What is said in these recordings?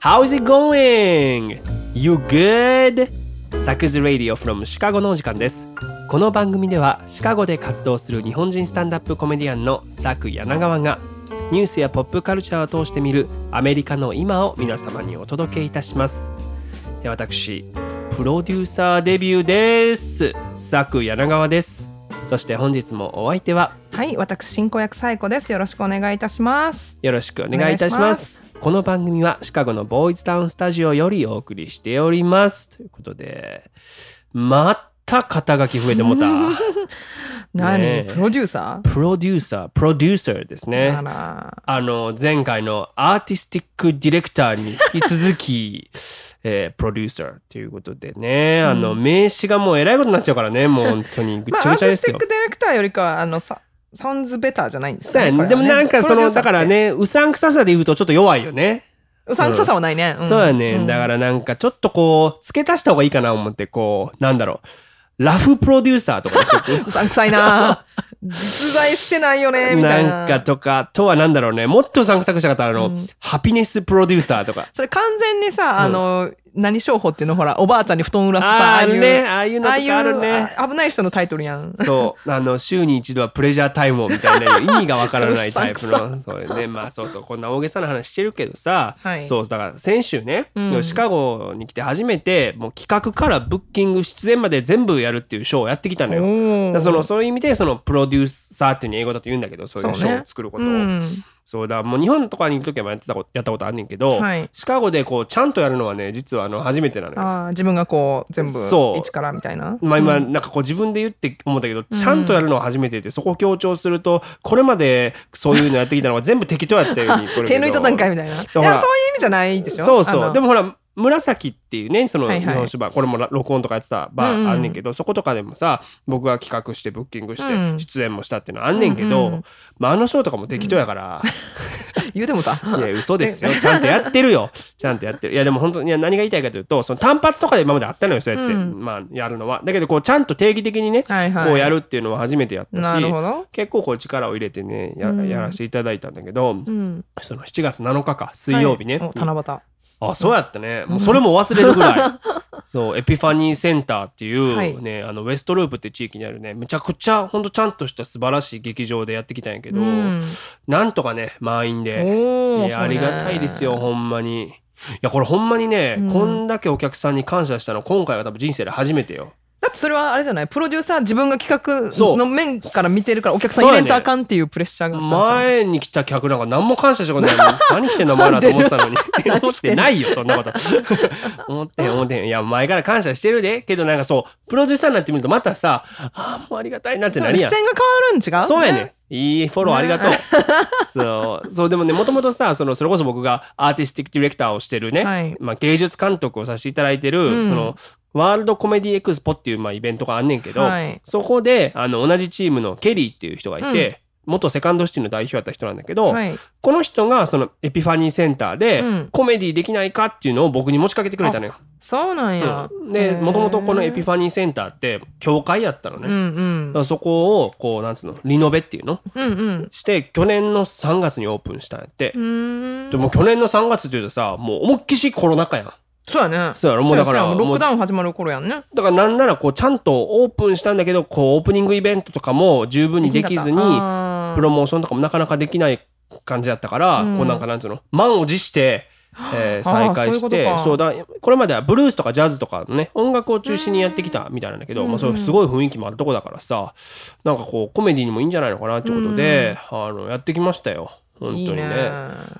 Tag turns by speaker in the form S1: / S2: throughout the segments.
S1: How's it going? You good? サクズ・ラディオ from シカゴのお時間ですこの番組ではシカゴで活動する日本人スタンダップコメディアンのサク柳川がニュースやポップカルチャーを通して見るアメリカの今を皆様にお届けいたしますえ私プロデューサーデビューですサク柳川ですそして本日もお相手は
S2: はい、私進行役サイコです。よろしくお願いいたします。
S1: よろしくお願いいたします。この番組はシカゴのボーイズタウンスタジオよりお送りしております。ということで、また肩書き増えても うた。
S2: 何、
S1: ねえ
S2: プロデューサ
S1: プロデューサー、プロデューサーです
S2: ー？
S1: ね。
S2: あら、
S1: あの、前回のアーティスティックディレクターに引き続 き、えープロデューサーということでね、あの、名刺がもうえらいことになっちゃうからね、もう本当にぐっ
S2: ま
S1: ち
S2: あ
S1: ゃ
S2: ア
S1: ぐ
S2: ー
S1: ちゃ
S2: ティ
S1: で
S2: ス
S1: す
S2: ティ
S1: よ
S2: ック。ディレクターよりかはあのササウンズベターじゃないんです
S1: そう
S2: よ
S1: や
S2: ね。こ
S1: ね
S2: れ
S1: で
S2: は
S1: も
S2: ね
S1: なんかその、だから、
S2: プロデューサーって
S1: ね、うさんくささで言うとちょっと弱いよね。
S2: うさんくささはないね。ん
S1: そうやね、
S2: ん
S1: だからなんかちょっとこう、付け足した方がいいかな思って、こう、なんだろう。ラフプロデューサーとかにしと く
S2: うさんくさい な。実在してないよねみたいな。
S1: なんかとか、あとはなんだろうね。もっとサンクサクしたかったら、あの、ハピネスプロデューサーとか。
S2: それ完全にさ、あの何商法っていうのほらおばあちゃんに布団売らすさ
S1: ああ
S2: いう
S1: ね、ああいうのと
S2: あ
S1: か
S2: あいう
S1: あるね。
S2: あ危ない人のタイトルやん。
S1: そう。あの、週に一度はプレジャータイムをみたいな意味がわからないう
S2: さ
S1: タ
S2: ん
S1: イ
S2: く
S1: プ
S2: さ
S1: の。そうよね。まあそうそう。こんな大げさな話してるけどさ。
S2: はい
S1: そう。だから先週ね、
S2: ん
S1: シカゴに来て初めて、もう企画からブッキング、出演まで全部やるっていうショーをやってきたのよ。だ
S2: お
S1: からそのそういう意味でそのプロデューサーっていうの英語だと言うんだけどそういう
S2: そ
S1: 賞
S2: うね
S1: を作ることを
S2: う
S1: そう,、
S2: ん、
S1: だもう日本とかに行く時はやってたことやったことあんねんけど、
S2: はい
S1: シカゴでこうちゃんとやるのはね実はあの初めてなのよ。
S2: あー自分がこう全部
S1: そう
S2: 一からみたいな。
S1: まあ今なんかこう自分で言って思ったけど、ちゃんとやるのは初めてでそこを強調するとこれまでそういうのやってきたのは全部適当やったよう にこれ
S2: 手抜いとったんかいみたいな。いや
S1: そ
S2: そうう
S1: ほ
S2: いう意
S1: ら
S2: 味じゃないでしょ
S1: そうそうで
S2: も、
S1: もほら紫っていうねその
S2: はい
S1: 日
S2: はい
S1: 本酒バー、これもら録音とかやってたバ
S2: うんう
S1: ー
S2: ん
S1: あんねんけど、そことかでもさ僕が企画してブッキングし
S2: う
S1: て
S2: ん
S1: 出演もしたっていうのはあんねんけど、
S2: うんうん
S1: まあ、あのショーとかも適当やから、
S2: 言うて もた。
S1: いや嘘です よちゃんとやってるよちゃんとやってるいやでも本当にいや何が言いたいかというとその単発とかで今まであったのよそうやって、
S2: うん
S1: まあやるのはだけどこうちゃんと定期的にね、
S2: はいはい。
S1: こうやるっていうのは初めてやった
S2: な
S1: し
S2: るほど。
S1: 結構こう力を入れてねや,、
S2: うん
S1: やらせていただいたんだけど、
S2: うん。
S1: その7月7日か水曜日ね、
S2: はいお七
S1: あ、そうやったね。もうそれも忘れるぐらい。 そう、エピファニーセンターっていうね、あの、ウェストループって地域にあるね、めちゃくちゃ、ほんとちゃんとした素晴らしい劇場でやってきたんやけ
S2: 夕。
S1: ど、
S2: うん
S1: なんとかね、満員で。
S2: お
S1: いやありがたいですよ、。ほんまに。いや、これほんまにね、
S2: うん
S1: こんだけお客さんに感謝したの、今回は多分人生で初めてよ。
S2: だってそれはあれじゃないプロデューサー自分が企
S1: そう
S2: 画の面から見てるからお客さん
S1: そう
S2: 入
S1: やね
S2: れんとあかんっていうプレッシャーがあったんじゃん
S1: 前に来た客なんか何も感謝したことないのに 何来てんのお前らと思ってたのに 思ってないよそんなこと思ってへん思ってへんいや前から感謝してるでけどなんかそうプロデューサーになってみるとまたさあーもうありがたいなってなりや
S2: 視
S1: ん
S2: 点が変わるん違う
S1: そうやねんいいフォローありが とう、そうそうでもねもともとさそのそれこそ僕がアーティスティックディレクターをしてるね、
S2: はい
S1: まあ、芸術監督をさせていただいてる、
S2: うん
S1: そのワールドコメディエクスポっていうまあイベントがあんねんけど、
S2: はい
S1: そこであの同じチームのケリーっていう人がいて、元セカンドシティの代表やった人なんだけど、
S2: はい
S1: この人がそのエピファニーセンターで
S2: うん
S1: コメディできないかっていうのを僕に持ちかけてくれたのよ。
S2: そうなんや
S1: うんでもともとこのエピ
S2: フ
S1: ファニーセンターって教会やったのね。
S2: うんうん
S1: だからそこをこうなんつうのリノベっていうの
S2: うんうん
S1: して去年の3月にオープンしたんやって。
S2: うーん
S1: でも去年の3月っていうとさもう思いっきしコロナ禍やん。
S2: そうやね
S1: そうやろもうだから
S2: そやもう
S1: も
S2: ロッ
S1: う
S2: クダウン始まる頃やんね
S1: だからなんならこうちゃんとオープンしたんだけどこうオープニングイベントとかも十分にできずに
S2: あー
S1: プロモーションとかもなかなかできない感じだったから、
S2: うん
S1: こうなんかなんつうの満を持して、えー
S2: あ
S1: 再
S2: ー
S1: 開して
S2: そういうことか
S1: そうだこれまではブルースとかジャズとかのね音楽を中心にやってきたみたいなんだけど、
S2: うん
S1: まあ、それすごい雰囲気もあるとこだからさなんかこうコメディにもいいんじゃないのかなってことで、あのやってきましたよ本当
S2: い
S1: に
S2: い
S1: ね。
S2: ね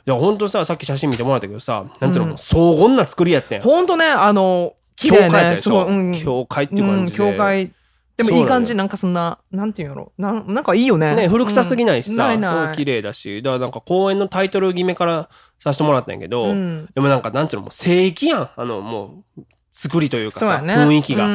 S1: いや本当ささっき写真見てもらったけどさなんていうの、
S2: うん
S1: 荘厳な作りやったやん
S2: ほんとねあの綺
S1: 教会や
S2: 麗
S1: った
S2: ね
S1: でし
S2: すご
S1: ょ、
S2: いうん
S1: 教会っていう感じで、
S2: うん、教会でも
S1: そうな
S2: い
S1: のよ
S2: い感じなんかそんななんていうんやろなんなんかいいよね
S1: ね、古臭すぎないしさ、
S2: うんないない
S1: すごい綺麗だしだからなんか公演のタイトル決めからさせてもらったんやけど、
S2: うん
S1: でもなんかなんていうのもう聖域やんあのもう作りというか
S2: そう
S1: さ
S2: や、ね
S1: 雰囲気が。
S2: う
S1: な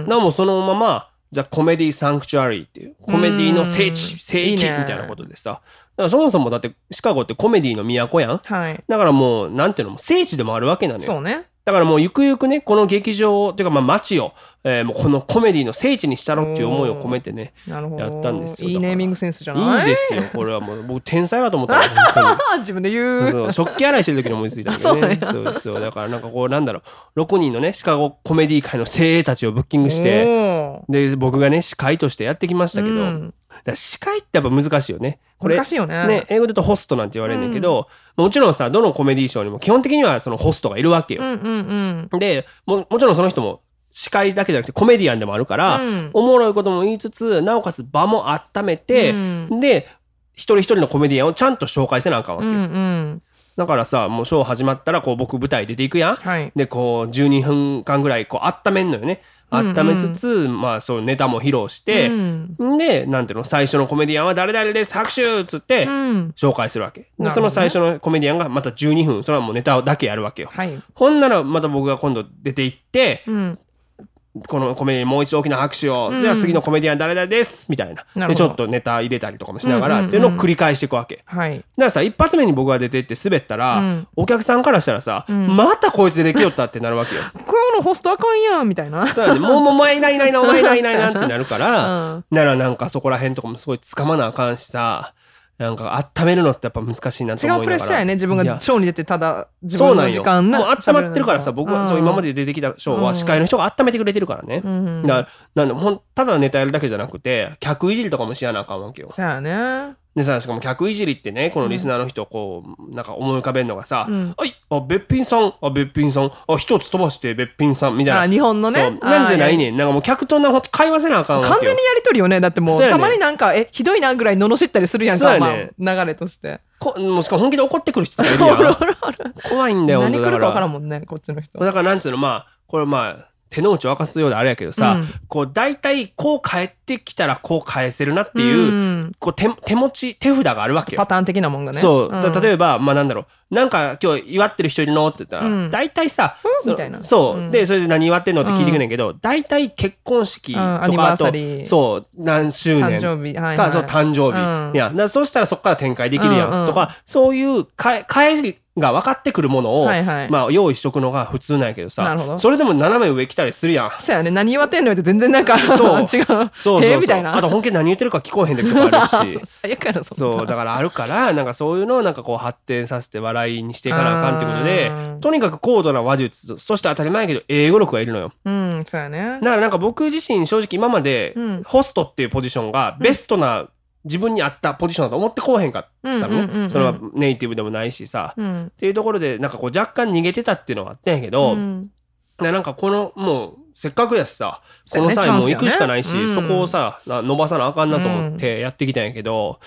S1: ん
S2: うん
S1: もうそのままザ・コメディ・サンクチュアリーっていうコメディの聖
S2: う
S1: 地
S2: ん
S1: 聖域
S2: い
S1: み
S2: いね
S1: たいなことでさだからそもそもだってシカゴってコメディの都やん
S2: はい
S1: だからもうなんていうのもう聖地でもあるわけなのよ。
S2: そうね
S1: だからもうゆくゆくねこの劇場をていうかまあ街を、えーもうこのコメディの聖地にしたろっていう思いを込めてね
S2: なるほど。
S1: やったんですよ
S2: いいネーミングセンスじゃない
S1: いいですよこれはもう僕天才かと思ったら本当に。
S2: あー自分で言う。
S1: そう食器洗いしてる時に思いついたんだよね
S2: あ
S1: そうそうだからなんかこうなんだろう6人のねシカゴコメディ界の精鋭たちをブッキングして
S2: おー
S1: で僕がね司会としてやってきましたけど、
S2: う
S1: だか
S2: ん
S1: ら司会ってやっぱ難しいよねこれ
S2: 難しいよね。
S1: ね、英語で言うとホストなんて言われるんだけど、もちろんさどのコメディショーにも基本的にはそのホストがいるわけ
S2: う
S1: よ、
S2: んうんうん。
S1: でももちろんその人も司会だけじゃなくてコメディアンでもあるから、
S2: うん
S1: おもろいことも言いつつなおかつ場も温めて
S2: う、ん
S1: で一人一人のコメディアンをちゃんと紹介せなあかんわ
S2: う
S1: けよ、
S2: んうん。
S1: だからさもうショー始まったらこう僕舞台出ていくやん
S2: はい。
S1: でこう12分間ぐらいこう温めんのよね
S2: うんうん
S1: 温めつつ、まあそうネタも披露して
S2: う、ん
S1: でなんていうの最初のコメディアンは誰々です拍手っつって
S2: うん。
S1: 紹介するわけ、で
S2: なるほどね
S1: その最初のコメディアンがまた12分それはもうネタだけやるわけよ
S2: はい。
S1: ほんならまた僕が今度出て行って
S2: うん。
S1: このコメディアンにもう一度大きな拍手を、
S2: うん
S1: じゃあ次のコメディアン誰々ですみたいな
S2: なる
S1: で
S2: ほ
S1: ち
S2: ど
S1: ょっとネタ入れたりとかもしながらっていうのを繰り返していくわけ、
S2: はい。
S1: だからさ一発目に僕が出てって滑ったら、
S2: うん
S1: お客さんからしたらさ、
S2: うん
S1: またこいつ出てきよったってなるわけ よ。
S2: 今日のホストあかんやんみたいな。
S1: そうやね、もうもうお前いないいないなお前い ないいないなってなるか
S2: う
S1: ら、
S2: ん。
S1: ならなんかそこら辺とかもすごいつかまなあかんしさなんか温めるのってやっぱ難しいなと
S2: 違
S1: 思いながら
S2: うプレッシャーやね自分
S1: い
S2: が
S1: や
S2: ショーに出てただ自
S1: そう
S2: 分
S1: な
S2: の
S1: ん
S2: 時
S1: よ
S2: 間な
S1: もう温まってるからさ僕はそう今ま
S2: で、
S1: で出てきたショー
S2: う
S1: は
S2: ん
S1: 司会の人が温めてくれてるからね、
S2: うんうん、
S1: だからなんでほんただネタやるだけじゃなくて客いじりとかもしやなあかんわけよ
S2: そうやね
S1: でさしかも客いじりってねこのリスナーの人をこうなんか思い浮かべるのがさ「
S2: うん
S1: はいあべっぴんさんあべっぴんさんあ一つ飛ばしてべっぴんさん」みた
S2: あ
S1: いな
S2: 日本の
S1: そう
S2: ね
S1: なんじゃない
S2: ね
S1: ねんなんかもう客となほんと会話せなあかんわけよ
S2: 完全にやりとりよねだってもう
S1: そうやね
S2: たまになんかえひどいなぐらい罵ったりするやん
S1: そう
S2: か
S1: やね
S2: まあ、流れとして
S1: こもしかも本気で怒ってくる人とかいる やん怖いんだよ
S2: 何来
S1: 本当
S2: る
S1: だ
S2: か分
S1: か
S2: から
S1: ら
S2: んもんねこっちの人
S1: だからなんつうのまあこれまあ手の内を明かすようであれやけどさ、
S2: うん
S1: こう大体こう返ってきたらこう返せるなっていう、
S2: ん
S1: こう手手持ち手札があるわけよ
S2: パ。ターン的なもんがね
S1: そう、
S2: ん
S1: た例えばまあなんだろうなんか今日祝ってる人いるのって言ったら、
S2: うん
S1: 大体さ、
S2: うん
S1: そ
S2: みたいな
S1: そう、
S2: うん
S1: でそれで何祝ってんのって聞いてくるんだけど、大体結婚式と
S2: うんアニ
S1: か
S2: バ
S1: あ
S2: ー
S1: と、
S2: サリー
S1: そう何周
S2: 誕
S1: 年
S2: 生日はい、は
S1: か、
S2: い、
S1: そう誕生日、
S2: うん
S1: いやだからそうしたらそこから展開できるやん、
S2: うんうん
S1: とかそういうかえ返りが分かってくるものを、
S2: はいはい
S1: まあ、用意しとくのが普通なんやけど
S2: な
S1: さ
S2: るほど
S1: それでも斜め上来たりするやん。
S2: そうやね何言わってんのよって全然なんか
S1: そう
S2: 違う
S1: そうそうそう
S2: えーみたいな
S1: あと本気で何言ってるか聞こえへん時とかあるし
S2: 最悪やなそんな
S1: そうだからあるからなんかそういうのをなんかこう発展させて笑いにしていかなあかんってことで
S2: うん
S1: とにかく高度な話術とそして当たり前やけど英語力がいるのよ
S2: うんそうやね
S1: だからなんか僕自身正直今まで
S2: うん
S1: ホストっていうポジションがベストな自分に合ったポジションだと思ってこうへんかったの
S2: うんうんうんう
S1: ね
S2: ん
S1: それはネイティブでもないしさ
S2: うん
S1: っていうところでなんかこう若干逃げてたっていうのがあったんやけど、
S2: うん
S1: でなんかこのもうせっかくやしさこ
S2: そう
S1: の
S2: やね
S1: 際もう行くしかないし
S2: チャンス
S1: そ,、
S2: やね
S1: こをさな伸ばさなあかんなと思ってやってきたんやけど、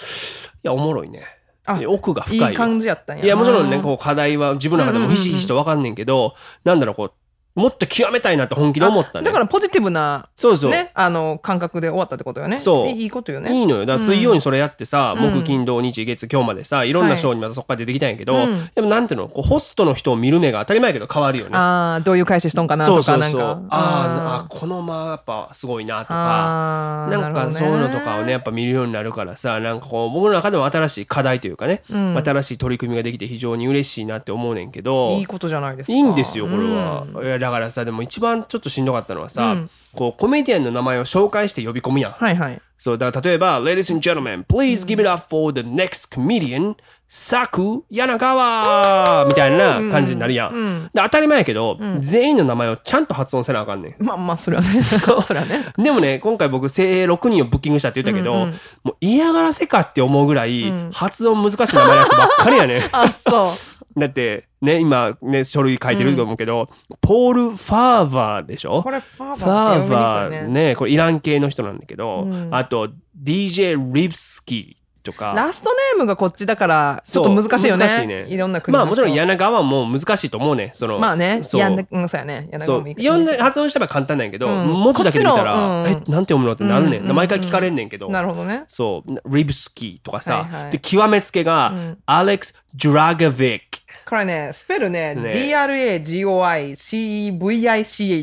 S1: いやおもろいね
S2: あ
S1: いや奥が深
S2: い
S1: いよ
S2: い感じやったんやない
S1: やもちろんねこう課題は自分の中でもひしひしと分かんねんけど、なんだろうこうもっと極めたいなと本気で思ったね
S2: だからポジティブな、
S1: そうそう、
S2: ね、あの感覚で終わったってことよね。
S1: そう
S2: いいいいことよね。
S1: いいのよだから水曜にそれやってさ、
S2: うん
S1: 木金土日月今日までさいろんなショーにまたそっから出てきたんやけど、
S2: うん
S1: でもなんていうのこうホストの人を見る目が当たり前やけど変わるよね。
S2: ああ、どういう返ししとんかなとか、なんか。
S1: あーあこの間やっぱすごいなとか。
S2: あー
S1: なんかそういうのとかをねや。っぱ見るようになるからさなんかこう僕の中でも新しい課題というかね、
S2: うん
S1: 新しい取り組みができて非常に嬉しいなって思うねんけど
S2: いいことじゃないですか。
S1: いいんですよこれは、
S2: うん
S1: いやだからさでも一番ちょっとしんどかったのはさ、
S2: うん
S1: こうコメディアンの名前を紹介して呼び込むやん、
S2: はいはい。
S1: そうだから例えば「Ladies and gentlemen please give it up for the next comedian サク柳川」みたいな感じになるやん、
S2: うんうん
S1: で当たり前やけど、全員の名前をちゃんと発音せなあかんねん
S2: まあまあ、それ はね。それはね。
S1: でもね今回僕精鋭6人をブッキングしたって言ったけど、
S2: うんうん
S1: もう嫌がらせかって思うぐらい、
S2: うん
S1: 発音難しい名前のやつばっかりやね
S2: あ、そう。
S1: だってね今ね書類書いてると思うけど、ポール・ファーバーでしょ
S2: これ、ファー
S1: フ
S2: バ
S1: ァ
S2: ーっ
S1: ー
S2: て
S1: バ
S2: 読みにくい
S1: ー
S2: ね。
S1: ねこれイラン系の人なんだけど、
S2: うん
S1: あと DJ リブスキーとか。
S2: ラストネームがこっちだから、ちょっと
S1: そう
S2: 難しいよね。
S1: 難しい
S2: ろんな国
S1: ま
S2: の
S1: あ
S2: 人
S1: もちろん柳川も難しいと思うねその
S2: まあね、
S1: そう
S2: やんで、うん、そうやね。やんで
S1: そ
S2: も
S1: う
S2: いい
S1: 読んで発音したら簡単なんやけど、
S2: うん
S1: 文字だけで見たら「
S2: こっちのうん
S1: えなんて読むの?」ってなるね、
S2: うんうんうん
S1: 毎回聞かれんねんけど、
S2: なるほどね。
S1: そう、リブスキーとかさ、
S2: はいはい
S1: で極めつけが、
S2: うん
S1: アレックス・ドラガヴィック、
S2: これね、スペルね、
S1: ね
S2: DRAGOICVICH、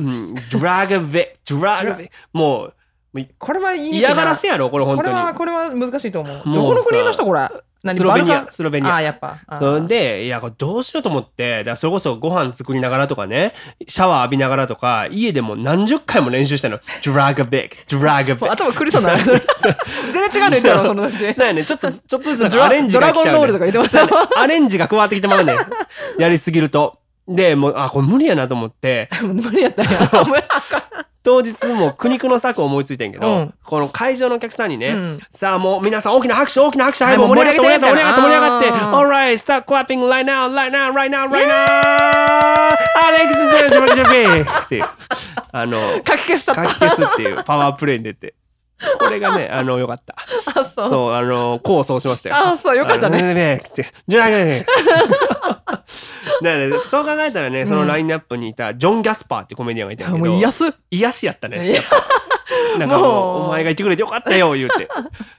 S1: うん、ドラガヴィック、ドラガヴィック、もうもう
S2: これは言いにくいな
S1: 嫌がらせやろ、これ本
S2: これ
S1: 当
S2: は
S1: に。
S2: これは難しいと思う。
S1: もう
S2: どこの国の人これ。何
S1: スロベニ
S2: バル
S1: ア
S2: カ
S1: スロベニア
S2: あーやっぱ。あー
S1: そんで、いや、これどうしようと思って、だからそれこそご飯作りながらとかね、シャワー浴びながらとか、家でも何十回も練習したの。ドラグビック、ドラグビ
S2: もう
S1: ック。
S2: 頭狂いそう になる。全然違うの言ったの、そのうち。
S1: そうやね、ちょっと、ちょっとずつなん
S2: ド
S1: かア
S2: ラ
S1: レンジが来ちゃう、ね。
S2: ドラゴンロールとか言ってました
S1: そうやねアレンジが加わってきてまう ね。やりすぎると。で、もう、あ、これ無理やなと思って、
S2: もう無理やったんや。
S1: 当日もう苦肉の策を思いついてんけど、
S2: うん
S1: この会場のお客さんにね、
S2: うん
S1: さあもう皆さん大きな拍手大きな拍手は
S2: はいい
S1: もう盛り上がって
S2: も
S1: 盛り
S2: う盛
S1: 上
S2: り上
S1: が
S2: が
S1: っ
S2: っ
S1: 盛り上がって
S2: ててあー
S1: Alright start clapping right now right now right now right now Alex and Jerry Jerry Jerry っていうあの
S2: かき消しちゃっ
S1: 書き消すっていうパワープレイに出てこれがねあのよかった
S2: た。あ、そう。
S1: そうあの功を奏しましたよ
S2: あ、そう、よかったね。
S1: ね。ジョン・ね。だからねそう考えたらね、そのラインナップにいたジョン・ギャスパーってコメディアンがいたんやけど、
S2: もう癒す。
S1: 癒しやったね。
S2: いや
S1: なんかもう
S2: もう
S1: お前が言ってくれてよかったよ言う て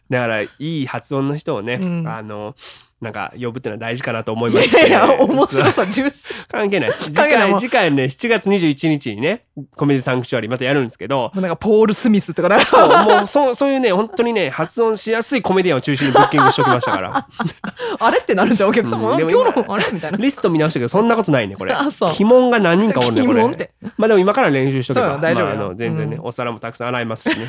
S1: だからいい発音の人をね、
S2: うん
S1: あのなんか呼ぶってのは大事かなと思い
S2: い
S1: ま
S2: や
S1: し
S2: い
S1: て
S2: やいや、面白
S1: そう
S2: さ重視。
S1: 関係ない次
S2: 関係ない
S1: 回
S2: もう
S1: 次回ね7月21日にねコメディサンクチュアリまたやるんですけど
S2: もうなんかポール・スミスとかな。
S1: そうもうそうそういうね本当にね発音しやすいコメディアンを中心にブッキングしときましたから
S2: あれってなるんじゃん、お客さんも。
S1: うん
S2: あ
S1: でも
S2: 今日
S1: 今
S2: の、あれみたいな。
S1: リスト見直したけどそんなことないねこれ
S2: あそう
S1: 鬼門が何人かおるねこれ
S2: 鬼門って
S1: まあでも今から練習しとけ
S2: そう
S1: ば
S2: よ大丈夫よ
S1: まあ、あの全然ね、
S2: う
S1: お皿もたくさん洗いますし ね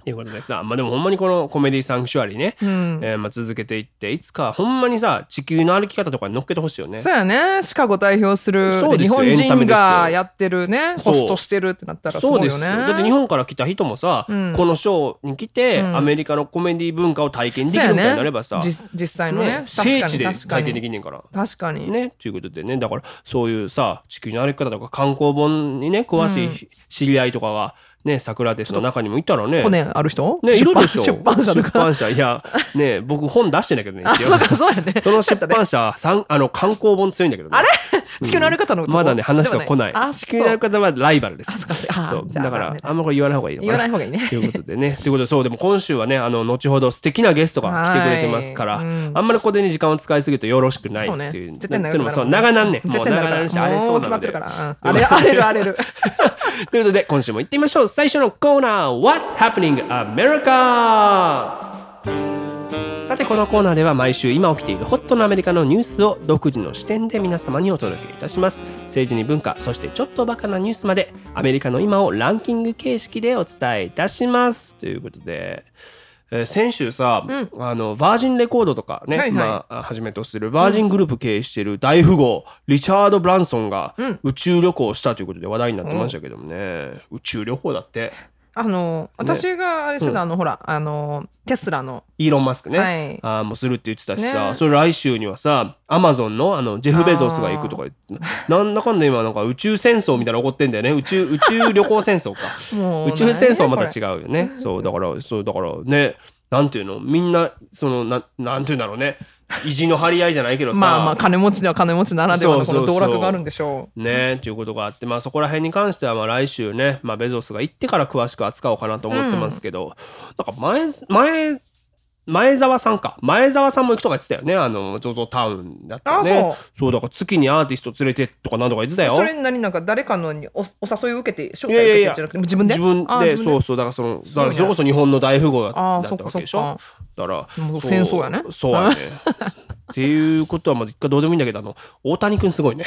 S1: っていうことでさまあでもほんまにこのコメディサンクチュアリね
S2: うん。
S1: えーまあ、続けていっていつかほんまにさ地球の歩き方とかに乗っけてほしいよね
S2: そうやね。シカゴ代表する、
S1: そうで
S2: で日
S1: すよ
S2: 本
S1: エンタメ
S2: 人
S1: ですよ
S2: がやってるね、
S1: そう
S2: ホストしてるってなったらす
S1: そ
S2: ご
S1: う
S2: い
S1: で
S2: よ
S1: す
S2: ね。
S1: よだって日本から来た人もさ、
S2: うん
S1: このショーに来て、
S2: うん
S1: アメリカのコメディ文化を体験でき
S2: そう
S1: るみ
S2: やね
S1: たいになればさ、
S2: じ実際の
S1: ね
S2: ね。
S1: 聖地で
S2: 確か
S1: 体験で
S2: に。
S1: きんねんから。
S2: 確かに。
S1: ね、ということでねだからそういうさ地球の歩き方とか観光本にね詳しい知り合いとかがね桜ですの中にもいたらね。
S2: 骨ある人
S1: ね、いるでしょ
S2: 出版出版社と
S1: 出
S2: か。
S1: 版社いやね僕本出してんだけどね
S2: あ、
S1: 一応
S2: そうか、そうやね。
S1: その出版社さんあの観光本強いんだけどね
S2: あれ地球の歩き方のとこ
S1: まだね話が来ない
S2: ではあ、
S1: 地球にあ
S2: そ
S1: る
S2: う。
S1: 方はライバルです
S2: そっかあ
S1: そう
S2: じゃあ
S1: だから
S2: まあ
S1: あんまこれ言わない方がいいの
S2: 言わ
S1: か
S2: ない
S1: な
S2: 方がいいね。
S1: ということでね ということでそうでも今週はねあの後ほど素敵なゲストが来てくれてますから、
S2: はいうん
S1: あんまりここでね時間を使いすぎるとよろしくない
S2: そうね。
S1: っていう
S2: 絶対
S1: っ
S2: 長
S1: て
S2: く
S1: のも
S2: な
S1: そ
S2: る。
S1: う長なんねんもう
S2: 絶対
S1: 長
S2: 長く
S1: な
S2: な
S1: る
S2: る
S1: しあれ
S2: も
S1: そううな
S2: 決
S1: の
S2: まって
S1: で
S2: るから。うんあれ、あれる、あれる。
S1: ということで今週も行ってみましょう最初のコーナー What's Happening America さてこのコーナーでは毎週今起きているホットなアメリカのニュースを独自の視点で皆様にお届けいたします政治に文化そしてちょっとバカなニュースまでアメリカの今をランキング形式でお伝えいたしますということで、えー先週さ、
S2: う
S1: あのバージンレコードとかね、
S2: はいはい
S1: まあはじめとするバージングループ経営している大富豪、リチャード・ブランソンが
S2: うん
S1: 宇宙旅行をしたということで話題になってましたけどもね、宇宙旅行だって
S2: あの、私があれしてた、あの、ほら、あの、テスラの。
S1: イーロン・マスクね、
S2: はい。
S1: あーもうするって言ってたしさ、
S2: ね
S1: それ来週にはさアマゾンのあのジェフ・ベゾスが行くとか言ってなんだかんだ今なんか宇宙戦争みたいなの起こってんだよね宇 宙宇宙旅行戦争か
S2: もう。
S1: 宇宙戦争はまた
S2: う。
S1: 違うよねそうだからそうだからねなんていうのみんなそのななんていうんだろうね意地の張り合いじゃないけどさ
S2: まあまあ、金持ちには金持ちならではのこ
S1: そ
S2: の
S1: うそうそう
S2: 道楽があるんでしょ
S1: ねえということがあって、まあ、そこら辺に関してはまあ来週ね、まあ、ベゾスが行ってから詳しく扱おうかなと思ってますけど、なんか前前前澤さんか前澤さんも行くとか言ってたよねあのジョゾタウンだったよね
S2: あ
S1: そうだから月にアーティスト連れてとかなんとか言ってた
S2: う。
S1: よ
S2: それに何なんか誰かのにおお誘いを受けて招
S1: い
S2: 待を
S1: やい
S2: 受
S1: やい
S2: け
S1: や
S2: てじゃなくてもう自分で
S1: 自分で
S2: あー自分
S1: そうそうだからそのだから
S2: そうね
S1: それこそ日本の大富豪だった
S2: あ
S1: わ
S2: あそっか
S1: け
S2: そっ
S1: でしょ
S2: か
S1: だから
S2: もう
S1: そう
S2: 戦争やね
S1: そう やねっていうことはまあ一回どうでもいいんだけどあの大谷君すごいね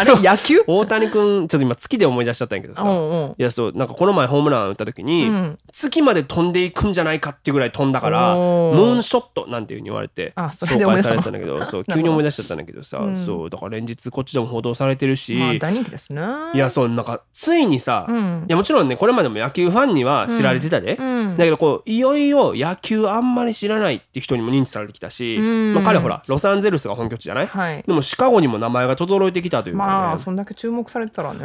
S2: れ野球
S1: 大谷君ちょっと今月で思い出しちゃったんやけどさ、
S2: うんうん
S1: いやそうなんかこの前ホームラン打った時に、
S2: うん
S1: 月まで飛んでいくんじゃないかってぐらい飛んだからム
S2: お
S1: ー
S2: ー
S1: ンショットなんていうふうに言われて
S2: あそれ
S1: 紹
S2: で思い
S1: 介
S2: 出し
S1: さ
S2: た
S1: れ
S2: の
S1: てたんだけどそう
S2: なるほど
S1: 急に思い出しちゃったんだけどさ、
S2: うん
S1: そうだから連日こっちでも報道されてるし、
S2: まあ大人気ですね
S1: いやそうなんかついにさ、
S2: う
S1: い
S2: ん
S1: やもちろんねこれまでも野球ファンには知られてたで、
S2: うん
S1: だけどこういよいよ野球あんまり知らないって人にも認知されてきたし、
S2: うん
S1: まあ、彼ほらロサンゼルスが本拠地じゃない
S2: はい
S1: でもシカゴにも名前が轟いてきたというか、ね
S2: まあそんだけ注目されてたらね
S1: ね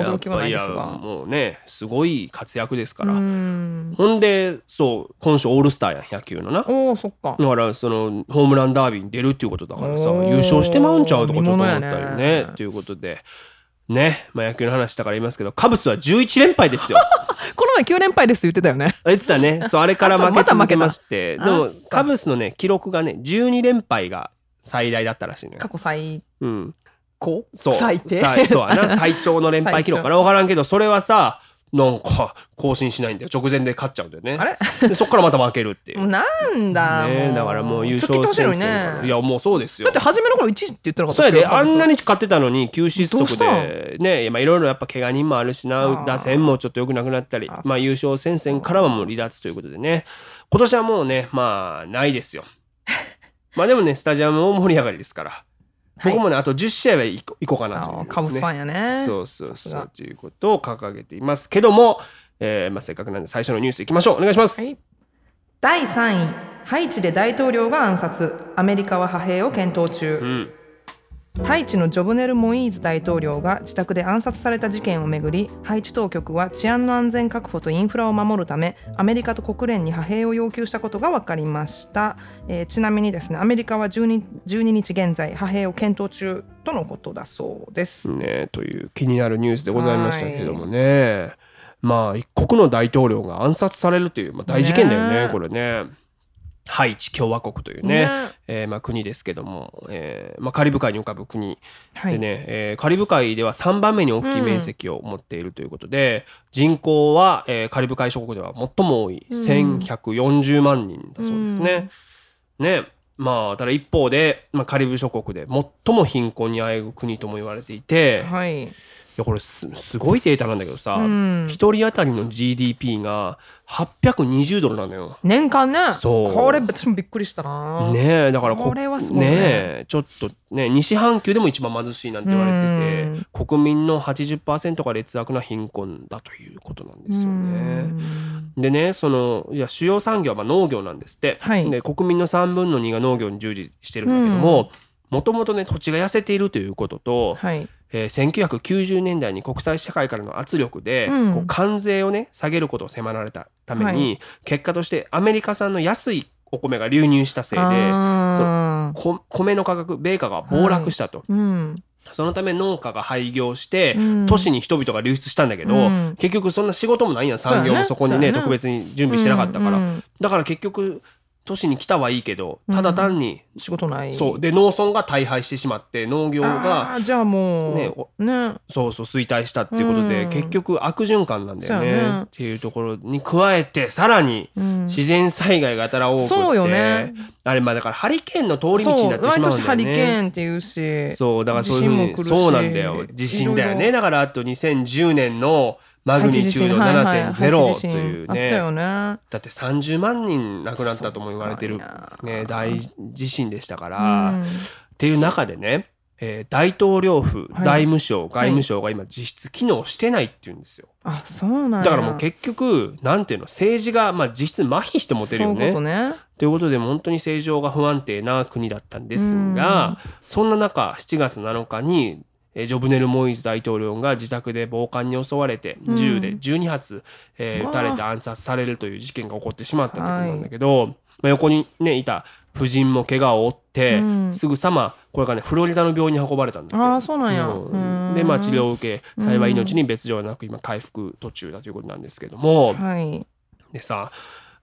S1: え
S2: 驚きはないです
S1: やっぱいや
S2: が
S1: もうねすごい活躍ですから、
S2: うん
S1: ほんでそう今週オールスターやん野球のなだ
S2: おおそっか
S1: からそのホームランダービーに出るっていうことだからさ
S2: おー
S1: 優勝してまうんちゃうとかちょっと思ったり
S2: 見物
S1: ね
S2: や
S1: と
S2: ね、
S1: いうことでねまあ野球の話だから言いますけどカブスは11連敗ですよ
S2: この前9連敗ですって言ってたよね
S1: あ言ってたねそうあれから
S2: あそう
S1: 負け
S2: また
S1: 続
S2: 負けた
S1: けましてでも
S2: あそう
S1: カブスのね記録がね12連敗が最大だったらしいのよ
S2: 過去最
S1: うん
S2: 高
S1: そう
S2: 最低
S1: さいそうやな最長の連敗記録かな分からんけどそれはさなんか更新しないんだよ直前で勝っちゃうんだよね
S2: あれ
S1: でそっからまた負けるっていう
S2: もうなんだ、
S1: ね
S2: も
S1: え
S2: う
S1: だからもう優勝戦線
S2: 突き通せる
S1: か
S2: よ
S1: ら
S2: ね
S1: いやもうそうですよ
S2: だって初めの頃1位って言ってなかった
S1: そう
S2: っ
S1: やで
S2: け
S1: あんなに勝ってたのに急
S2: ど
S1: 失
S2: う
S1: 速
S2: したん
S1: でねまあいろいろやっぱ怪我人もあるしな
S2: あー
S1: 打線もちょっと良くなくなったり
S2: あ
S1: まあ優勝戦線からはもう離脱ということでね今年はもうねまあない ですよまあでもねスタジアムも盛り上がりですから
S2: はい
S1: 僕もねあと10試合は行こ行こうかなというね
S2: あーカブスファンやね
S1: そうそうそ
S2: さす
S1: う
S2: が
S1: ということを掲げていますけどもえーまあせっかくなんで最初のニュースいきましょうお願いします
S2: はい第3位ハイチで大統領が暗殺アメリカは派兵を検討中、
S1: うん
S2: ハイチのジョブネル・モイーズ大統領が自宅で暗殺された事件をめぐりハイチ当局は治安の安全確保とインフラを守るためアメリカと国連に派兵を要求したことが分かりました、えーちなみにですねアメリカは 12, 12日現在派兵を検討中とのことだそうです、
S1: ね、という気になるニュースでございましたけどもね、まあ一国の大統領が暗殺されるという、まあ、大事件だよね
S2: ね
S1: これね。ハイチ共和国というねえーまあ、国ですけども、えーまあ、カリブ海に浮かぶ国
S2: はい
S1: でね、えーカリブ海では3番目に大きい面積を持っているということで、人口は、えーカリブ海諸国では最も多い
S2: うん
S1: 1140万人だそうですね。ねまあただ一方で、まあ、カリブ諸国で最も貧困にあえぐ国とも言われていて、い、
S2: はい、
S1: やこれすすごいデータなんだけどさ、
S2: うん
S1: 一人当たりの GDP が820ドルなのよ。
S2: 年間ね
S1: そう
S2: これ私もびっくりしたな、
S1: ねえだからこ
S2: これはすごいね
S1: えちょっとね西半球でも一番貧しいなんて言われてて国民の80%が劣悪な貧困だということなんですよね。
S2: うん
S1: でねそのいや主要産業はまあ農業なんですって、
S2: はい
S1: で国民の3分の2が農業に従事してるんだけどももともとね土地が痩せているということと、
S2: はい
S1: えー1990年代に国際社会からの圧力で、
S2: うん
S1: こう関税をね下げることを迫られたために、
S2: は
S1: 結果としてアメリカ産の安いお米が流入したせいで
S2: あー
S1: こ米の価格米価が暴落したと、
S2: うん
S1: そのため農家が廃業して、
S2: うん
S1: 都市に人々が流出したんだけど、
S2: うん
S1: 結局そんな仕事もないやん産業もそこに
S2: そう
S1: ね
S2: やね
S1: 特別に準備してなかったから、
S2: うんうん
S1: だから結局都市に来たはいいけどただ単に、
S2: 仕事ない
S1: そうで農村が大敗してしまって農業が
S2: あーじゃあもう
S1: ねお
S2: ね
S1: そうそう衰退したっていうことで、
S2: うん
S1: 結局悪循環なんだよね
S2: そうやね
S1: っていうところに加えてさらに
S2: うん
S1: 自然災害がやたら多くて、
S2: そうよね
S1: あれまあだからハリケーンの通り道
S2: そ
S1: にな
S2: う
S1: ってし
S2: 毎
S1: まうん
S2: 年
S1: だよ
S2: ハリケ
S1: ね。
S2: ーンって言うし
S1: そうだからそういうふうに
S2: 地震も来るし
S1: そうなんだよ地震だよ
S2: いろ
S1: ね
S2: いろ
S1: だからあと2010年のマグニチュード
S2: はいはいはい
S1: 7.0という
S2: あった
S1: ね
S2: よね
S1: だって30万人亡くなったとも言われてる
S2: すごいな
S1: ね大地震でしたか
S2: う
S1: ら、
S2: ん
S1: っていう中でね、えー大統領府、
S2: はい
S1: 財務省外務省が今実質機能してないっていうんですよ
S2: あそうなん
S1: だか
S2: や
S1: らもう結局なんていうの政治がまあ実質麻痺して持てるよ
S2: そうい
S1: ね
S2: うことね
S1: ということで本当に政情が不安定な国だったんですが、そんな中7月7日にえージョブネル・モイズ大統領が自宅で暴漢に襲われて
S2: うん
S1: 銃で12発、えー
S2: うわ
S1: 撃
S2: あ
S1: たれて暗殺されるという事件が起こってしまったということなんだけど、まあ、横に、ね、いた夫人も怪我を負って、
S2: うん
S1: すぐさまこれがねフロリダの病院に運ばれたんだけど
S2: ああそうなんや
S1: うん
S2: うん
S1: でまあ治療を受け幸い命に別状はなく今回復途中だということなんですけども、
S2: はい
S1: でさ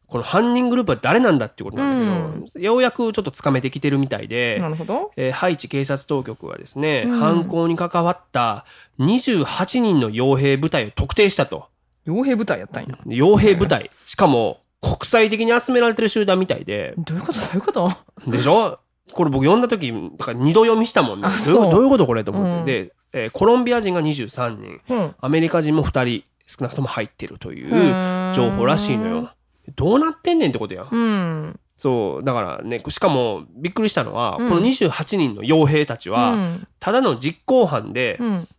S1: この犯人グループは誰なんだっていうことなんだけど、ようやくちょっとつかめてきてるみたいで、
S2: なるほど
S1: えーハイチ警察当局はですね、
S2: うん
S1: 犯行に関わった28人の傭兵部隊を特定したと
S2: 傭兵部隊やったんや
S1: 傭兵部隊しかも国際的に集められてる集団みたいで
S2: どういうことどういうこと
S1: でしょこれ僕読んだ時だから2度読みしたもんね
S2: あ
S1: どういう
S2: そう
S1: どういうことこれと思って、
S2: うん
S1: で、えーコロンビア人が23人
S2: うん
S1: アメリカ人も2人少なくとも入ってるという
S2: う
S1: 情報らしいのよ。どうなってんねんってことやん
S2: うん
S1: そうだからねしかもびっくりしたのは、
S2: うん
S1: この28人の傭兵たちは、
S2: うん
S1: ただの実行犯で、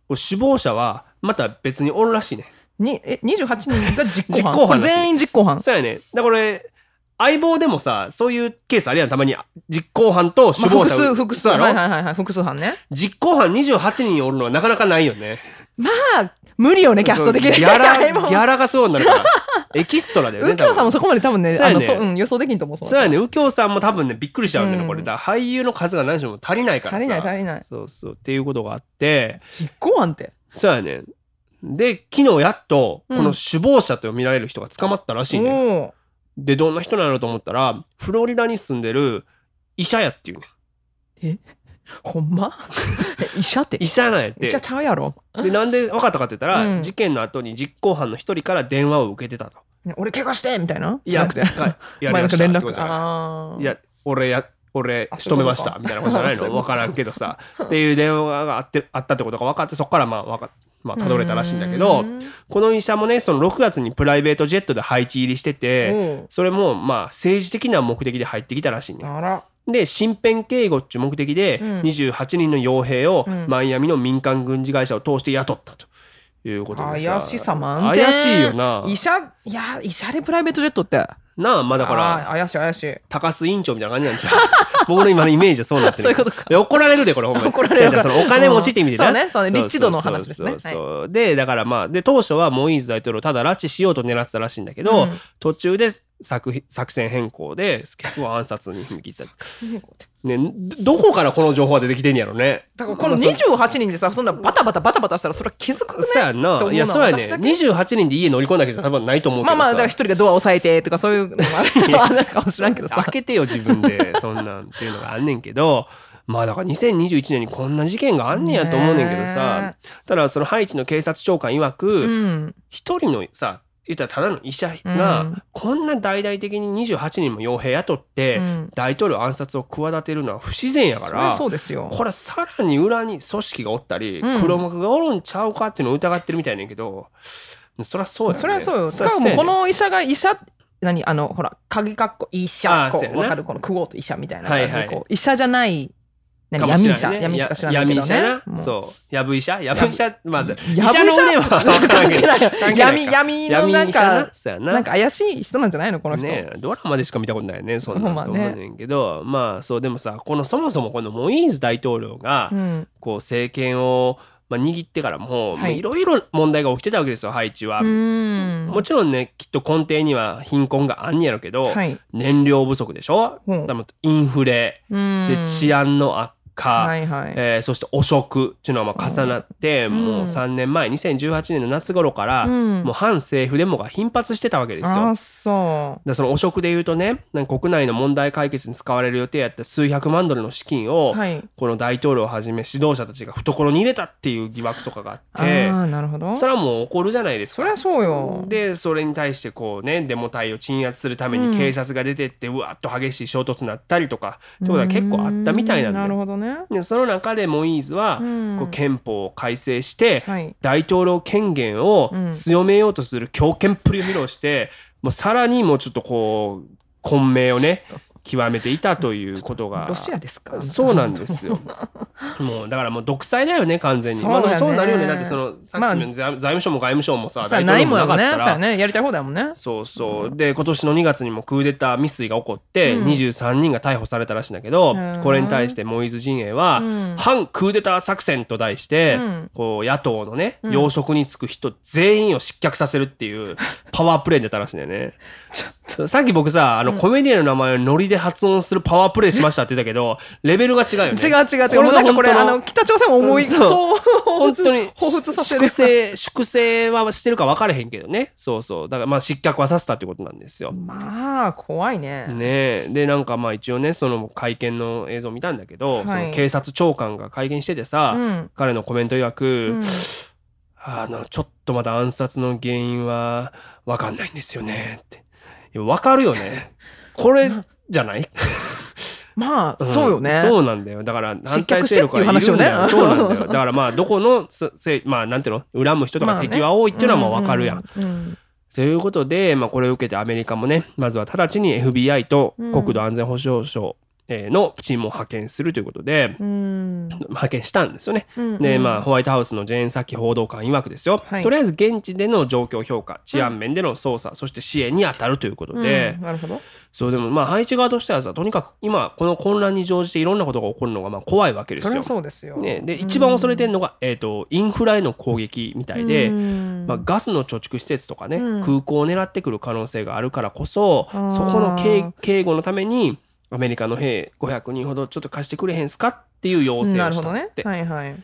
S2: うん
S1: 死亡者はまた別におるらしいね
S2: にえ28人が 実行
S1: 実行
S2: 犯
S1: 犯
S2: こ
S1: ら
S2: れ
S1: しい
S2: 全員実行犯
S1: そうやねだからこれ相棒でもさそういうケースあるやんたまに実行犯と死亡者、
S2: まあ、複数複数
S1: だろ、
S2: はいはいはいはい複数犯ね
S1: 実行犯28人おるのはなかなかないよね
S2: まあ無理よねキャスト的に
S1: そうギ ャラ
S2: あれ
S1: ギ
S2: も
S1: ャラがそうになるから エキストラだよね
S2: 右京さん
S1: 多分
S2: もそこまで多分ね
S1: そうや
S2: あ
S1: ね
S2: のそう、うん、予想できんと思う
S1: そうや
S2: ね
S1: ね右京さんも多分ねびっくりしちゃうんだよね、
S2: うん
S1: これだから俳優の数が何しろも足りないからさ
S2: 足りない足りない
S1: そうそうっていうことがあって
S2: 実行犯って
S1: そうやねで昨日やっとこの首謀者と見られる人が捕まったらしいね、
S2: お
S1: でどんな人なのと思ったらフロリダに住んでる医者やっていうね
S2: えほ んまえ医者って
S1: 医者なんやっ
S2: 医
S1: て
S2: 者ちゃうやろ、
S1: でなんで分かったかって言ったら、
S2: うん
S1: 事件の後に実行犯の一人から電話を受けてたと
S2: ね俺怪我してみたいないじゃ
S1: や
S2: なくて
S1: かやり
S2: 前な
S1: ま
S2: んか
S1: したっ
S2: 連
S1: てことじ
S2: 絡
S1: ゃない
S2: あー
S1: いや俺や俺
S2: あ
S1: 仕
S2: そう
S1: 留
S2: い
S1: めま
S2: うことか
S1: したみたいなことじゃないの
S2: そういうこと
S1: 分からんけどさっていう電話があってあったってことが分かってそこからまあわかまあたどれたらしいんだけ
S2: う
S1: ど
S2: ん
S1: この医者もねその6月にプライベートジェットでハイチ入りしてて
S2: おう
S1: それもまあ政治的な目的で入ってきたらしいね
S2: あら
S1: で身辺警護っちゅう目的で
S2: うん
S1: 28人の傭兵を
S2: うん
S1: マイアミの民間軍事会社を通して雇ったということで
S2: 怪しさ満点
S1: 怪しいよな
S2: 医者いや医者でプライベートジェットって
S1: なあまあだから
S2: あー怪しい怪しい
S1: 高須委員長みたいな感じなんちゃう 僕の今のイメージはそうなってる
S2: そういうことか
S1: や怒られるでこれほんまに
S2: 怒られる
S1: 違う違うそのお金持ちって意味でな
S2: うんそうねそうねリッチ度の話ですね
S1: そうそうそうそうでだからまあで当初はモイーズ大統領をただ拉致しようと狙ってたらしいんだけど、
S2: うん
S1: 途中で作作戦変更で結構暗殺に踏み切った、ね、どどこからこの情報が出てきてんやろね
S2: だからこの
S1: まあそ
S2: 28人でさそんなバタバタバタバタしたらそれは気づくね
S1: そうやんな
S2: と思うのはい
S1: やそうやね
S2: 私だけ
S1: 28人で家乗り込んだけじゃ多分ないと思うけど
S2: ま
S1: さ
S2: あまあだから一人がドア押さえてとかそういうのも あるかもしらんけどさ
S1: 開けてよ自分 でそんなんっていうのがあんねんけどまあだから2021年にこんな事件があんねんやと思うねんけどさ
S2: ね
S1: ただそのハイチの警察長官曰く
S2: ん、
S1: 一、人のさ言ったらただの医者が、
S2: うん
S1: こんな大々的に28人も傭兵雇って、
S2: うん
S1: 大統領暗殺を企てるのは不自然やか
S2: そりゃ
S1: ら
S2: そうですよ
S1: これさらに裏に組織がおったり、
S2: うん
S1: 黒幕がおるんちゃうかっていうのを疑ってるみたいねんけどそりゃそうやね
S2: そりゃそうよし
S1: りゃ
S2: か
S1: や
S2: も
S1: ね
S2: この医者が医者何あのほら鍵括弧医
S1: あー
S2: 者こ
S1: そうや
S2: う
S1: な
S2: わかるこのクゴーと医者みたいな感じで
S1: はいはい
S2: こう医者じゃない何
S1: かも
S2: 闇
S1: しれ
S2: 医
S1: な
S2: 者、
S1: いね
S2: 闇医者か知ら
S1: や
S2: な
S1: 闇
S2: いけど
S1: 医者
S2: ね
S1: な、そうやぶ医者やぶ医者まあ医
S2: 医
S1: 者の腕は分からんけど関係ない
S2: 闇
S1: か
S2: 闇のな
S1: 闇
S2: ん
S1: 医者
S2: か
S1: なそうやな
S2: なんか怪しい人なんじゃないのこの人、
S1: ねえドラマでしか見たことないよねそんなんと思
S2: ほんま
S1: う
S2: ね
S1: ねんけど、まあそうでもさこのそもそもこのモイーズ大統領が
S2: うん
S1: こう政権を、まあ、握ってからも
S2: はい
S1: いろいろ問題が起きてたわけですよハイチは。
S2: うん
S1: もちろんねきっと根底には貧困があんねやろけど、
S2: はい
S1: 燃料不足でしょ、
S2: うん
S1: 多分インフレ
S2: うん
S1: で治安の悪化、
S2: はいはい、
S1: えーそして汚職っていうのはまあ重なって、
S2: ん
S1: もう3年前2018年の夏頃から、
S2: うん
S1: もう反政府デモが頻発してたわけです
S2: あ
S1: よ
S2: あ。そ
S1: でその汚職でいうとねなんか国内の問題解決に使われる予定やった数百万ドルの資金
S2: う
S1: を、
S2: はい
S1: この大統領をはじめ指導者たちが懐に入れたっていう疑惑とかがあ
S2: あ
S1: って
S2: あなるほど
S1: それはもう怒るじゃないです
S2: そ
S1: か。
S2: りゃそうよ
S1: でそれに対してこうねデモ隊を鎮圧するため
S2: うん
S1: に警察が出てって、うわーっと激しい衝突になったりとかってことは結構あったみたいなん
S2: な
S1: だ
S2: る
S1: よ
S2: ほどね
S1: でその中でモイーズは、
S2: うん
S1: こう憲法を改正して、
S2: はい
S1: 大統領権限を
S2: うん
S1: 強めようとする強権っぷりを披露して、もうさらにもうちょっとこう混迷をね極めていたということが
S2: ロシアですか
S1: そうなんです よもうだからもう独裁だよね完全に
S2: そうだね
S1: まあでもそうなるよねだってそのさっきの財財務省も外務省もさ
S2: さ
S1: 大統
S2: ない
S1: 領も
S2: もん
S1: なか
S2: よ
S1: っ
S2: ね
S1: た
S2: そうや
S1: ら
S2: ねやりたい放題やもんね
S1: そうそうで今年の2月にもクーデター未遂が起こって
S2: うん
S1: 23人が逮捕されたらしいんだけど、
S2: うん
S1: これに対してモイズ陣営は、
S2: うん
S1: 反クーデター作戦と題して、
S2: うん
S1: こう野党のね、
S2: うん
S1: 要職に就く人全員を失脚させるって いうパワープレイに出たらしいんだよね。さっき僕さあの、コメディアンの名前をノリで発音するパワープレイしましたって言ったけどレベルが違うよね。
S2: 違う違う違う俺なんかこれ
S1: 本当
S2: あ
S1: の
S2: の北朝鮮も思い
S1: そう
S2: そう
S1: 本当に
S2: 彷彿させる
S1: 粛清粛清はしてるか分からへんけどねそうそうだからまあ失脚はさせたってことなんですよ。
S2: まあ怖いね
S1: ねえでなんかまあ一応ねその会見の映像見たんだけど、
S2: はい
S1: その警察長官が会見しててさ、
S2: うん
S1: 彼のコメント曰く、
S2: うん
S1: あのちょっとまだ暗殺の原因は分かんないんですよねっていや分かるよねこれじゃない、
S2: まあ
S1: ん
S2: そうよね
S1: そうなんだよだから反対勢力が
S2: 失
S1: い
S2: 脚して
S1: るん
S2: って
S1: だ
S2: いう
S1: よ、
S2: 話を ね
S1: そうなんだよだからまあどこのせせまあなんていうの恨む人と
S2: ま
S1: か
S2: あね
S1: 敵は多いっていうのはもう分かるやん、
S2: うんうん
S1: ということで、まあ、これを受けてアメリカもねまずは直ちに FBI と国土安全保障省えーのチームを派遣するということで、
S2: うん
S1: 派遣したんですよね。
S2: うん
S1: でまあ、ホワイトハウスのジェーン・サキ報道官曰くですよ、
S2: はい
S1: とりあえず現地での状況評価治安面での捜査、そして支援に当たるということで、
S2: うんなるほど
S1: そうでもまあハイチ側としてはさとにかく今この混乱に乗じていろんなことが起こるのがまあ怖いわけです
S2: それ
S1: よ
S2: は。そうですよ
S1: ね、で一番恐れてるのが、えー、とインフラへの攻撃みたいで、
S2: うん
S1: まあ、ガスの貯蓄施設とかね、
S2: うん
S1: 空港を狙ってくる可能性があるからこそ
S2: あー
S1: そこの警警護のためにアメリカの兵500人ほどちょっと貸してくれへんすかっていう要請
S2: な
S1: を
S2: る
S1: し
S2: ほ
S1: た
S2: ど
S1: っ
S2: ね
S1: て、
S2: はいはい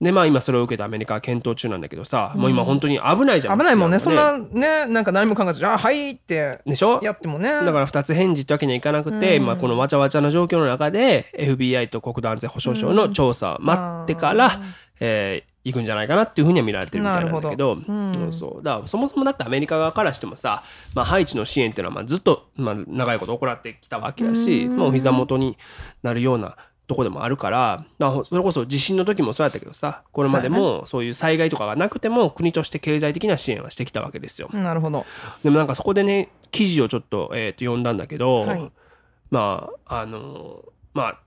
S1: でまあ今それを受けてアメリカは検討中なんだけどさ、もう今本当に危ないじゃん
S2: 危ないもんね
S1: 治
S2: そん
S1: 安が
S2: なねなんか何も考えずじゃあはいって
S1: でしょ
S2: やってもね
S1: だから2つ返事ってわけにはいかなくて、まあ、このわちゃわちゃな状況の中で FBI と国土安全保障省の調査を待ってから、えー行くんじゃないかなっていうふうには見られてるみたいなんだけど
S2: なるほどうん
S1: そうそうだからそもそもだってアメリカ側からしてもさ、まあ、ハイチの支援っていうのはまあずっと、まあ、長いこと行ってきたわけだし、まあ、お膝元になるようなとこでもあるからだからそれこそ地震の時もそうやったけどさこれまでもそういう災害とかがなくても国として経済的な支援はしてきたわけですよ。
S2: なるほど
S1: でもなんかそこでね記事をちょっと,、えー、と読んだんだけど、
S2: はい
S1: まああのーまあ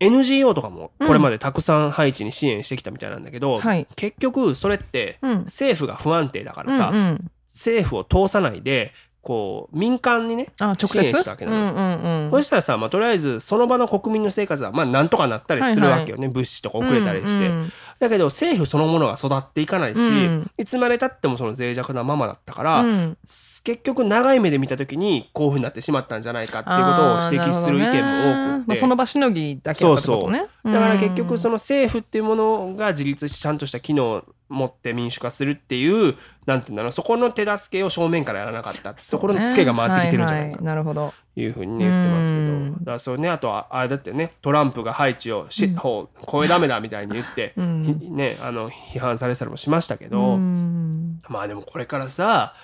S1: NGO とかもこれまでたくさんハイチに支援してきたみたいなんだけど、
S2: はい
S1: 結局それって
S2: うん
S1: 政府が不安定だからさ、
S2: うんうん
S1: 政府を通さないでこう民間にね
S2: あ直
S1: 支援
S2: 接
S1: したわけな
S2: う
S1: の
S2: んうんう
S1: そ
S2: ん
S1: したらさ、まあ、とりあえずその場の国民の生活はまあなんとかなったりするわけよね、物資とか遅れたりして、
S2: うんうん
S1: だけど政府そのものが育っていかないし、
S2: うん
S1: いつまでたってもその脆弱なままだったから、
S2: うん
S1: 結局長い目で見た時にこういうふうになってしまったんじゃないかっていうことを指摘する意見も
S2: あーなるほどね
S1: 多く
S2: ま
S1: て、
S2: あその場しのぎだけだったってことね
S1: だから結局
S2: そ
S1: その政府っていうものが自立しちゃんとした機能を持って民主化するっていうなんていうんだろうそこの手助けを正面からやらなかったってところのツケが回ってきてるんじゃないか
S2: なるほど
S1: というふうにね言ってますけど、
S2: うん
S1: だからそうねあとはあれだってねトランプがハイチをし、ほう声ダメだみたいに言って、
S2: うん
S1: ひねあの批判されたりもしましたけ
S2: う
S1: ど。
S2: ん
S1: まあでもこれからさ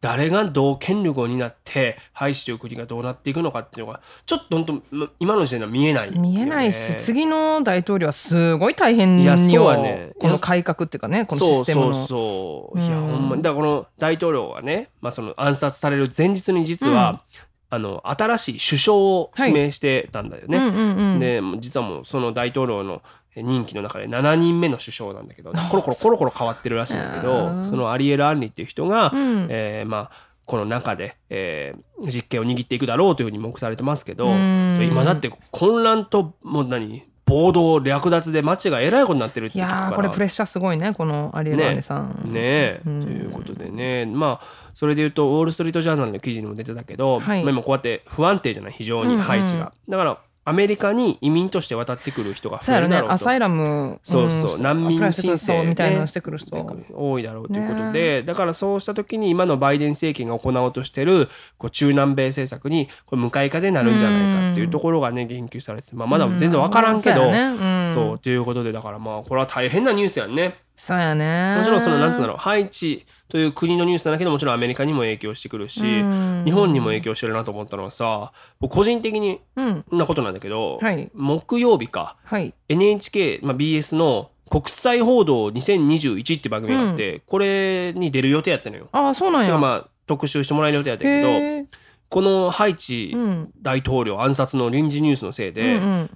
S1: 誰がどう権力を担って廃止という国がどうなっていくのかっていうのがちょっと本当ま今の時点では見えないよね、
S2: 見えないし次の大統領はすごい大変
S1: い
S2: よ
S1: やそうやね
S2: この改革っていうかねこのシステムの
S1: そうそうそういや
S2: うん
S1: ほんまにだからこの大統領はね、まあ、その暗殺される前日に実は、あの新しい首相を指名してたんだよね、
S2: うんうんうん
S1: でもう実はもうその大統領の任期の中で7人目の首相なんだけどコロコロコロコロ変わってるらしいんだけ
S2: あ
S1: ど
S2: ー
S1: そのアリエル・アンリっていう人が、
S2: うん
S1: えーまあこの中で、えー実権を握っていくだろうというふうに目されてますけど
S2: うん
S1: 今だって混乱ともう何暴動略奪で街がえらいことになってるっ
S2: い
S1: て聞く
S2: や
S1: か
S2: ー
S1: ら
S2: これプレッシャーすごいねこのアリエル・アネさん、
S1: ねえ、
S2: うん
S1: ということでねまあそれで言うとウォール・ストリート・ジャーナルの記事にも出てたけど、
S2: はい
S1: まあ今こうやって不安定じゃない非常に
S2: うんうん
S1: 配置が、だからアメリカに移民として渡ってくる人が
S2: そ
S1: 増
S2: う
S1: え
S2: や
S1: る
S2: ろ
S1: だ
S2: ね
S1: ろう
S2: ア
S1: と
S2: サイラム
S1: そうそう
S2: うん
S1: 難民
S2: アプライ申
S1: 申請ね
S2: 請みたいなのしてくる人、
S1: 多いだろうということで、だからそうした時に今のバイデン政権が行おうとしてるこう中南米政策にこれ向かい風になるんじゃないかっていうところがね言及されてて、まあ、まだ全然分からんけど、
S2: そうやね,、うん、
S1: そうということでだからまあこれは大変なニュースやんね。
S2: そうやね
S1: もちろんそのなんつうんだろうハイチという国のニュースなんだけどもちろんアメリカにも影響してくるし
S2: うん
S1: 日本にも影響してるなと思ったのはさ僕個人的に
S2: うん
S1: なことなんだけど、
S2: はい
S1: 木曜日か
S2: はい
S1: NHK、まあ、BS の「国際報道2021」って番組があって、これに出る予定やったのよ。
S2: ああそうなん
S1: て
S2: や、
S1: かまあ特集してもらえる予定やったけ
S2: へ
S1: ど
S2: え
S1: このハイチ
S2: うん
S1: 大統領暗殺の臨時ニュースのせいで、
S2: うんうん、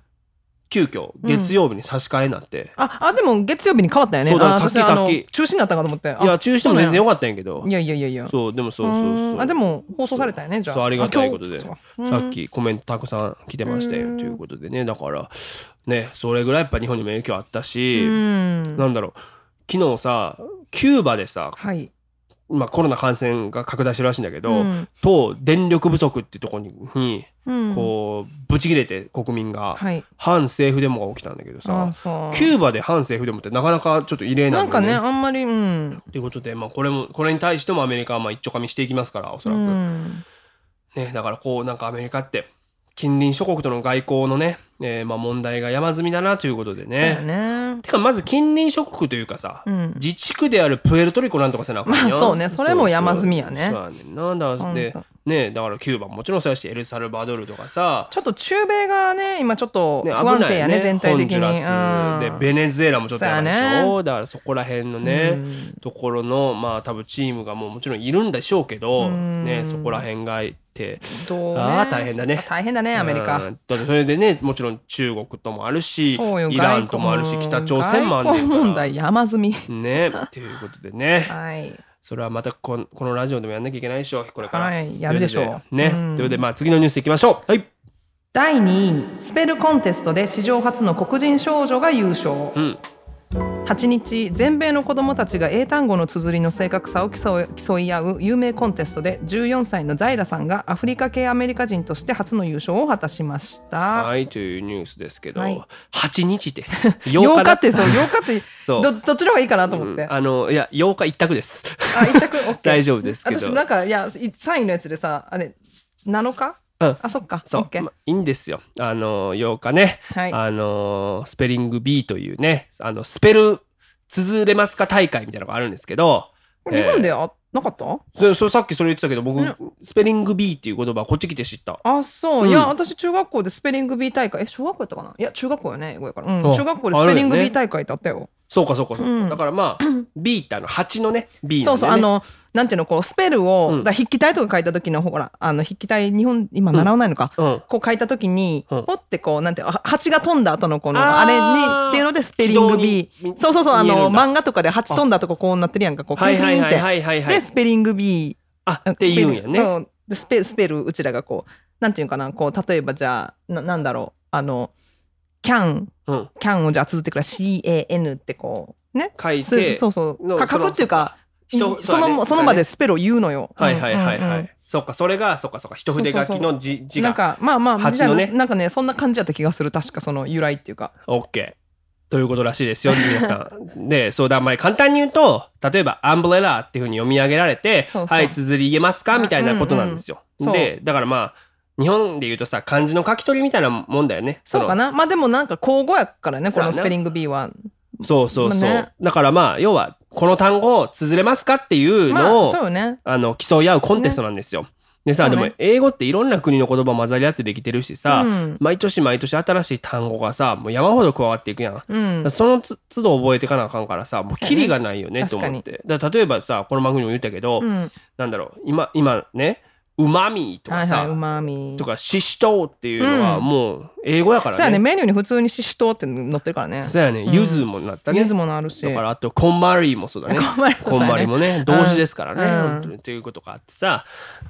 S1: 急遽月曜日に差し替えになって、
S2: ああでも月曜日に変わったよね
S1: そうだ
S2: あ
S1: さ
S2: ー
S1: っき
S2: 私あの
S1: さっき
S2: 中止になったかと思ってあ
S1: いや中止しても全然よかったんやけど
S2: いやいやいやいや
S1: そうでもそうそうそう
S2: うんあでも放送されたよねじゃあ
S1: そうありがたいことで
S2: あ今日そう
S1: さっきコメントたくさん来てましたよということでねだからねそれぐらいやっぱ日本にも影響あった
S2: う
S1: し、
S2: ん
S1: なんだろう昨日さキューバでさ、
S2: はい
S1: まあ、コロナ感染が拡大してるらしいんだけど、
S2: うん
S1: と電力不足ってとこにに
S2: うん
S1: こうブチ切れて国民が
S2: はい
S1: 反政府デモが起きたんだけど
S2: あ
S1: さ
S2: ー、そう
S1: キューバで反政府デモってなかなかちょっと異例な
S2: なんん
S1: だ
S2: か
S1: よ
S2: ね
S1: ね。
S2: あんまりうん、
S1: ということで、まあ、これもこれに対してもアメリカはまあ一丁かみしていきますからおそうらく。
S2: ん、
S1: ね、だからこうなんかアメリカって近隣諸国との外交のね、えーまあ、問題が山積みだなということで
S2: そうだ
S1: ね。
S2: ね
S1: てかまず近隣諸国というかさ、
S2: うん
S1: 自治区であるプエルトリコなんとかせなあかんやん
S2: まあそうねそれも山積みやね
S1: そうそうそうやねんなだからで
S2: 本、
S1: ね、だからキューバももちろんそうやしエルサルバドルとかさ、
S2: ちょっと中米がね今ちょっと不
S1: ね、
S2: 安
S1: 危ない
S2: 定やね全
S1: ホ
S2: 体的
S1: ン
S2: に
S1: ジュラス
S2: うん
S1: でベネズエラもちょっとやばいでし
S2: そうや
S1: ょ、だからそこら辺のね、ところのまあ多分チームがもうもちろんいるんでしょうけど、
S2: ん
S1: ね、そこら辺がって。
S2: どうね
S1: あー大変だね
S2: 大変だねアメリカ、
S1: うんだってそれでねもちろん中国ともあるし
S2: そうよ
S1: イランともあるし
S2: 外
S1: 北
S2: 交
S1: 朝鮮もあるねんか
S2: 外交問
S1: ら。
S2: 題山積み
S1: ねということでね
S2: はい
S1: それはまたこのこのラジオでもやんなきゃいけないでしょこれから。
S2: はいやるでしょう
S1: ということでね、
S2: うん
S1: ということでまあ次のニュースいきましょう。はい
S2: 第2位スペルコンテストで史上初の黒人少女が優勝、
S1: ん
S2: 8日全米の子どもたちが英単語の綴りの正確さを競う競い合う有名コンテストで14歳のザイラさんがアフリカ系アメリカ人として初の優勝を果たしました。
S1: はいというニュースですけど、
S2: はい
S1: 8日 って
S2: 8
S1: 8
S2: 日
S1: だ
S2: ってそう8日って
S1: そう
S2: どどっちの方がいいかなと思って、
S1: うん
S2: あ
S1: あのいや8日一択 です。
S2: 一択 OK
S1: 大丈夫ですけど
S2: 私なんかいや3位のやつでさあれ7日
S1: うん
S2: あそっか
S1: そう、
S2: OK
S1: まあいいんですよ。あの8日ね、
S2: はい
S1: あのスペリング B というね、あのスペル綴れますか大会みたいなのがあるんですけど、
S2: これ日本であなかった
S1: そそれさっきそれ言ってたけど僕、
S2: うん
S1: スペリング B っていう言葉こっち来て知った。
S2: あそう、
S1: うん
S2: いや私中学校でスペリング B 大会え小学校やったかないや中学校よね英語やから、うん
S1: あ
S2: 中学校でスペリング
S1: あるよね
S2: B 大会ってあったよ、
S1: そうかそうかそうか、
S2: うん
S1: だから まあ B ってあの8のね B なん
S2: そう
S1: でね
S2: そうあのなんていうのこうスペルを、
S1: うん
S2: だ筆記体とか書いた時のほらあの筆記体日本今習わないのか、
S1: うん
S2: こう書いた時に、
S1: うん
S2: ポッてこうなんてあ蜂が飛んだ後のこの
S1: あー
S2: あれにっていうのでスペリング B
S1: 軌道にみ
S2: そうそうそうあ
S1: 見える
S2: の
S1: んだ
S2: 漫画とかで蜂飛んだとここうなってるやんかこうク
S1: はい
S2: リ
S1: は
S2: ー
S1: い
S2: ンっ
S1: はい
S2: て、
S1: はいはいはい
S2: でスペリング B
S1: あって言うんや
S2: スペル
S1: ね
S2: うんでスペスペルうちらがこうなんていうかなこう例えばじゃあななんだろうあのキャン
S1: うん
S2: キャンをじゃあ綴ってから CAN ってこうね
S1: 書いて
S2: すそうそう
S1: の
S2: か
S1: そ
S2: 書
S1: の
S2: くっていうかい
S1: 人
S2: その
S1: うだね
S2: その場でスペルを言うのよ。
S1: はいはいはいはい、
S2: うんうんうん
S1: そっかそれがそっかそっか一筆書きの字字
S2: なん
S1: が
S2: かまあまあ、
S1: 蜂のね
S2: みたいななんかねそんな感じやった気がする確かその由来っていうか
S1: OK ということらしいですよ皆さん でそうだ前簡単に言うと例えば「アンブレラ」っていうふうに読み上げられて
S2: そうそう
S1: はい綴り言えますか?」みたいなことなんですよ、
S2: うんうん
S1: でだからまあ日本で言うとさ漢字の書き取りみたいなもんだよね
S2: そうか
S1: な
S2: なまあでもなんか口語やからね
S1: そ
S2: こ
S1: うやな
S2: のスペリング B は
S1: そうそうそう、
S2: まあね
S1: だからまあ要はこの単語を綴れますかっていうの
S2: ま
S1: を、
S2: あそうよね
S1: あの競い合うコンテストなんですよ。でさ、
S2: そうね
S1: でも英語っていろんな国の言葉混ざり合ってできてるしさ、
S2: うん
S1: 毎年毎年新しい単語がさもう山ほど加わっていくやん。
S2: うん
S1: そのつ都度覚えていかなあかんからさもう
S2: そう
S1: キ
S2: ね
S1: リがないよねと
S2: 確か
S1: 思っ
S2: に
S1: てだから例えばさこの番組でも言ったけど、
S2: うん
S1: なんだろう今今ね「うまみ」と
S2: は
S1: か
S2: い
S1: さ、
S2: はいうまみ
S1: とか「ししとう」っていうのは
S2: うん
S1: もう英語やから
S2: そうやね
S1: ね。
S2: メニューに普通にししとうって載ってるからね
S1: そうやね
S2: ん
S1: ゆずもなったね
S2: ゆずものあるし
S1: だからあと「こんまり」もそうだね。こんまりもね同時ですからね、
S2: うん
S1: 本当にということがあってさ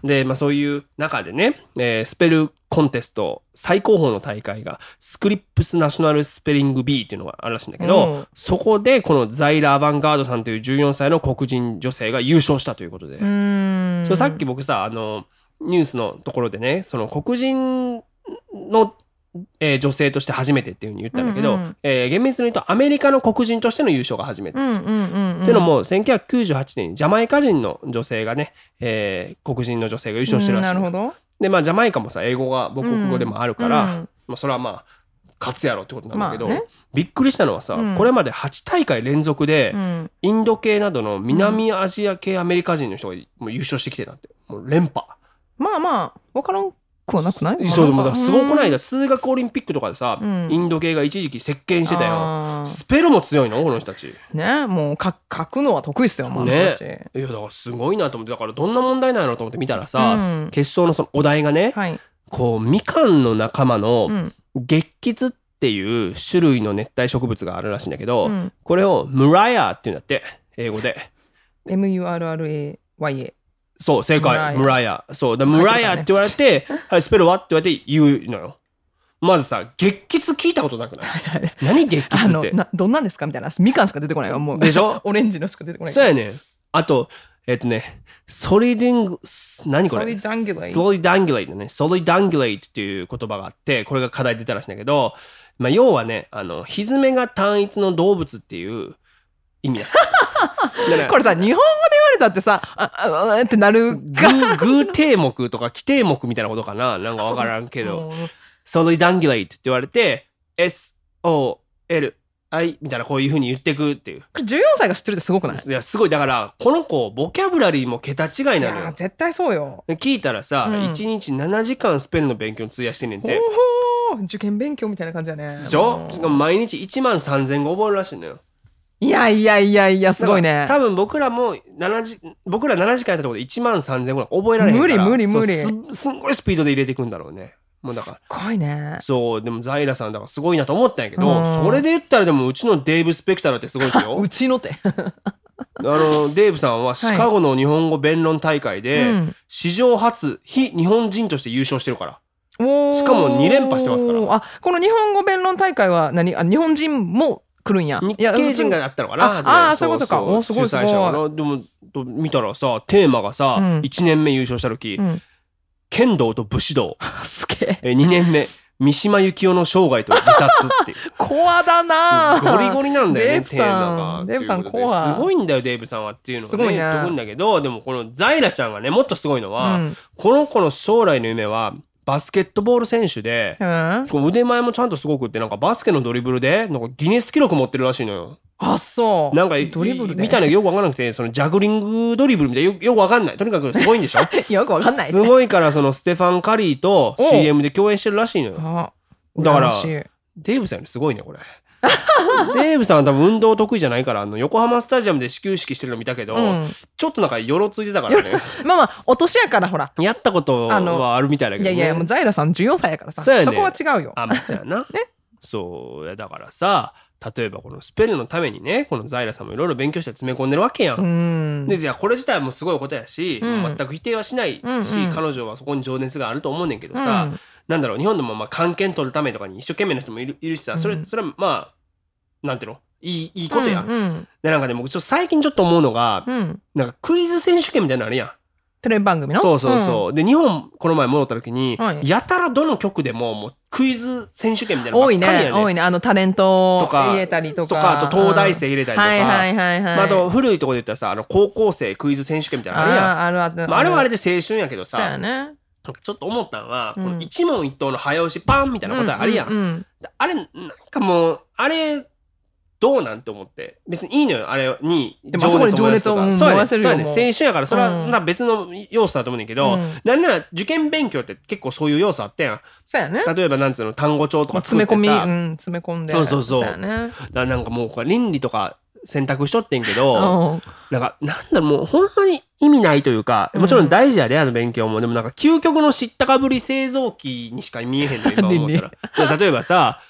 S1: で、まあ、そういう中でね、えースペルコンテスト最高峰の大会がスクリップスナショナルスペリング B っていうのがあるらしいんだけど、
S2: うん
S1: そこでこのザイラ・アバンガードさんという14歳の黒人女性が優勝したということで、
S2: うーん
S1: そうさっき僕さあのニュースのところでねその黒人の、えー女性として初めてっていうふうに言ったんだけど、
S2: うんうん
S1: えー厳密に言うとアメリカの黒人としての優勝が初めて。
S2: うんうんうんうん
S1: っていうのも1998年にジャマイカ人の女性がね、えー黒人の女性が優勝してるらしい
S2: うんなる
S1: の、
S2: ほど
S1: でまあジャマイカもさ英語が母国語でもあるから、
S2: うん
S1: まあ、それはまあ勝つやろってことなんだけど、
S2: まあね
S1: びっくりしたのはさ、
S2: うん
S1: これまで8大会連続で
S2: うん
S1: インド系などの南アジア系アメリカ人の人がもう優勝してきてたってもう連覇、
S2: まあまあわからんくはなくない
S1: そうでも
S2: まあ
S1: だ
S2: な
S1: か
S2: ん
S1: ら
S2: か
S1: すごくないだ数学オリンピックとかでさ、
S2: うん
S1: インド系が一時期席巻してたよ
S2: あー
S1: スペルも強いのこの人たち。
S2: ねもうか書くのは得意っすよもうあの人たち
S1: いやだからすごいなと思ってだからどんな問題なのと思って見たらさ、
S2: うん
S1: 決勝のそのお題がね、
S2: はい
S1: こうみかんの仲間
S2: う
S1: の
S2: ん
S1: 月橘っていう種類の熱帯植物があるらしいんだけど、
S2: うん
S1: これをムラヤーっていうんだって英語で
S2: MURRAYA
S1: そう正解ム
S2: ム
S1: ラヤーそうだムラヤーって言われて 「はいスペルは?」って言われて言うのよまずさ月橘聞いたことなくない何月
S2: あ
S1: 橘っ
S2: の
S1: て
S2: などんなんですかみたいなみかんしか出てこないわもう
S1: でしょ
S2: オレンジのしか出てこない
S1: そうやねんあと、えっ、とね、ソリディング、何これ
S2: Solidangulate
S1: ソリダンギュレイトね。ソリダンギュレイトっていう言葉があって、これが課題出たらしいんだけど、まあ、要はね、あの、ひずめが単一の動物っていう意味だ。だ から
S2: これさ日本語で言われたってさあああってなるが
S1: 偶偶定目とか規定目みたいなことかななんかわからんけど。
S2: うん
S1: ソリダンギュレイトって言われて、S-O-L-I みたいなこういうふうに言ってくっていう。
S2: これ14歳が知ってるってすごくない
S1: いや、すごい。だから、この子、ボキャブラリーも桁違い
S2: い
S1: なのよ
S2: や。絶対そうよ
S1: 聞いたらさ、
S2: うん
S1: 一1日7時間スペルの勉強に費やしてんねんて。
S2: おお受験勉強みたいな感じだね
S1: でしょ
S2: もう
S1: しかも毎日1万3000語覚えるらしいのよ。
S2: いやいやいやいやすごい
S1: だ
S2: ね
S1: から多分僕らも7時、僕ら7時間やったところで1万3000語覚えられへんから。
S2: 無理無理
S1: そうす。すんごいスピードで入れていくんだろうね。もうだから
S2: す。ごいね
S1: そう、でもザイラさんだからすごいなと思ったんやけど、
S2: うん
S1: それで言ったらでもうちのデーブ・スペクターだってすごいですよ
S2: う。ちの手
S1: あの、デーブさんはシカゴの日本語弁論大会で、
S2: うん
S1: 史上初、非日本人として優勝してるから。
S2: おー
S1: しかも二連覇してますから
S2: あこの日本語弁論大会は何あ日本人も来るんや
S1: 日
S2: いや
S1: 系人がやったのかな
S2: あ
S1: 初め
S2: あーそういうことかおすごい
S1: 主催者が
S2: す
S1: なでもと見たらさテーマがさ、
S2: うん
S1: 1年目優勝した時、
S2: うん
S1: 剣道と武士道
S2: すげえ
S1: え2年目 三島由紀夫の生涯と自殺って いう
S2: コアだな
S1: ゴリゴリなんだよね
S2: デーブ
S1: テーマ
S2: さ
S1: が
S2: んデーブさん
S1: ということで
S2: コ
S1: す
S2: ア
S1: ごいんだよデーブさんはっていうのが
S2: すご
S1: ね
S2: いね
S1: 言っとくんだけどでもこのザイラちゃんがねもっとすごいの
S2: う
S1: は、
S2: ん
S1: この子の将来の夢はバスケットボール選手で、
S2: うん
S1: しかも腕前もちゃんとすごくってなんかバスケのドリブルでなんかギネス記録持ってるらしいのよ
S2: あそう
S1: なんか
S2: ドリブルで
S1: みたいなよくわからなくてそのジャグリングドリブルみたいなよよくわかんないとにかくすごいんでしょ
S2: よくわかんないね
S1: すごいからそのステファン・カリーと
S2: おう
S1: CM で共演してるらしいのよ
S2: あ
S1: だから
S2: 羨ましい
S1: デーブさんよりすごいねこれデーブさんは多分運動得意じゃないからあの横浜スタジアムで始球式してるの見たけど、
S2: うん
S1: ちょっとなんかよろついてたからね
S2: まあまあお年やからほら
S1: やったこと
S2: あの
S1: はあるみたいだけ
S2: い
S1: ど、
S2: や
S1: ね、
S2: いやもうザイラさん14歳やからさ
S1: そうやね
S2: そこは違うよ
S1: あまあそうやな、そうやだからさ例えばこのスペルのためにねこのザイラさんもいろいろ勉強して詰め込んでるわけやん、
S2: うん
S1: でいやこれ自体もすごいことやし、
S2: うん
S1: 全く否定はしないし、
S2: うんうん
S1: 彼女はそこに情熱があると思うねんけど
S2: うん
S1: さ、なんだろう日本でもまあ関係取るためとかに一生懸命な人もいるいるしさそれ
S2: うん
S1: それはまあなんていうのいいいいことやん、
S2: うんうん
S1: でなんかでもちょっと最近ちょっと思うのが、
S2: うん
S1: なんかクイズ選手権みたいなのあるやん
S2: テレビ番組の
S1: そうそうそう、で日本この前戻った時に、
S2: はい
S1: やたらどの局でももうクイズ選手権みたいなのばっ
S2: 多
S1: か
S2: い
S1: りやね
S2: ね多いねあのタレント
S1: と
S2: を
S1: か
S2: 入れたりと
S1: と
S2: か
S1: かあと東大生入れた
S2: と
S1: りとか、
S2: はいはいはいはい
S1: まあ、あと古いところで言ったらさあの高校生クイズ選手権みたいなのあるやん
S2: あーあるある
S1: まあ、あれはあれ
S2: で
S1: で青春やけどさ
S2: そうやね
S1: なんかちょっと思ったのは、
S2: うん
S1: この一問一答の早押しパンみたいなことあるやん,、
S2: ううん
S1: あれなんかもうあれどうなんて思って別にいいのよあれに
S2: でもあそこに情熱を
S1: 燃やす
S2: うん
S1: と
S2: 燃
S1: か
S2: やせ
S1: そう
S2: る
S1: や
S2: よ
S1: ねそうや
S2: もう
S1: ね青春やからそれは
S2: うん
S1: な別の要素だと思うねんだけど、
S2: うん
S1: なんなら受験勉強って結構そういう要素あったやん
S2: そうやね
S1: 例えばなんつうの単語帳と
S2: ま
S1: か
S2: あ詰
S1: 作っ
S2: め
S1: て
S2: 込み、
S1: さ、
S2: うん、詰め込んで。
S1: そうそうそう
S2: やね。
S1: ななんかもうこれ倫理とか選択しとってんけど、
S2: うん
S1: なんか、なんだろう、もうほんまに意味ないというか、もちろん大事やで、あの勉強も。でもなんか、究極の知ったかぶり製造機にしか見えへんの、今思ったら。で例えばさ、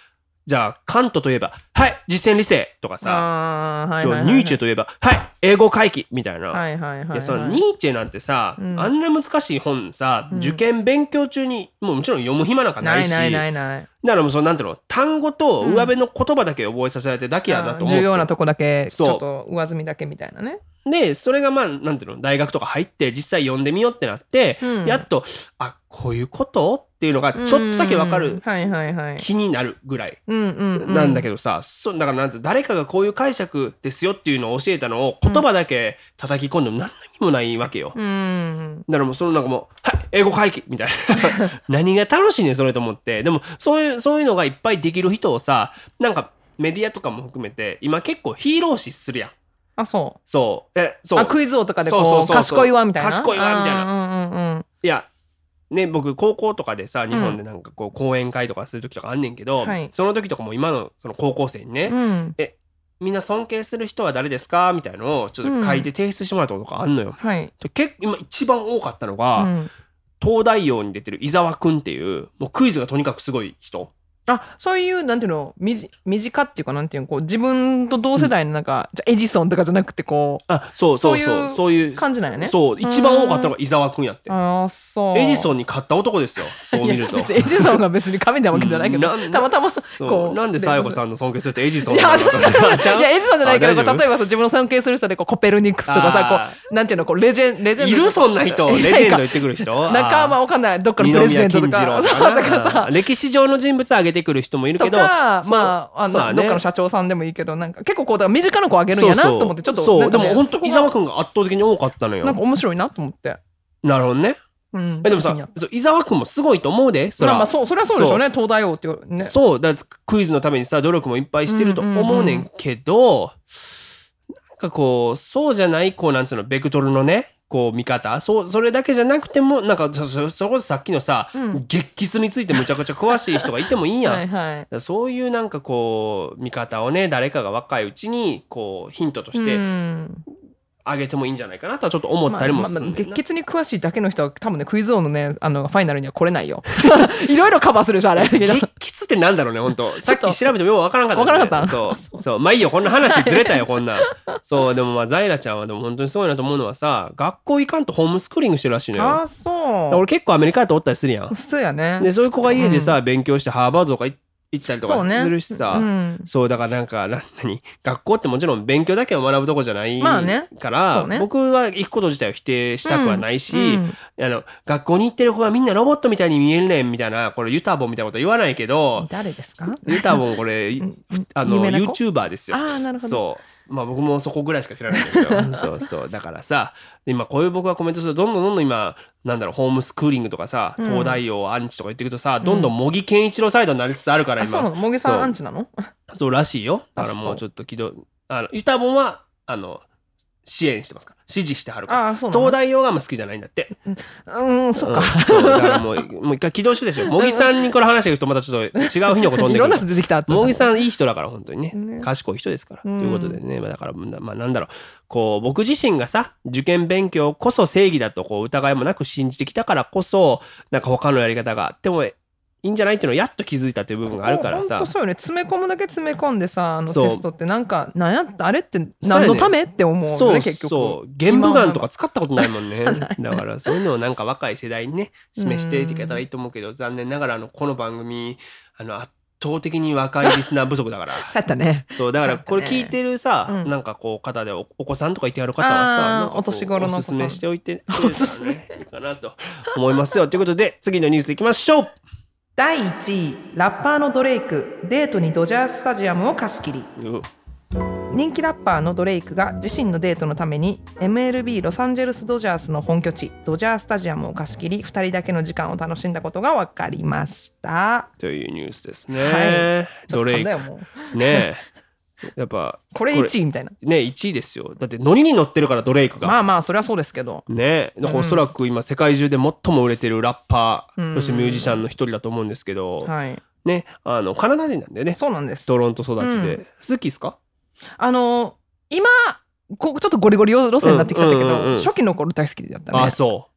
S1: じゃあ、カントといえば、はい、実践理性とかさ、
S2: あーはい
S1: じ
S2: はい
S1: ゃ
S2: は
S1: あ
S2: い。
S1: ニーチェといえば、はい、英語回帰みたいな。
S2: はいはいはいはい。
S1: いやそのニーチェなんてさ、
S2: うん
S1: あんな難しい本さ、
S2: うん
S1: 受験勉強中にもうもちろん読む暇なんかな
S2: ないい
S1: し
S2: ないないない。
S1: だからもうそのなんていうの単語と上辺の言葉だけ覚えさせられてるだけやなと思って、
S2: 重要なとこだけ、ち
S1: そう
S2: ょっと上積みだけみたいなね。
S1: でそれがまあなんていうの大学とか入って実際読んでみようってなって、
S2: うん
S1: やっとあこういうことっていうのがちょっとだけわか
S2: うん
S1: る
S2: はいはいはい。
S1: 気になるぐらい
S2: うんうんう
S1: なんだ
S2: け
S1: けどさ、そうだからなんて誰かがこういう解釈ですよっていうのを教えたのを言葉だけ叩き込んでも何の意味もないわけよ。
S2: うん。
S1: だからもうそのなんかもう「はい英語回帰」みたいな 何が楽しいねんそれと思ってでもそういうそういうのがいっぱいできる人をさなんかメディアとかも含めて今結構ヒーロー視するやん
S2: あ、そう。
S1: そうえそう
S2: あ、クイズ王とかで
S1: そうそうそ
S2: こ
S1: う
S2: う、
S1: そう
S2: 賢いわみたいな。
S1: 賢いわみたいな
S2: な。うんうんうん。
S1: いやね僕高校とかでさ日本でなんかこう講演会とかする時とかあんねんけど、
S2: はい
S1: その時とかも今のその高校生にね、
S2: うん
S1: みんな尊敬する人は誰ですかみたいのをちょっと書いて提出してもらったことがあんのよ。
S2: はい。
S1: で結構今一番多かったの
S2: う
S1: が、
S2: ん
S1: 東大王に出てる伊沢くんっていうもうクイズがとにかくすごい人
S2: あそういうなんていうの身近身近っていうかなんていうのこう自分と同世代のなんか、じゃあエジソンとかじゃなくてこ
S1: あそうそうそう
S2: そ
S1: そういう
S2: う感じなんやね
S1: そう一番多かったのが伊沢くんやって
S2: ああそう
S1: エジ
S2: ン
S1: ソンに勝った男ですよそう見ると
S2: 別にエジソンが別に神なわけじゃないけど、
S1: うんなん
S2: たまたま
S1: そう
S2: こう
S1: なんで小夜子さんの尊敬するってエジソン
S2: いや
S1: なの
S2: ちょっと 待って
S1: ちゃう
S2: いやエジソンじゃないけど
S1: あ大丈夫
S2: こう例えばさ自分の尊敬する人でこうコペルニクスとか
S1: あ
S2: さこうなんていうのこうレジェンレジェン
S1: い
S2: ド
S1: るそんな人レ
S2: い
S1: ジ
S2: ないか
S1: ェンド言ってくる人
S2: 仲間わかんないどっかのプレゼントとか
S1: 二宮金次郎
S2: そうと
S1: な
S2: か
S1: う
S2: さ
S1: ん歴史上の人物を挙げてくる人もいる
S2: と
S1: けど
S2: か
S1: そう
S2: まああ
S1: そうだ
S2: の
S1: ね
S2: どっかの社長さんでもいいけどなんか結構こうだから身近な子あげるんやなと思ってちょっと
S1: そう
S2: なんか
S1: で
S2: ね
S1: も本当伊
S2: そ
S1: 沢
S2: こが
S1: くんが圧倒的に多かったのよ
S2: なんか面白いなと思って、
S1: なるほどね
S2: うん、
S1: えでも
S2: ちょっと気にな
S1: さ
S2: っ
S1: そう伊沢くんもすごいと思うで
S2: た
S1: そ
S2: ま
S1: ら
S2: あまあそうそれはそうでしょうね東大王っていうね
S1: そうだからクイズのためにさ努力もいっぱいしてると思うねんけどなんかこうそうじゃないこうなんつうのベクトルのねこう見方そうそれだけじゃなくてもなんかそそそれこそさっきのさ、
S2: うん
S1: 激筆についてむちゃくちゃ詳しい人がいてもいいやん
S2: はいはい
S1: だからそういうなんかこう見方をね誰かが若いうちにこうヒントとし
S2: う
S1: て
S2: ん
S1: あげてもいいんじゃないかなとはちょっと思ったりもする
S2: まあ
S1: ん
S2: まあ
S1: だよ
S2: 月
S1: な
S2: 決に詳しいだけの人は多分ねクイズ王のねあのファイナルには来れないよ いろいろカバーするでしょあ れ
S1: 月結ってなんだろうね本当さっき調べてもようわからなかった
S2: わからなかった
S1: そうそうまあいいよこんな話ずれたよこんなんそうでもまあザイラちゃんはでも本当にすごいなと思うのはさ学校行かんとホームスクーリングしてるらしいのよだ
S2: あ
S1: か
S2: あそ
S1: ら
S2: う
S1: 俺結構アメリカやとおったりするやん
S2: 普通やね
S1: でそういう子が家でさ、勉強してハーバードとか行行ったりと
S2: そうね
S1: かするしさ。
S2: うん
S1: そうだからなんかな何学校ってもちろん勉強だけを学ぶとこじゃない
S2: まあね
S1: から、
S2: そうね
S1: 僕は行くこと自体を否定したくはないし、
S2: うん
S1: あの学校に行ってる子がみんなロボットみたいに見えるねんみたいなこれユタボンみたいなこと言わないけど
S2: 誰ですか
S1: ユタボンこれ
S2: ん
S1: あの
S2: 有名な子
S1: YouTuber ですよ。
S2: ああなるほど
S1: そうまあ僕もそこぐらいしか知らないんだけ どそうそうだからさ今こういう僕がコメントするとどんどんどんどん今なんだろうホームスクーリングとかさ
S2: うん
S1: 東大王アンチとか言ってくとさ、どんどん茂木健一郎サイドになりつつあるから
S2: あ
S1: 今
S2: そうなのもげさ
S1: そうん
S2: アンチなの
S1: そうらしいよ。だ
S2: あ
S1: からも
S2: そうう
S1: ちょっと軌道、あの、ユタボンは、あの、支援してますから。支持してはるから。
S2: ああそうなの
S1: 東大王があんま好きじゃないんだって。
S2: うんそうか
S1: んそうだからもう、もう一回軌道して でしょ。茂木さんにこの話がいくとまたちょっと違う日のこと飛ん
S2: い
S1: で
S2: ろ
S1: くる
S2: んな。人出てきたって
S1: 茂木さんいい人だから本当にね
S2: ね
S1: 賢い人ですから、
S2: うん
S1: ということでね、まあ、だからまあなんだろうこう僕自身がさ受験勉強こそ正義だとこう疑いもなく信じてきたからこそなんか他のやり方があってもいいんじゃないっていうのをやっと気づいたという部分があるから
S2: ほん
S1: さ
S2: とそうよね詰め込むだけ詰め込んでさあの
S1: そう
S2: テストってなんかなんやあれって何のためって思う
S1: そ
S2: よ
S1: う
S2: ね結局
S1: そう玄武岩とか使ったことないもん ねだからそういうのをなんか若い世代にね示していけたらいいと思うけど残念ながらあのこの番組あの圧倒的に若いリスナー不足だから
S2: そうやったね
S1: そうだからこれ聞いてるさ、
S2: そうだねうん
S1: なんかこう方でおお子さんとかいてやる方はさ
S2: あー
S1: なんかこう
S2: お年頃のお
S1: お
S2: 子
S1: す
S2: さ
S1: す
S2: ん
S1: めしておいて
S2: おすすめ
S1: ねいいかなと思い ますよということで次のニュースいきましょう
S2: 第1位ラッパーのドレイクデートにドジャースタジアムを貸し切り
S1: うん
S2: 人気ラッパーのドレイクが自身のデートのために MLB ロサンゼルス・ドジャースの本拠地ドジャースタジアムを貸し切り2人だけの時間を楽しんだことが分かりました
S1: というニュースですね、
S2: は
S1: ドレイ
S2: ちょっ
S1: ク
S2: と噛んだよもう
S1: ねえやっぱ
S2: これ1位みたいな
S1: ね1位ですよだってノリに乗ってるからドレイクが
S2: まあまあそれはそうですけど
S1: ねだからおそらく今世界中で最も売れてるラッパー、そしてミュージシャンの一人だと思うんですけど、
S2: はい
S1: ねあのカナダ人なんだよね
S2: そうなんです
S1: トロント育ちで、
S2: う
S1: 好きですか
S2: あの今こちょっとゴリゴリ路線になってきちゃったけど、
S1: うんうんうんうん
S2: 初期の頃大好きだったね
S1: あそ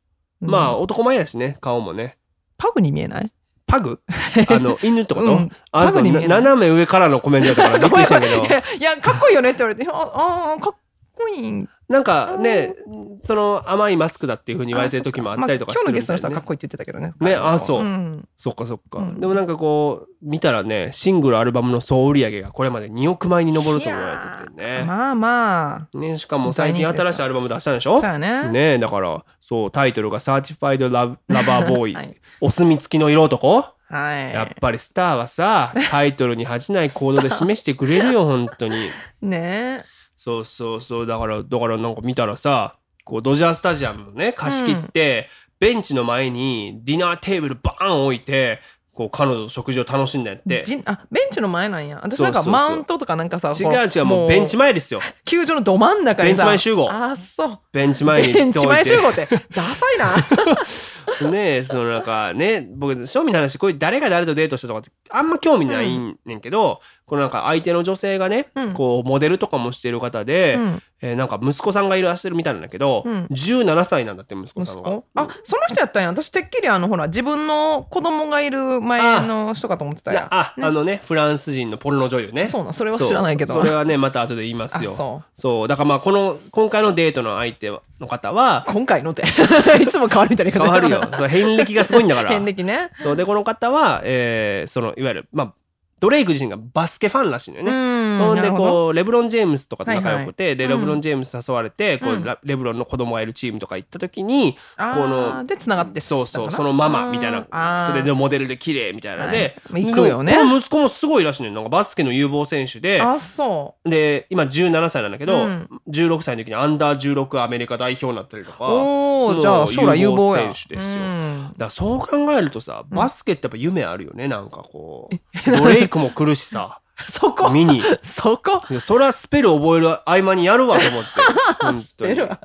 S1: う、
S2: うん
S1: まあ男前やしね顔もね
S2: パグに見えない
S1: パグあ の犬ってこと、
S2: うん
S1: あそ
S2: パ
S1: う
S2: グに見
S1: な
S2: えない
S1: 斜め上からのコメントだったからびっくり したけど
S2: いや いやかっこいいよねって言われてああかっこいいん
S1: なんかねその甘いマスクだっていうふうに言われてる時もあったりとか
S2: まあ
S1: す
S2: 今日の
S1: る
S2: ゲ
S1: み
S2: ス
S1: た
S2: ト
S1: い
S2: の人
S1: な
S2: はか
S1: ね
S2: っこいいって言ってたけどね
S1: ねあそう
S2: うん
S1: そっかそっか、
S2: うん
S1: でもなんかこう見たらねシングルアルバムの総売り上げがこれまで2億枚に上ると思われててね
S2: まあまあ
S1: ね、しかも最近
S2: 大人気
S1: 新
S2: ですよ
S1: しいアルバム出したんでしょ
S2: そうやね
S1: ねえだからそうタイトルが「サーティファイド・ラブラバー・ボーイ」
S2: はい
S1: お墨付きの色男」
S2: はい
S1: やっぱりスターはさタイトルに恥じない行動で示してくれ るよ本当に
S2: ね
S1: そうそうそうだからだからなんか見たらさこうドジャースタジアムのね貸し切って、ベンチの前にディナーテーブルバーン置いてこう彼女と食事を楽しんだんやって
S2: じあベンチの前なんや私
S1: そうそう
S2: な
S1: んそう
S2: かマウントとかなんかさ
S1: 違う
S2: こ
S1: 違うもうベンチ前ですよ
S2: 球場のど真ん中にさ
S1: ベンチ前集合
S2: あそう
S1: ベンチ前に
S2: ベン
S1: 置
S2: チ
S1: い
S2: 前
S1: て
S2: 集合 ってダサいな
S1: ねえそのなんかね僕正味の話こういう誰が誰とデートしたとかってあんま興味ないんねんけど、このなんか相手の女性がね、
S2: うん
S1: こうモデルとかもしてる方で、
S2: うん
S1: えーなんか息子さんがいらっしゃるみたいなんだけど、
S2: うん
S1: 17歳なんだって息子さんが。
S2: あその人やったんや私てっきりあのほら自分の子供がいる前の人かと思ってた
S1: いや
S2: や
S1: あ、
S2: ね
S1: あのねフランス人のポルノ女優ね。
S2: そうなんそれ
S1: そ
S2: は知らないけど
S1: うそれはねまた後で言いま
S2: あ
S1: すよ。そう
S2: そう
S1: だからまあこの今回のデートの相手の方 は
S2: 今回のっていつも変わるみたいな
S1: 変わる よそう遍歴がすごいんだから。
S2: 遍歴ね
S1: そうでこの方は、えーそのいわゆる、まあ、ドレイク自身がバスケファンらしいのよ
S2: う
S1: ね。
S2: ん
S1: ほんで
S2: なるほど
S1: こうレブロン・ジェームスとかと仲良くて、で
S2: うん
S1: レブロン・ジェームス誘われて、こ
S2: うん
S1: うラレブロンの子供がいるチームとか行った時に、
S2: あー
S1: この
S2: でつながって
S1: そうそうそのママみたいな人でで
S2: も
S1: モデルで綺麗みたいなので、
S2: はいまあ行くよね
S1: でこの息子もすごいらしいのよなんかバスケの有望選手で
S2: あそ
S1: で今17歳なんだけど、
S2: うん
S1: 16歳の時にアンダー16アメリカ代表になったりと
S2: う
S1: か。
S2: お
S1: も
S2: お
S1: う
S2: じゃあ将来有望や
S1: 有望選手ですよ
S2: うん
S1: だからそう考えるとさバスケってやっぱ夢あるよね、なんかこうドレイクも来るしさ
S2: そこ
S1: 見に
S2: そこ
S1: いやそりゃスペル覚える合間にやるわと思って。 本当に
S2: 出るわ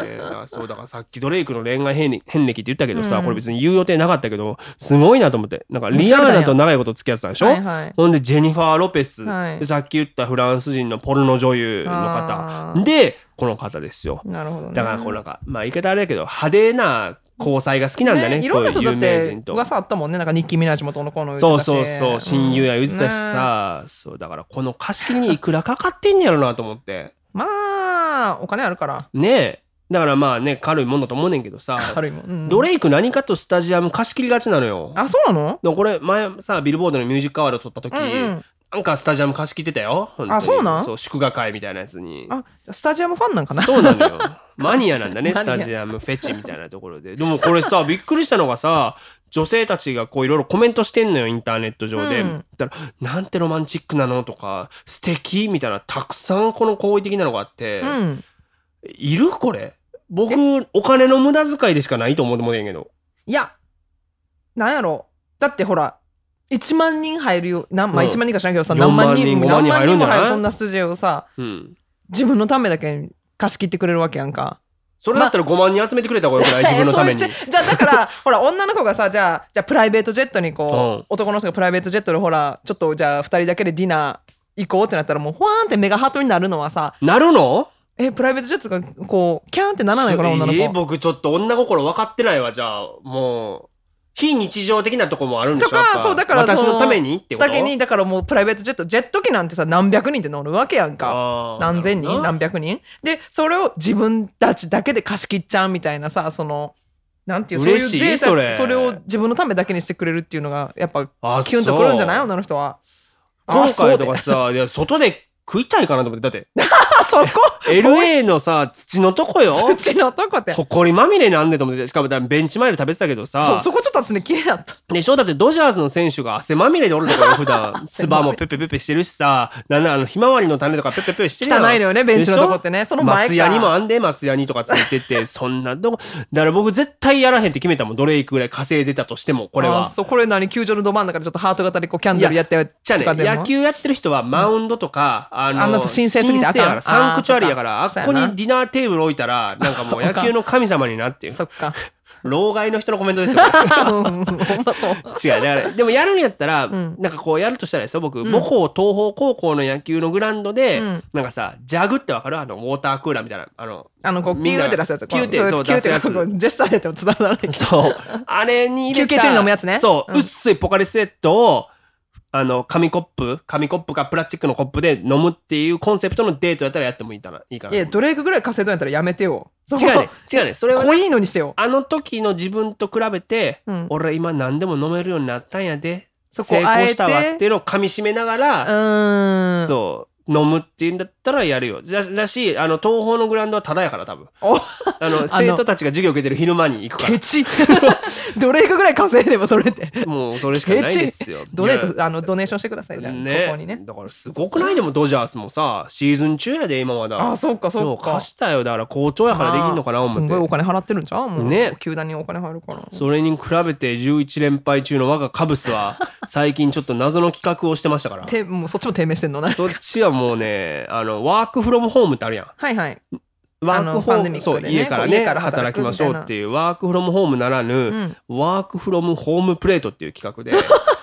S1: ねだからそうだからさっきドレイクの恋愛遍歴遍歴って言ったけどさ、
S2: うん
S1: これ別に言う予定なかったけどすごいなと思ってなんかリアーナと長いこと付き合ってたんでしょ、
S2: はいはい
S1: ほんでジェニファー・ロペス、
S2: はい
S1: でさっき言ったフランス人のポルノ女優の方
S2: あー
S1: でこの方ですよ
S2: なるほどね
S1: だからこうなんかまあ言い方あれだけど派手な交際が好きなんだね
S2: い
S1: こ
S2: ろん
S1: うい
S2: な
S1: う
S2: 人
S1: 有
S2: だっ
S1: 名人
S2: て
S1: と。
S2: 噂あったもんねなんかニッキー・ミナージもどうのこうの言って
S1: そう
S2: たし
S1: そうそう親友や言ってたし
S2: うん
S1: さ、そうだからこの貸し切りにいくらかかってんやろなと思って
S2: まあお金あるから
S1: ねえだからまあね軽いもんだと思うねんけどさ
S2: 軽いもん、うん
S1: ドレイク何かとスタジアム貸し切りがちなのよ
S2: あそうなの
S1: でもこれ前さビルボードのミュージックアワード撮った時、
S2: うんうん
S1: なんかスタジアム貸し切ってたよ本当に
S2: あそうなん
S1: そう祝賀会みたいなやつに
S2: あじゃあスタジアムファンなんかな
S1: そうなの よマニアなんだね
S2: マ
S1: ス
S2: ニ
S1: タ
S2: ア
S1: ジアムフェチみたいなところででもこれさびっくりしたのがさ女性たちがこういろいろコメントしてんのよインターネット上で、
S2: うん
S1: だからなんてロマンチックなのとか素敵みたいなたくさんこの好意的なのがあって、
S2: うん
S1: いるこれ僕お金の無駄遣いでしかないと思うてもねんけど
S2: いやなんやろだってほら1万人入るよなん、まあ、
S1: うん
S2: 1万人か知らんけどさ、
S1: 4
S2: 何万
S1: 万
S2: 人
S1: 人5万人入るんじゃない
S2: そんなスタジオをさ
S1: うん
S2: 自分のためだけ貸し切ってくれるわけやんか
S1: それだったら5万人集めてくれた方がよく ない自分のために
S2: そういうちじゃあだからほら女の子がさじゃあじゃあプライベートジェットにこう、
S1: うん
S2: 男の人がプライベートジェットでほらちょっとじゃあ2人だけでディナー行こうってなったらもうほわーんってメガハートになるのはさ
S1: なるの
S2: えプライベートジェットがこうキャーンってならないから女の子、
S1: えー僕ちょっと女心分かってないわじゃあもう非日常的なとこもあるんでしょ
S2: とか
S1: やっぱ
S2: そうだから
S1: 私
S2: そ
S1: の
S2: の
S1: ためにってこと
S2: だけにだからもうプライベートジェットジェット機なんてさ何百人って乗るわけやんか
S1: あー
S2: 何千
S1: なるほど
S2: 人
S1: な
S2: 何百人でそれを自分たちだけで貸し切っちゃうみたいなさそのなんていう
S1: 嬉しい
S2: そういう贅沢
S1: それ
S2: それを自分のためだけにしてくれるっていうのがやっぱ
S1: あ
S2: キュンとくるんじゃない
S1: そう
S2: 女の人は。
S1: 今回と
S2: あ
S1: かさいや外で食いたいかなと思ってだ って
S2: そうであそ
S1: LA のさ土のとこ よ
S2: こうちのとこって
S1: ほこりまみれなんでと思ってしかもだからベンチ前で食べてたけど
S2: そう
S1: さ
S2: そこちょっと私ね気になった。
S1: でしょだってドジャースの選手が汗まみれでおるとこ ろ普段つばもペペペペしてるしさなんならあのひまわりの種とかペペペペしてるやん
S2: 汚いのよねベンチのとこってねその前か
S1: 松屋にもあんで松屋にとかついててそんなとこ だから僕絶対やらへんって決めたもんドレイクぐらい稼いでたとしてもこれ
S2: あ
S1: は。
S2: そうこれ何球場のど真ん中でちょっとハート型でこうキャンドルやって
S1: じゃ
S2: とか
S1: あ
S2: で
S1: ね
S2: も
S1: 野球やってる人はマウンドとか、あの
S2: あんなと神聖すぎてあかん
S1: 神やからサンクチュアリやからあ
S2: あーそっ
S1: っ
S2: か
S1: こにディナーテーブル置いたらなんかもう野球の神様になっていう
S2: そっか。
S1: 老害の人のコメントですよこれ
S2: うんうんうんほんまそう。
S1: 違うだ からでもやるんやったら、
S2: ん
S1: なんかこうやるとしたらですよ僕、
S2: ん
S1: 母校東邦高校の野球のグラウンドで、
S2: うん
S1: なんかさジャグってわかるあのウォータークーラーみたいなあの
S2: あのこうピ
S1: みん
S2: ュ
S1: な
S2: ーって出すやつ。
S1: ピューって
S2: こ
S1: そう
S2: ピューって
S1: 出すやつ
S2: こうジェスチャーでやっても伝わらない。
S1: そうあれに入れた
S2: 休憩中に飲むやつね
S1: そう、
S2: うん
S1: 薄いポカリスエットをあの紙コップ紙コップかプラスチックのコップで飲むっていうコンセプトのデートやったらやってもいいかないいかない
S2: やドレイクぐらい稼いどんやったらやめてよ。そこ
S1: 違うね違うねそれはね
S2: 濃いのにしてよ。
S1: あの時の自分と比べて、
S2: うん
S1: 俺今何でも飲めるようになったんやで
S2: そこ
S1: 成
S2: あ
S1: 功
S2: えて
S1: したわっていうのをかみしめながら、
S2: うーん。
S1: そう飲むっていうんだったらやるよだだしあの東宝のグラウンドはタダやから多分
S2: お
S1: あ の生徒たちが授業受けてる昼間に行くか
S2: ケ チ。ドレイクぐらい稼いでもそれって。
S1: らもうそれしかないですよ
S2: ドレ
S1: い
S2: ー
S1: や
S2: トあのドネーションしてくださいじゃあ、
S1: ね
S2: ここにね。
S1: だからすごくないでもドジャースもさシーズン中やで今まだ
S2: あそうかそう
S1: そう
S2: か。
S1: 貸したよだから好調やからできんのかな
S2: あー
S1: 思
S2: すごい
S1: っ
S2: お
S1: て
S2: 金払ってるんじゃんもう、
S1: ね
S2: 球団にお金入るから。
S1: それに比べて11連敗中の我がカブスは 最近ちょっと謎の企画をしてましたから
S2: てもうそっちも低迷してんのな。
S1: そっちはもうねあのワークフロムホームってあるやん
S2: はいはい。
S1: ワークホ
S2: あのパン
S1: ー
S2: デ
S1: ム、
S2: ミッ
S1: そ
S2: ク
S1: う
S2: でね
S1: 家から
S2: こう
S1: ね
S2: 家から働
S1: 働
S2: く
S1: きましょうっていうワークフロムホームならぬ、
S2: ん
S1: ワークフロムホームプレートっていう企 画で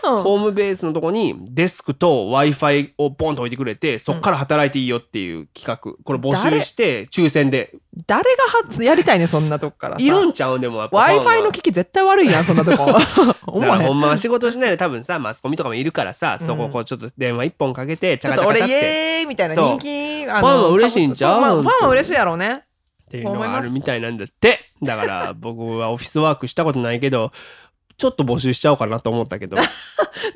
S1: ホームベースのとこにデスクと w i f i をボンと置いてくれてそっから働いていいよっていう企画これ募集して抽選で
S2: 誰がはやりたいねそんなとこからさ。
S1: いるんちゃうんでもやっぱ
S2: w i
S1: フ
S2: f i の機器絶対悪いやんそんなとこ。思
S1: だか
S2: わ
S1: ら
S2: へ
S1: ほ
S2: ん
S1: んまは仕事しないで多分さマスコミとかもいるからさ、そこをこうちょっと電話一本かけてチ
S2: ち
S1: ャ
S2: ょ
S1: カ
S2: っ
S1: チャ
S2: と
S1: カチャっ
S2: 俺イ
S1: て
S2: エーイみたいな
S1: そう
S2: 人気あの
S1: ファンは嬉しいんちゃう
S2: そうまあフ
S1: 本当に
S2: ァンは嬉しいやろうね。
S1: っていうのがあるみたいなんだってだから僕はオフィスワークしたことないけどちょっと募集しちゃおうかなと思ったけど。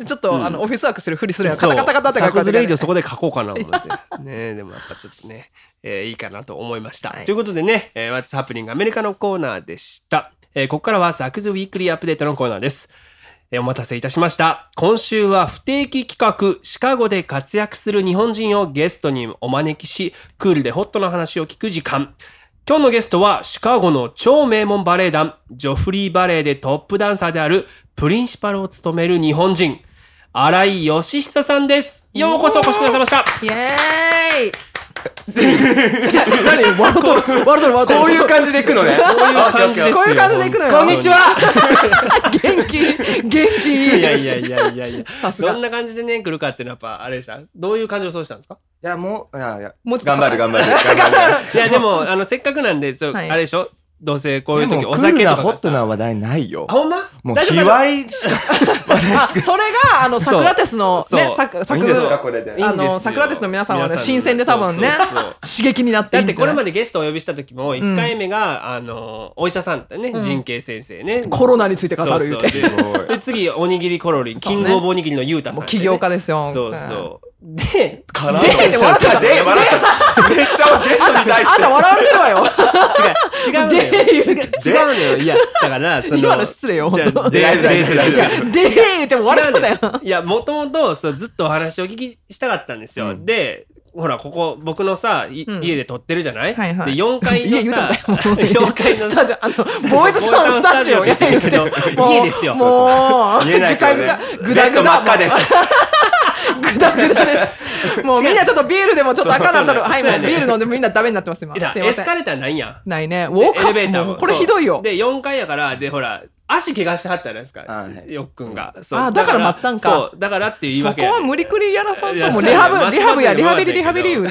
S2: ちょっと、
S1: うん
S2: あのオフィスワークするふりするやん
S1: そ
S2: カ
S1: う
S2: タカタカタって書
S1: サ
S2: く
S1: ク
S2: やつ
S1: ズ
S2: ね
S1: レイディオそこで書こうかなと思 って。ねでもやっぱちょっとね、えーいいかなと思いました。
S2: はい
S1: ということでね、えー、What's Happening アメリカのコーナーでした。えーここからはサクズウィークリーアップデートのコーナーです。えーお待たせいたしました。今週は不定期企画、シカゴで活躍する日本人をゲストにお招きし、クールでホットな話を聞く時間。今日のゲストはシカゴの超名門バレエ団、ジョフリーバレエでトップダンサーであるプリンシパルを務める日本人、新井義久さんです。ようこそお越しくださいました。
S2: イエーイ何笑うとる笑うとる笑うとる
S3: こういう感じでいくのね。こ
S1: こういう感じですよ。
S2: こういう感じでいくのよ
S1: こんにちは。
S2: 元気元気
S1: いやいやいやいやいや。
S2: さす
S1: ど
S2: が
S1: んな感じでね、来るかっていうのはやっぱあれでした。どういう感じをそうしたんですか
S3: いや、もう、いやいや、
S2: もうちょっと
S3: 頑張る、頑張る、頑張
S1: い
S3: る。
S1: やでもあのせっかくなんでそう、
S2: はい
S1: あれでしょどうせこういう
S3: で
S1: 時
S3: も
S1: お酒
S3: クール
S1: と
S3: な
S1: か
S3: ホット
S1: さ
S3: な話題ないよ
S1: あ。ほんま
S3: もう
S1: 大丈夫
S3: 卑猥しか
S4: あそれがあの
S1: そう
S2: ラテスの
S1: そう
S2: ね作
S3: いい
S2: 作
S3: んですかこれで。
S1: いいんですよ
S2: あの桜ですの皆さんはね
S1: 皆
S2: 新鮮で多分ね
S1: そうそうそう
S2: 刺激になって
S1: だ
S2: い
S1: っ
S2: いん
S1: て
S2: じゃ
S1: こ
S2: な
S1: れ
S2: い
S1: までゲストをお呼びした時も1回目が、あのお医者さんだね、
S2: ん
S1: 人形先生ね
S4: コロナについて語る言うて
S1: そうそう
S3: すごい
S1: でで次おにぎりコロリンキングオブおにぎりのゆうたさん、
S2: も
S1: ね、
S2: う起業家ですよ
S1: そうそうで
S3: からの
S2: でで笑っちゃった
S3: で笑っちゃっためっちゃゲストに対
S2: あ
S3: し
S2: ん
S3: て
S2: た笑われてるわよ
S1: 違う違うのよ
S2: で
S1: 違うのよいやだからその
S2: 今の失礼よ
S1: じゃ
S2: 本当
S1: あで
S3: 大丈夫
S1: で
S3: 大丈夫
S1: 違う
S2: で言っても笑ってたよ
S1: 違うのよいやもともとそうずっとお話をお聞きしたかったんですよ、
S3: うん
S1: でほらここ僕のさ、い
S2: うん
S1: 家で撮ってるじゃない、
S2: はいはい
S1: で4階の
S2: 家言うて
S1: さ
S2: もだ よもう
S1: 4階の
S2: スタジオあのボーイズさんのスタジオ
S1: 言
S2: や
S1: ってるけど家ですよ
S2: もう
S3: 言えない
S2: ぐち
S3: か
S2: ゃ
S3: ら
S2: ぐ
S3: ね
S2: ちゃぐだぐ
S3: ベッド真っ
S2: だ
S3: 赤です
S2: ぐだぐだですもうみんなちょっとビールでもちょっと赤になっとる
S1: そう
S2: はい
S1: そうだ
S2: もう
S1: よ
S2: ビール飲んでみんなダメになってます今
S1: いや
S2: すいま
S1: エス
S2: せん
S1: カレーターないやん
S2: ないねウォー
S1: で
S2: カ
S1: エレベーター
S2: ー
S1: も
S2: もこれひどい
S1: そう
S2: よ
S1: で4階やからでほら足怪我してはったじゃないですか、
S3: はい
S1: よっくんが、そう
S2: あーだから待ったんか
S1: そうだからっていう言い
S2: そ
S1: 訳
S2: こ
S1: や
S2: は
S1: ね
S2: 無理くりやらさ
S1: い
S2: んと
S1: や
S2: も
S1: そう
S2: リハブ
S1: 松
S2: リハブや
S1: 本
S2: リ
S1: さ
S2: ハ
S1: ん
S2: ビ
S1: に
S2: リリ
S1: も
S2: ハ
S1: 思われた
S2: ビリ
S1: け
S2: 言
S1: ど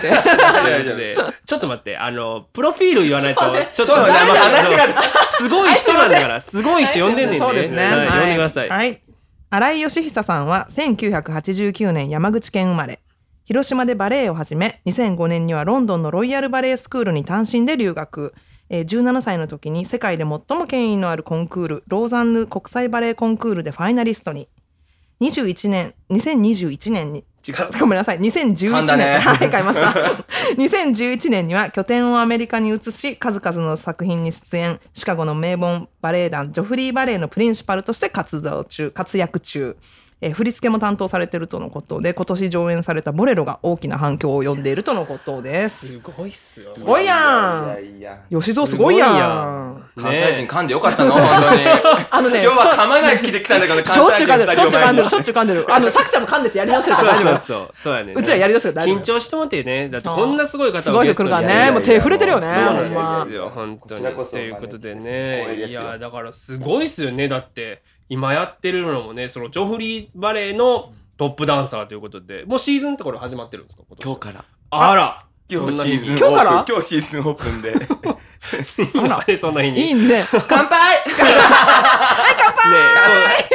S2: うて
S1: でちょっと待ってあのプロフィール言わないとちょっと
S3: そうねまあ
S1: あの
S3: 話が
S1: すごい人なんだからすごい人呼んでんねん
S2: そうですね、
S1: はい
S2: はい
S1: 呼んでください、
S2: はい新井義久さんは1989年山口県生まれ広島でバレエを始め2005年にはロンドンのロイヤルバレエスクールに単身で留学えー17歳の時に世界で最も権威のあるコンクールローザンヌ国際バレエコンクールでファイナリストに21年2021年に
S3: 違う
S2: ごめんなさい2011
S3: 噛ん
S2: 年、
S3: だね
S2: はい買いました 2011年には拠点をアメリカに移し数々の作品に出演シカゴの名門バレエ団ジョフリーバレエのプリンシパルとして活動中活躍中えー振り付けも担当されているとのことで今年上演された「ボレロ」が大きな反響を呼んでいるとのことです
S1: すごいっすよ
S2: すごいや
S3: いやいや
S2: ん吉蔵すごいや
S1: すごい
S2: ん
S3: 関西人噛んでよかったの本当に
S2: あのね
S3: 今日は噛まない気で来たんだから
S2: しょっちゅう噛んでるしょっちゅう噛んでる
S3: る
S2: しょっちゅう噛んでるあ のさくちゃんも噛んでてやり直せるから
S1: そう
S2: 大丈
S1: そ
S2: 夫
S1: うそうそうやねん
S2: うちらやり直すよ大丈夫
S1: 緊張してもてねだってこんなすごい
S2: す
S1: 方
S2: ご
S1: を
S2: い
S1: ゲ
S2: 人
S1: ス
S2: 来
S1: ト
S2: る
S1: に
S2: から
S3: い
S2: ね
S3: やいやいや
S2: もう手震えてるよね
S3: そう
S1: そう
S3: な
S2: ほん
S1: な
S2: ま
S1: んですよ、本当に。
S3: こちらこそ
S1: ということで
S3: お願い
S1: ね、
S3: で
S1: い
S3: すよ
S1: や、だからすごいっすよね、だって、今やってるのもね、そのジョフリーバレーのトップダンサーということで、もうシーズンってこれ始まってるんですか、今年
S3: 今日から
S1: あら
S3: 今日シーズンオ
S2: 今日から
S3: ープン今日シーズンオープンで
S1: 今ま でそんな日に。
S2: いいね
S3: 乾杯
S1: ね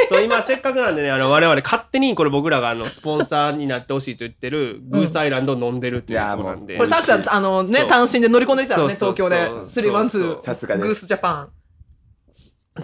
S1: えそうそう今せっかくなんでねあの我々勝手にこれ僕らがあのスポンサーになってほしいと言ってるグースアイランドを飲んでるっていうところなんで、
S3: いや
S2: こ
S3: も
S2: れさ
S3: う
S2: くちゃんあのね
S1: そう
S2: 単身で乗り込んできたらね
S1: そうそ
S2: 東京
S1: うそう
S2: でスリーワンツ
S1: そうそう
S2: ー
S3: さすがです
S2: グースジャパン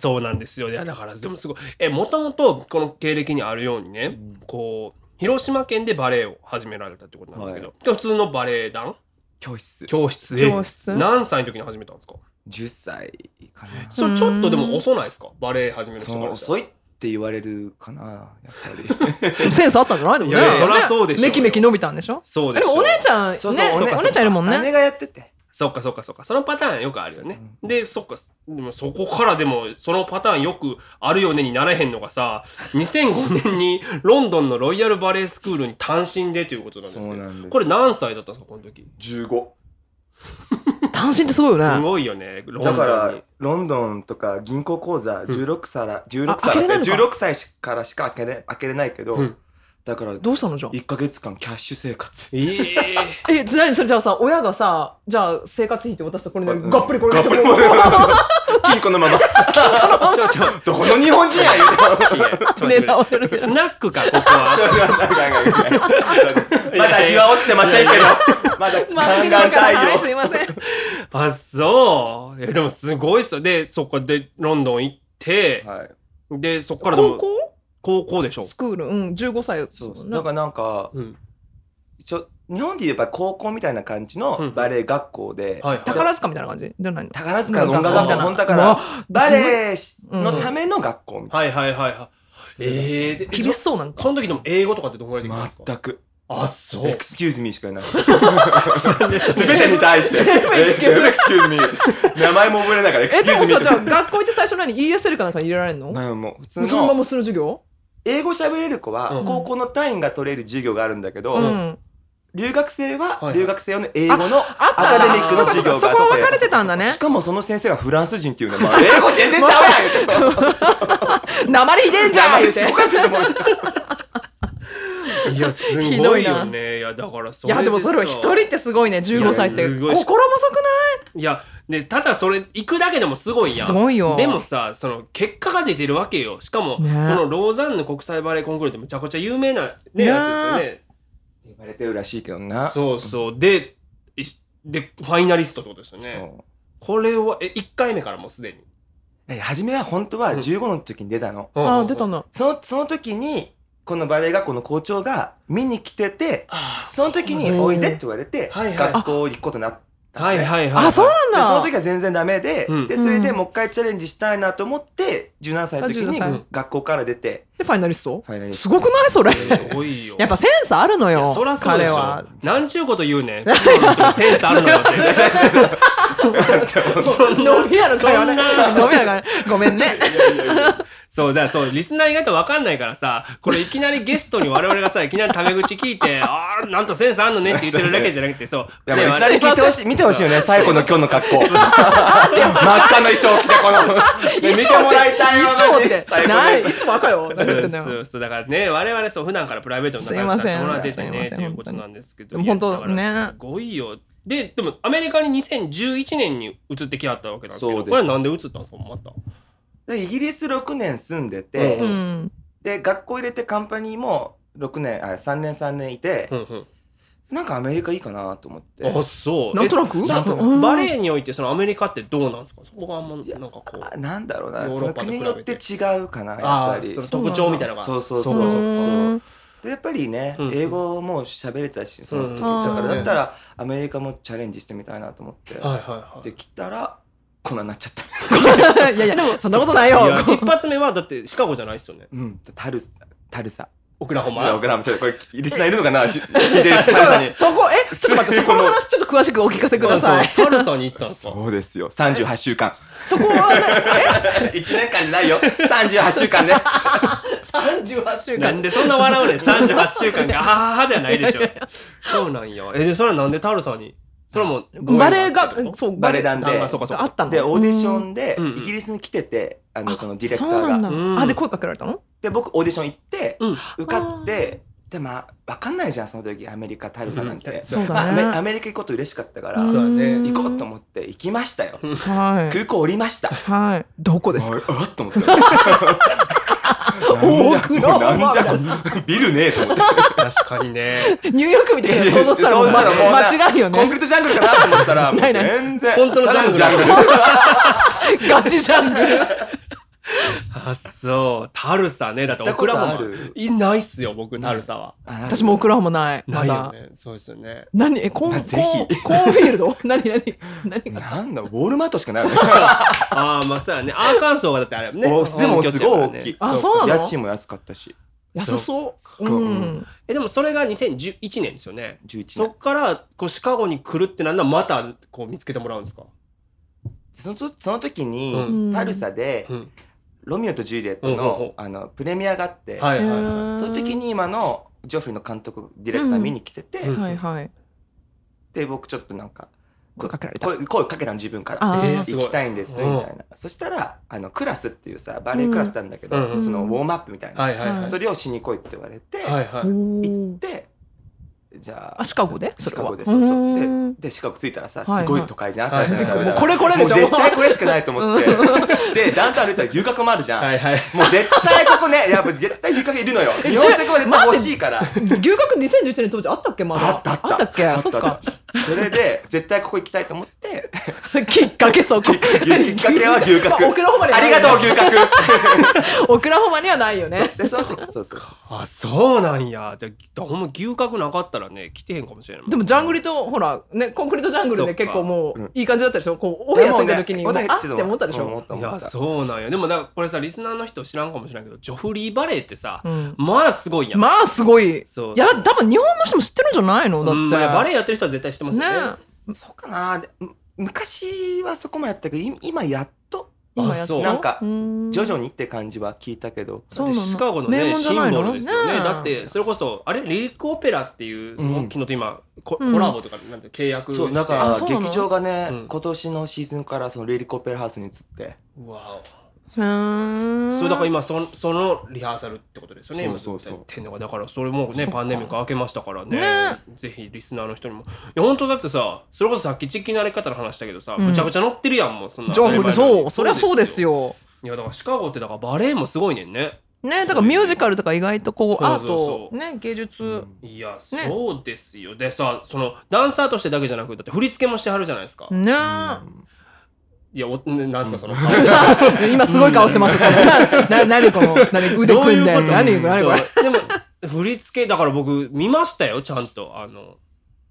S1: そうなんですよいやだからでもすごいえもともとこの経歴にあるようにね、こう広島県でバレエを始められたってことなんですけど、普通のバレエ団
S3: 教室
S1: 教室
S2: 教室
S1: 何歳の時に始めたんですか
S3: 10歳かな
S1: それちょっとでも遅ないですかバレエ始める人
S3: そ
S1: か
S3: う
S1: らした
S3: 遅
S1: ら
S3: いって言われるかなやっぱり
S2: センスあったんじゃないでもね
S1: いやいや
S2: ね
S1: そりゃそうでしょ
S2: めきめき伸びたんでしょ
S1: そう
S2: あ
S1: で
S2: れ
S1: す
S2: お姉ちゃんね
S3: そうそう
S2: お姉ちゃんいるもんね
S3: 姉がやってて
S1: そっかそっかそっか。そのパターンよくあるよね。で、そっか。でもそこからでも、そのパターンよくあるよねになれへんのがさ、2005年にロンドンのロイヤルバレエスクールに単身でということなんです
S3: そう
S1: けど
S3: なんです
S1: これ何歳だったんですか、この時。
S3: 15
S2: 単身ってすごいよ
S1: す
S2: ね
S1: ごいよね、ロンド
S3: だ
S1: ンに。
S3: からロンドンとか銀行口座16歳ら、16歳
S2: あ開けれないのか
S3: 16歳からしか開けれ開けれないけど、
S1: うん
S3: だから
S2: どうしたのじゃあ
S3: 1か月間キャッシュ生活
S1: ええ
S2: え何それじゃあさ親がさじゃあ生活費って渡したこれね
S3: うん
S2: がっぷりこれ
S3: ガ
S2: ね
S3: ッポリも金庫のまま
S1: ちょちょ、
S3: どこの日本人や言うて
S1: いやちょっと待ってく
S2: 狙われ
S1: れ
S2: る
S1: スナックか、ここは。
S3: まだ日は落ちてませんけどまだ
S2: まあ見
S3: 弾
S2: てな
S3: 丸
S2: いからはい
S3: 太
S2: す
S3: 陽
S2: いません
S1: あ、そう。いやでもすごいっすよ。で、そこでロンドン行って、
S3: はい
S1: で、そこからで
S2: 高
S1: も
S2: 校
S1: 高校でしょ。
S2: スクールうん15歳です
S3: そう
S2: も
S3: そ
S2: ん
S3: う
S2: ね
S3: だからなんか
S1: うん。
S3: ちょ日本で言えば高校みたいな感じ
S1: う
S3: の
S1: ん
S3: バレエ学校で、
S1: はいはい。
S2: 宝塚みたいな感じじゃないの
S3: 宝塚の音楽学校
S1: うん
S3: 本当だからバ
S2: エ
S3: レエのための学校みたい
S1: はいはいはいはい。ええー、で
S2: 厳しそうなんか
S1: その時でも英語とかってどんぐらいできたん
S3: な
S1: ですか
S3: 全く
S1: あ、そう。
S3: エクスキューズミーしかいない。
S1: です
S3: 全てに対して。エクスキューズミー。名前も覚えれないから、エク
S2: え
S3: スキ
S2: で
S3: ューズ
S2: もさ
S3: ミ
S2: じゃあ
S3: ー。
S2: 学校行って最初何 ESL かなんかに入れられんの
S3: なんかもう普通
S2: そのま
S3: の
S2: まその授業
S3: 英語喋れる子
S1: う
S3: は
S1: ん
S3: 高校の単位が取れる授業があるんだけど、
S2: うん
S3: 留学
S1: は
S3: 生
S1: いは
S3: はい留学生用の英語の
S2: あったな
S3: アカデミックの授業が
S2: そっかそっかそこは分かれてたんだね
S3: しかもその先生がフランス人っていうのもある英語全然ち ゃうやん言うて
S2: 鉛入れんじゃん言うて
S3: すごかったと思う
S1: いやす
S2: ひ
S1: ご
S2: ど
S1: い
S2: いな
S1: よねいやだからそ
S2: い
S1: れ
S2: やでもそれは一人ってすごいね
S1: いや
S2: 15歳って
S1: す
S2: 心
S1: ごい
S2: 細く
S1: いやねただそれ行くだけでもすごいやん
S5: すごいよ
S1: でもさその結果が出てるわけよしかも、
S2: ね
S1: このローザンヌ国際バレエコンクールってめちゃくちゃ有名な、ね、
S2: ね
S1: やつですよね
S3: 言われてるらしいけどな。
S1: そうそうでいでファイナリストってことですよね
S3: そ
S1: これはえ1回目からもうすでに
S3: うえ初めは本当は15の時に出たの。
S1: う
S2: なんい
S1: うん
S2: あ
S1: うん
S2: ー出たな
S3: そのその時にこのバレエ学校の校長が見に来てて
S1: あ
S3: その時に「おいで」って言われて
S1: はいはい
S3: 学校行くことになった
S1: は
S3: のね、
S1: いはいはい
S2: あそうなん
S3: でその
S2: だ
S3: 時は全然ダメで,、
S1: うん
S3: でそれで
S2: うん
S3: もう一回チャレンジしたいなと思って17歳の時
S2: 17
S1: 歳
S3: に学校から出て
S2: でファイナリスト
S3: ファイナリス
S2: す
S3: ト
S2: ごくないそれ
S1: すごいよ
S2: やっぱセンスあるの
S1: いや
S2: よ
S1: そらそうで
S2: 彼
S1: しょ
S2: は
S1: なんちゅうこと言うねんプ ロの人はセンスあるのよってそんな
S2: 飲み屋の会話ね
S1: そんな
S2: 飲み屋の会話ねごめんね
S1: そうだからそうリスナー意外と分かんないからさこれいきなりゲストに我々がさいきなりタメ口聞いて「ああなんとセンスあんのね」って言ってるだけじゃなくてそう
S3: いやもう
S1: ね
S3: 実際に聞いてほしい見てほしいよね最後の今日の格好 真っ赤の衣装着てこの
S2: 衣
S3: 見
S2: 装って
S3: てもらいたいよ
S2: 衣装っ
S3: マジで最
S2: て
S3: 高
S2: ない
S3: で
S2: いつも赤よ何
S1: そ
S2: 言っ
S1: う
S2: てんだよ
S1: そうそうだからね我々そう普段からプライベートの仲良くさせてもらってて
S2: すいま
S1: ね
S2: せん
S1: ということなんですけど
S2: すいません本当
S1: いや
S2: ね
S1: だからすごいよででもアメリカに2011年に移ってきはったわけなんですけ
S3: そ
S1: ど
S3: うです
S1: これなんで移ったんですかまた
S3: でイギリス6年住んでて、
S1: うん
S2: うん
S3: で学校入れてカンパニーも6年あ3年3年いて、
S1: うん
S3: なんかアメリカいいかなと思って
S1: うんあそう
S2: なんとなく
S3: えなんとな
S1: えバレ
S2: エ
S1: エにおいてそのアメリカってどうなんですかそこがあんまなん
S3: や
S1: かこう
S3: あなんだろう
S1: ヨ
S3: な
S1: ーロ
S3: そ
S1: ッ
S3: の
S1: パと
S3: 国
S1: 比
S3: に
S1: べて
S3: よって違うかな
S1: あ
S3: やっぱ
S1: あ
S3: り
S1: その特徴みたいなのが
S3: そうそうそう
S1: そう
S3: そ
S1: そう
S2: うん
S3: でやっぱりね、
S1: うん
S3: 英語も喋れたしその時
S1: うん
S3: だ
S2: う
S3: から
S2: ん
S3: だったらアメリカもチャレンジしてみたいなと思って、
S1: はいはいはい
S3: できたらこんなになっちゃった、
S2: いやいやそんなことないよ
S1: い や一発目はだってシカゴじゃないっすよね
S3: うん、タルタルサ
S1: オクラホマ
S3: いや僕らもちょっとこれリスナーいるのか なし聞いてる人タルサに
S2: そこえちょっと待ってそこの話ちょっと詳しくお聞かせください
S1: そうサルサに行ったんですか
S3: そうですよ38週間
S2: そ こは
S3: 1年 間じゃないよ38週間ね
S2: 三十八週
S1: なんでそんな笑うねん38週間がはははではないでしょそうなんやえでそれはなんでタルサにそれはもうご縁
S2: バレエ
S1: あったって
S2: が
S1: こ
S2: そう
S3: バレエ団で
S1: あそうかそう
S2: あ
S1: か
S2: ったの
S3: でオーディションで
S1: うん
S3: イギリスに来てて、あのそのディレクタ
S2: そう
S3: ー
S2: な
S3: が
S2: んだ
S1: うん
S2: あで声かけられたの
S3: で僕オーディション行って
S1: うん
S3: 受かってでまあ分かんないじゃんその時アメリカタルサなんて、
S1: うん
S2: そう
S3: ま
S2: だ
S3: あア
S2: ね
S3: メアメリカ行くこと嬉しかったから、
S1: そうだね
S3: 行こうと思って行きましたよ、
S2: はい
S3: 空港降りました
S2: はいどこですか
S3: ああっと思 ってなんじゃ
S2: 大黒摩
S3: な んじゃ
S2: だ
S3: こビルねえと思って
S1: 確かにね
S2: ニューヨークみたいなの想像したら
S3: 想像したらもう
S2: ま
S3: な
S2: 間違いよ
S3: コン
S2: ね
S3: クリートジャングルかなと思ったらもう
S2: ないない
S3: 全然
S1: 本当のジャングル
S3: ただ
S2: ガ
S3: の
S2: チジャングル
S1: あそうタルサねだって
S3: 行
S1: オ
S3: った
S1: ク
S3: こ
S1: ラ
S3: とあ
S1: ホマ
S3: る
S1: いないっすよ僕タルサは
S3: あなんか
S2: 私もオクラホマないま
S1: ないよ
S2: だ
S1: ねそうですよね
S2: 何えコンコ
S3: まあ
S2: ン
S3: ぜひ
S2: コーンフィール ド何何何が
S3: なんだウォールマートし かないよね
S1: ああまあそうやねアーカンソーがだってあれね
S3: おでもすごい大きい
S2: あそうなの
S3: 家賃も安かったし
S2: 安そ
S3: そう
S2: う
S3: そう
S2: うん
S1: えでもそれが2011年ですよね
S3: 11
S1: そ
S3: 年
S1: っからこうシカゴに来るってなんだまたこう見つけてもらうんですか、
S3: そのその時に、
S1: うん
S3: タルサで、
S1: うん、
S3: ロミオとジュリエット
S1: うんうんうん
S3: の,、あのプレミアがあって、
S1: はい
S2: へ
S1: はいは
S2: ー
S3: その時に今のジョフリーの監督ディレクター見に来てて、
S1: うん
S2: はいはい
S3: で僕ちょっとなんか
S2: 声かけられた
S3: 声声かけたの自分から
S2: あ
S1: え
S2: ー
S1: ーす
S3: 行
S1: ごい
S3: きたいんですみ
S1: うん
S3: たいなそしたらあのクラスっていうさバレエクラスなんだけど、
S1: うん
S3: そのウォームアップみたい
S1: い
S3: な、
S1: はいはいはい
S3: それをしに来いって言われて、
S1: はいはい
S2: お
S3: 行っ
S2: ー
S3: てじゃあ
S2: あシカゴでそれは
S3: シカゴでそうそううんででシカゴ着いたらさ
S2: はいはい
S3: すごい都会じゃん、
S1: はい
S3: タルサ
S1: はい
S3: の
S1: もう
S2: これこれでしょ
S3: もう絶対これしかないと思ってでダウンタウン歩いたら牛角もあるじゃん、
S1: はいはい
S3: もう絶対ここねやっぱ絶対牛角いるのよ
S2: え
S3: 日本食は絶対欲しいから
S2: 牛角2011年当時あったっけまだ
S3: あったあった
S2: あったっけ
S3: あ
S2: そっか
S3: それで絶対ここ行きたいと思って
S2: きっかけそこきっ
S3: きっかけは牛角
S2: オクラホマには
S3: あ
S2: な
S3: り
S2: いよ
S3: が
S2: ね
S3: とう 牛角
S2: オクラホマにはないよね
S3: でその時そうそう
S1: あそうなんやじゃあほんま牛角なかったらね来てへんかもしれない
S2: でもジャングリとほらねコンクリートジャングル
S1: そっ
S2: で
S1: か
S2: 結構も
S3: う
S2: うんいい感じだったでしょこうお部屋ついた時に
S3: でもね
S2: あって思ったでし
S3: 思
S2: ょ
S3: った
S1: い
S3: 思
S1: や
S3: った
S1: そうなんやでもなんかこれさリスナーの人知らんかもしれないけどジョフリーバレーってさ、
S2: うん
S1: まあすごいやん、
S2: まあすごいい
S1: そう
S2: や多分日本の人も知ってるんじゃないのだ
S1: うんまあバレ
S2: っ
S1: ーやってる人は絶対知ってます
S2: てね
S1: よね
S3: そうかなでむ昔はそこもやったけどい今やっと
S2: 今やっ
S1: あそ
S2: と
S1: う
S3: なんか徐
S2: 徐
S3: 々にって感じは聞いたけど
S2: そう
S1: だって
S2: なの
S1: シカゴのね
S2: 名門じ
S1: シ
S2: ゃな
S1: ン
S2: い
S1: ボ
S2: の
S1: ルですよね
S2: ねえ
S1: だってそれこそあれリリックオペラっていう
S3: うん
S1: 大きいのと今コ,、
S2: うん
S1: コラボとかなんて契約して
S3: そうだ
S2: あ
S3: か
S2: そう
S3: ら
S2: なの
S3: 劇場がね、
S1: うん
S3: 今年のシーズンからそのレイリコペラハウスに移って
S1: うわそ
S6: そう
S1: だから今そそのリハーサルってことですよね今ず
S3: そう
S1: っと
S3: そうそう
S1: やってんのがだからそれもねパンデミック明けましたからね
S6: ね
S1: ぜひリスナーの人にもいや本当だってさそれこそさっき地域のあり方の話だけどさ、
S6: うん
S1: むちゃくちゃ乗ってるやんもうそんな
S2: じゃあ
S1: 当たり前のよ
S2: そう
S1: に
S2: そりゃそうですよ
S1: いやだからシカゴってだからバレエもすごいねんね
S2: ねだからミュージカルとか意外とこう
S1: そう
S2: ア
S1: そ
S2: ー
S1: う
S2: ト
S1: そう
S6: ね芸術
S1: いやそうですよ、でさそのダンサーとしてだけじゃなくだって振り付けもしてはるじゃないですか、
S6: ね
S1: いやおねなんすかその、
S2: 今すごい顔してますこれ な何この何腕組んで何何これ
S1: そうでも振り付けだから僕見ましたよちゃんとあの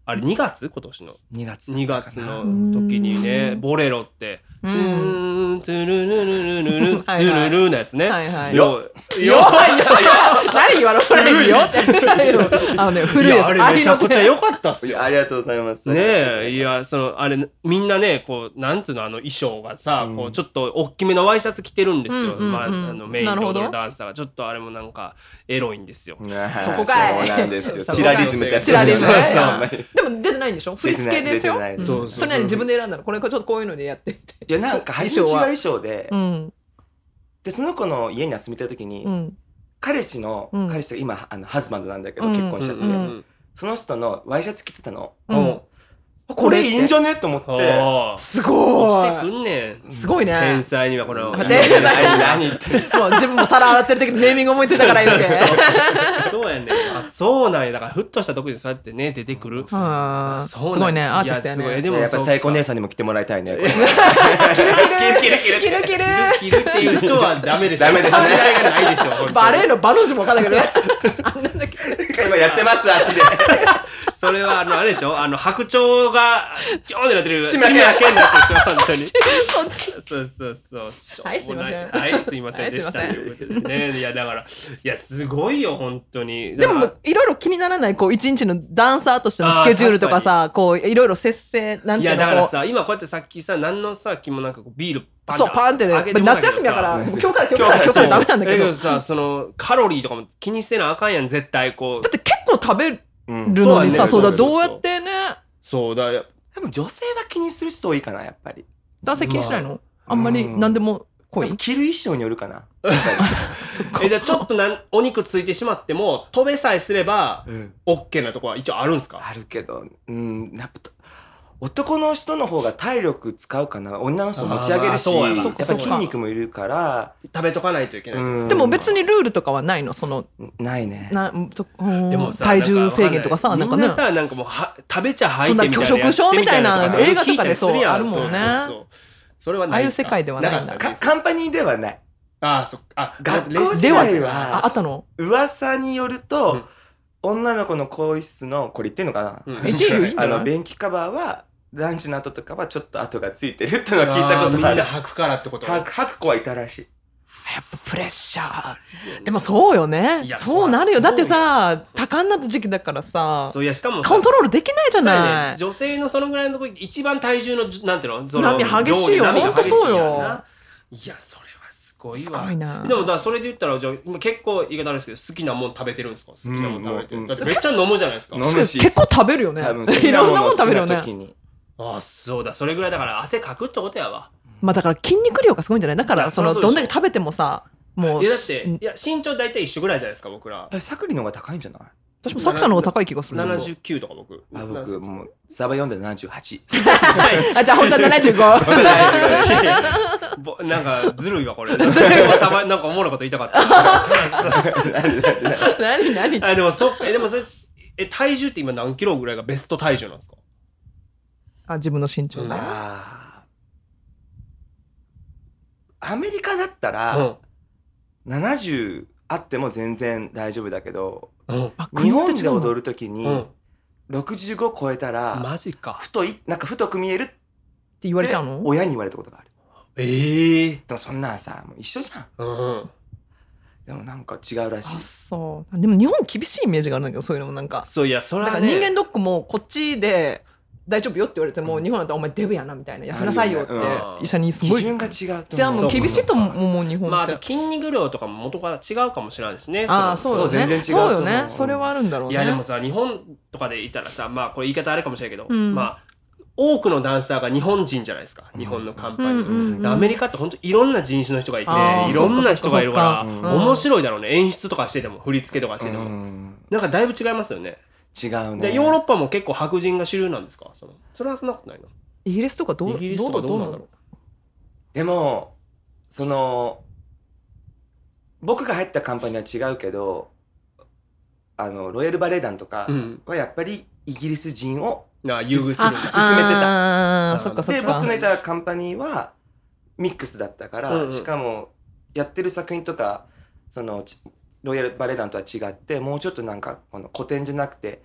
S1: あれ2月今年の
S3: 2月
S1: 2月の時にね「ボレロ」って「ト
S2: う
S1: ゥ
S2: ん
S1: ーントゥルルルルルルト
S2: はい
S1: ゥ
S2: はい
S1: ルルル」のやつね
S2: はいはい
S1: よ
S2: よいよ何言わ ないよって あのね古
S1: い
S2: いで
S1: や
S2: す
S1: あれめちゃくちゃ
S2: よ
S1: 良かったっす
S3: い
S1: よ
S3: やありがとうございます
S1: ねえいやそのあれみんなねこうなんつうのあの衣装がさ、
S3: うん
S1: こうちょっと大きめのワイシャツ着てるんですよ、
S2: うんうんうん
S1: まあ、あのメイン
S2: なる
S1: と
S2: ほど
S1: 踊るダンサーがちょっとあれもなんかエロいんですよ。
S3: そ
S2: そこかい
S3: そうなんですよ
S2: そこかい
S3: チラリズムってやつ
S2: チラリズム
S3: そう
S2: ね
S3: そう
S2: でも出てないんでしょ振り付けでしょ
S3: 出てない出て
S1: そ
S3: な
S1: う
S3: い
S1: そう
S2: それなりに自分で選んだのこれちょっとこういうのでやってって
S3: いやなんか配信
S2: 衣
S3: 違
S2: 装
S3: う
S2: は
S3: 衣装で
S2: うん
S3: でその子の家に遊びに行った時に、
S2: うん
S3: 彼氏の、
S2: うん
S3: 彼氏と今あのハズバンドなんだけど、
S2: うん
S3: 結婚しちゃって、
S1: うん
S2: う
S3: その人のワイシャツ着てたの、
S1: うんうん
S3: これいいんじゃねと思って
S1: あー
S2: すご
S1: 落ちてく
S2: い
S1: んねん
S2: すごいね
S1: 天才にはこの
S2: あ天才
S3: 何何言ってる
S2: もう自分も皿洗ってる時にネーミング思いついたから言うて
S1: そうそう そうやねんあそうなんやだからふっとした時にそうやってね出てくる
S2: はあす
S1: そうなん
S2: ごいねアーティストや
S1: いすごい
S2: ね
S1: でも
S3: やっぱり最高姉
S1: す
S3: さんにも着てもらいたいねこれ
S2: キルキルキル
S1: 着るっていう人はダメでしょ
S3: ダメですね
S1: 時代がないでしょ本当に
S2: バレエのバの字も分かんないけどね あんなんだけ
S3: 今やってます足で
S1: それはあのあれでしょあの白鳥がギョーンってなってる
S3: 志村けん
S1: 志けんのやつでしょ本当に
S2: そっち
S1: そうそうそう。しょ
S2: はいう
S1: もな
S2: すいませ
S1: はい、すいません
S2: んはい
S1: でした。
S2: すいません
S1: ということでね、いや、だから、いや、すごいよ、本当に。
S2: で
S1: だから
S2: も、いろいろ気にならない、こう、一日のダンサーとしてのスケジュールとかさ、こう、いろいろ節制、なん
S1: い
S2: てい
S1: や、
S2: う
S1: だか
S2: の、
S1: ら
S2: こ
S1: さ、今こうやってさっきさ、何のさ、気もなくこうビール
S2: う、
S1: パン
S2: そう、パンってね、
S1: 開けてもらった
S2: 夏
S1: けど
S2: 休みだ
S1: さ
S2: から、もう今日から今日か
S3: 今日
S2: ら
S3: から
S2: 今日からダメなん
S1: だ
S2: だけ
S1: け
S2: ど。だ
S1: どさ、その、カロリーとかも気にしてなあかんやん、絶対、こう
S2: っ。て結構食べる
S3: うんで
S2: のにさ、
S1: そ
S2: そうう
S1: だ
S2: だ、
S1: ね
S2: どうやってね、
S1: そうだ、よ
S3: も女性は気にする人多いかなやっぱり
S2: 男性気にしないのあんまり何でも濃
S3: やっ
S2: い
S3: ぱ。着る衣装によるかな
S2: そっか
S1: え、じゃあちょっとなん、お肉ついてしまっても、飛べさえすれば、オッケーなとこは一応あるんすか
S3: あるけどうんやっぱ男の人の方が体力使うかな女の人持ち上げるし
S1: あーまあそうや
S3: や
S1: な
S3: っぱ筋肉もいるから
S1: 食べとかないといけない。
S3: うん
S2: でも別にルールとかはないの、その、
S3: ないね
S2: なとうん
S1: でもさ
S2: 体重制限とかさ、
S1: な
S2: なんん
S1: か
S2: か
S1: みん
S2: ね
S1: な。さなんかもうは食べちゃ吐いてみたいな
S2: そんな拒食症みたいな
S1: やってみたいな
S2: 映画とかでそう
S1: 聞いたりするやん
S2: あるもん
S1: そう
S2: ね
S1: そうそれはない
S2: ああいう世界ではないんだ
S1: か
S3: か
S1: った
S3: カンパニーではない
S1: ああそっかあ
S3: 学
S1: レッ
S3: 校
S1: スン
S3: 時代
S2: あ
S3: は
S2: あったの
S3: 噂によると、女の子の更衣室のこれ言ってんのか
S1: う
S3: な、
S1: ん
S2: え、ディルいいんじ
S3: あ
S2: ゃな
S3: の
S2: い
S3: 便器カバーはランチの後とかはちょっと跡がついてるっていうのは聞い
S1: あ
S3: た
S1: あ
S3: こ
S1: みん
S3: とある
S1: な吐くからってこと
S3: は吐く子はいたらしい
S2: やっぱプレッシャー。でもそうよね
S1: いや。
S2: そうなるよ。
S1: そりゃそ
S2: だ
S1: うよ
S2: ってさ、多感な時期だからさ、
S1: そういやしかもさ
S2: コントロールできないじゃ
S1: そうや
S2: な
S1: ね
S2: い。
S1: 女性のそのぐらいのとこ一番体重のじなんていうのその
S2: 波激しいよ
S1: 上下波が激しい
S2: ほんとそうよ
S1: やんないやそれはすごい
S2: す
S1: わ
S2: ごいな
S1: で。もだからそれで言ったらじゃあ今結構言い方あれですけど好きなもん食べてるんですか好きなもん食べてる、
S3: うん
S1: だってめっちゃ飲むじゃないですか
S3: 飲む
S2: しかも結構食べるよね
S3: 多分。
S2: いろんなもん食べるよね。
S3: ね
S1: ああそうだそれぐらいだから汗かくってことやわ
S2: まあだから筋肉量がすごいんじゃないだか
S1: いや
S2: ら、その、
S1: そりゃそ
S2: ど
S1: うんで
S2: だ
S1: しょ
S2: け食べてもさ、もう、
S1: いやだって
S2: うん
S1: いや身長大体一緒ぐらいじゃないですか僕ら
S3: えさくりの方が高いんじゃない
S2: 私もサクちゃんの方が高い気がする。全部
S1: 79とか僕
S3: あ
S1: な
S3: 僕もうサバ読んで78
S2: あ、じゃあ本当は75。
S1: ぼなんかずるいわこれずるいわさばなんかおもろいこと言いたかったそうそう
S2: 何何
S1: あでもそっかえでもそれえ体重って今何キロぐらいがベスト体重なんですか
S2: あ、自分の身長
S1: うん
S2: ね。
S3: あーアメリカだった
S1: う
S3: ら
S1: ん
S3: 70あっても全然大丈夫だけど
S1: うん
S2: あ
S3: 日本で
S2: る
S3: 踊る時
S1: うん
S3: に65超えたら
S1: マジか
S3: 太いなんか太く見えるって
S2: って言われちゃうの
S3: 親に言われたことがある
S1: ええ
S3: でもそんなんさもう一緒じゃん
S1: うん
S3: でもなんか違うらしい
S2: あ、そう。でも日本厳しいイメージがあるんだけど、そういうのもなんか。
S1: そういやそれ
S2: だか
S1: は
S2: ら
S1: ね
S2: 人間ドックもこっちで大丈夫よって言われても、日本だとお前デブやなみたいな痩せなさいよって
S3: うん
S2: 医者にす
S3: 基
S2: ごい
S3: 準が違うと
S2: じゃあもう
S1: そう
S2: 厳しいと思う日本
S1: まあ
S2: っ
S1: あ
S2: て
S1: と。筋肉量とかも元から違うかもしれないしね
S2: ああ
S1: そ
S2: そうよ
S3: そう全
S2: ね
S3: 然違う
S2: そうよね
S3: そう
S2: それはあるんだろう
S1: い
S2: ね
S1: やでもさ日本とかでいたらさまあこれ言い方あれかもしれないけど、
S2: うん
S1: まあ多くのダンサーが日本人じゃないですか日本のカンパニー、
S2: うんうんうん
S1: アメリカって本当いろんな人種の人がいて
S2: あー
S1: いろんな人がいるから
S3: そっかそっか
S1: うん面白いだろうね演出とかしてても振り付けとかしてても、
S3: うん
S1: なんかだいぶ違いますよね
S3: 違うね
S1: でヨーロッパも結構白人が主流なんですかそのそれはそんなことないの
S2: イギリスとかどう
S1: イギリスとかどうなんだろう
S3: でもその僕が入ったカンパニーは違うけどあのロイヤルバレエ団とか
S1: うん
S3: はやっぱりイギリス人を、
S1: なあ優遇する
S2: あ
S1: んです
S3: 進めて
S2: た
S1: うん
S2: そっかそ
S3: で
S2: っ
S3: 僕
S2: か
S3: のいたカンパニーはミックスだったから、
S1: うんうん
S3: しかもやってる作品とかそのちロイヤルバレエ団とは違ってもうちょっとなんかこの古典じゃなくて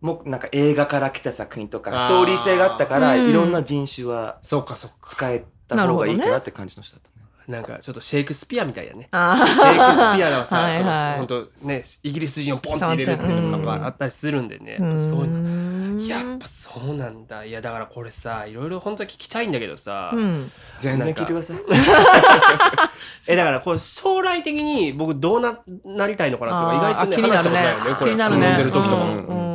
S3: もうなんか映画から来た作品とか
S1: あー
S3: ストーリー性があったから、
S2: うん
S3: いろんな人種は
S1: そうかそうか
S3: 使えた方がいい
S2: なるほ
S3: か
S2: ど
S3: なって感じの人だったね。
S1: なんかちょっとシェイクスピアみたいだね
S2: あ
S1: シェイクスピアはさ、
S2: はいはい
S1: その本当ね、イギリス人をポンって入れるっていうのとかがあったりするんでね、やっぱそういう
S2: う
S1: の。
S2: ん
S1: やっぱそうなんだ。いや、だからこれさ、いろいろ本当は聞きたいんだけどさ、
S2: うん
S3: 全
S1: なん
S3: 然
S1: か
S3: 聞いてください。
S1: え、だからこれ将来的に僕どうな、なりたいのかなとか、意外とね、
S2: あー気にな
S1: 話したこ
S2: る
S1: と
S2: ね
S1: ないよね、これ、
S2: 気に
S1: 質
S2: なる
S1: 問
S2: ね
S1: でる時とか
S3: も
S1: も。
S2: うんうん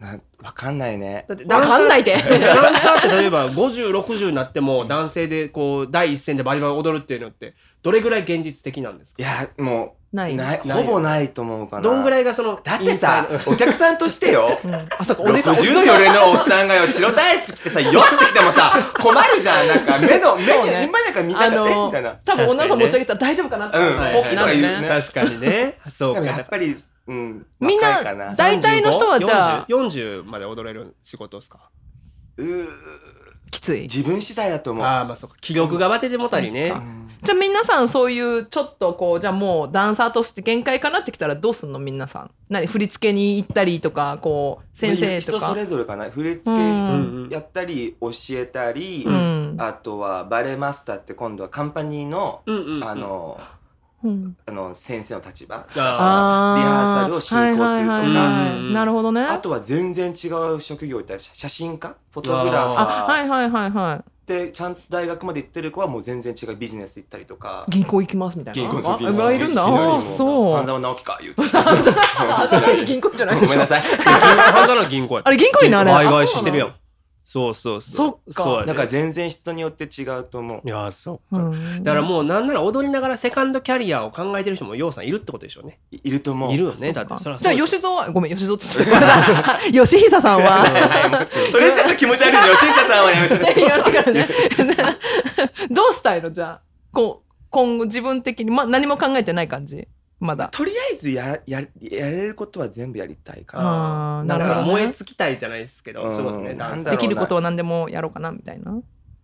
S3: なわかんないね。
S1: だって。
S2: わかんないいで
S1: ダンサーって例えば50、60になっても男性でこう第一線でバリバリ踊るっていうのってどれぐらい現実的なんです
S3: い
S1: か
S3: やも
S2: な
S3: う
S2: い
S3: ない
S1: ない
S3: ほぼないと思うかな。
S1: どんぐら
S3: い
S1: いがその
S3: だってさお客さんとしてよ。
S2: あ そっかおじさんおじ
S3: 60のよれのおっさんがよ白タイツ着てさ酔ってきて もさ困るじゃんなんか目の目
S2: そうね
S3: に今なんかみんなが えみたいな
S2: 多分女
S1: 確
S2: の子
S1: かにね
S2: 持ち上げたら大丈夫かなって
S3: うん
S1: はい
S3: ポッキーとか言う
S2: なる
S3: ね
S1: 確かにね。そう
S3: でも
S1: か
S3: やっぱりうん
S2: みんな
S3: 若いかな
S2: 大体の人はじゃあ
S1: 40 40まで踊れる仕事ですか
S3: うー
S2: きつい
S3: 自分次第だと思う
S1: ああまあそうか気力がバテてもたりね
S2: そうかじゃあ皆さんそういうちょっとこうじゃあもうダンサーとして限界かなってきたらどうすんの皆さん何振り付けに行ったりとかこう先生と
S3: 人そ
S2: か
S3: れぞれかな振り付
S2: うん
S1: うんうん
S3: けやったり教えたり
S2: うん
S3: あとはバレエマスターって今度はカンパニーの
S1: うんうんうん
S3: あの
S2: うん
S3: あの先生の立
S1: あ
S3: 場リハーサルを進行するとか
S2: はいはいはいはいなるほどね
S3: あとは全然違う職業いたり写真家フォトグラファ
S2: あ
S3: ー
S2: はいはいはいはい
S3: でちゃんと大学まで行ってる子はもう全然違うビジネス行ったりとか
S2: 銀行行きますみたいな
S3: 銀行
S2: あうわいるんだああそ
S3: 半
S2: う
S3: 沢直樹か 言うて
S2: あざわい銀行じゃない
S3: ご
S2: で
S3: め
S2: し
S3: ん
S2: ょ
S3: な さい
S1: あ本当の銀行や
S2: あれ銀行員なあれ
S1: 倍
S2: あ
S1: 返し
S2: そう
S1: し
S2: な
S1: て
S2: の
S1: るやんそうそうそう
S2: そっか
S1: そうやで
S3: なんか全然人によって違うと思う
S1: いやそっ
S2: う
S1: か
S2: ん
S1: だからもうなんなら踊りながらセカンドキャリアを考えてる人もようさんいるってことでしょうね
S3: いいると思う
S1: いるよねだってそりゃ
S2: じゃ
S1: そう
S2: あ
S1: でしょ
S2: 吉蔵はごめん吉蔵って言ってごめんなさ い吉久さんは
S3: それちょっと気持ち悪いよ審査さんはやめて
S2: 言わない からねどうしたいのじゃあこう今後自分的に、ま、何も考えてない感じまだ
S3: とりあえずやややれることは全部やりたいか
S1: あ
S3: ら
S1: ー
S2: あー
S1: だ
S2: な
S1: から
S2: るほど
S1: 燃え
S2: ね
S1: 尽きたいじゃないですけど
S3: うん
S1: そういうことね
S3: な
S1: ダ
S3: んだ
S1: ン
S3: ろ
S2: で
S3: う
S2: きることは何でもやろうかなみたいな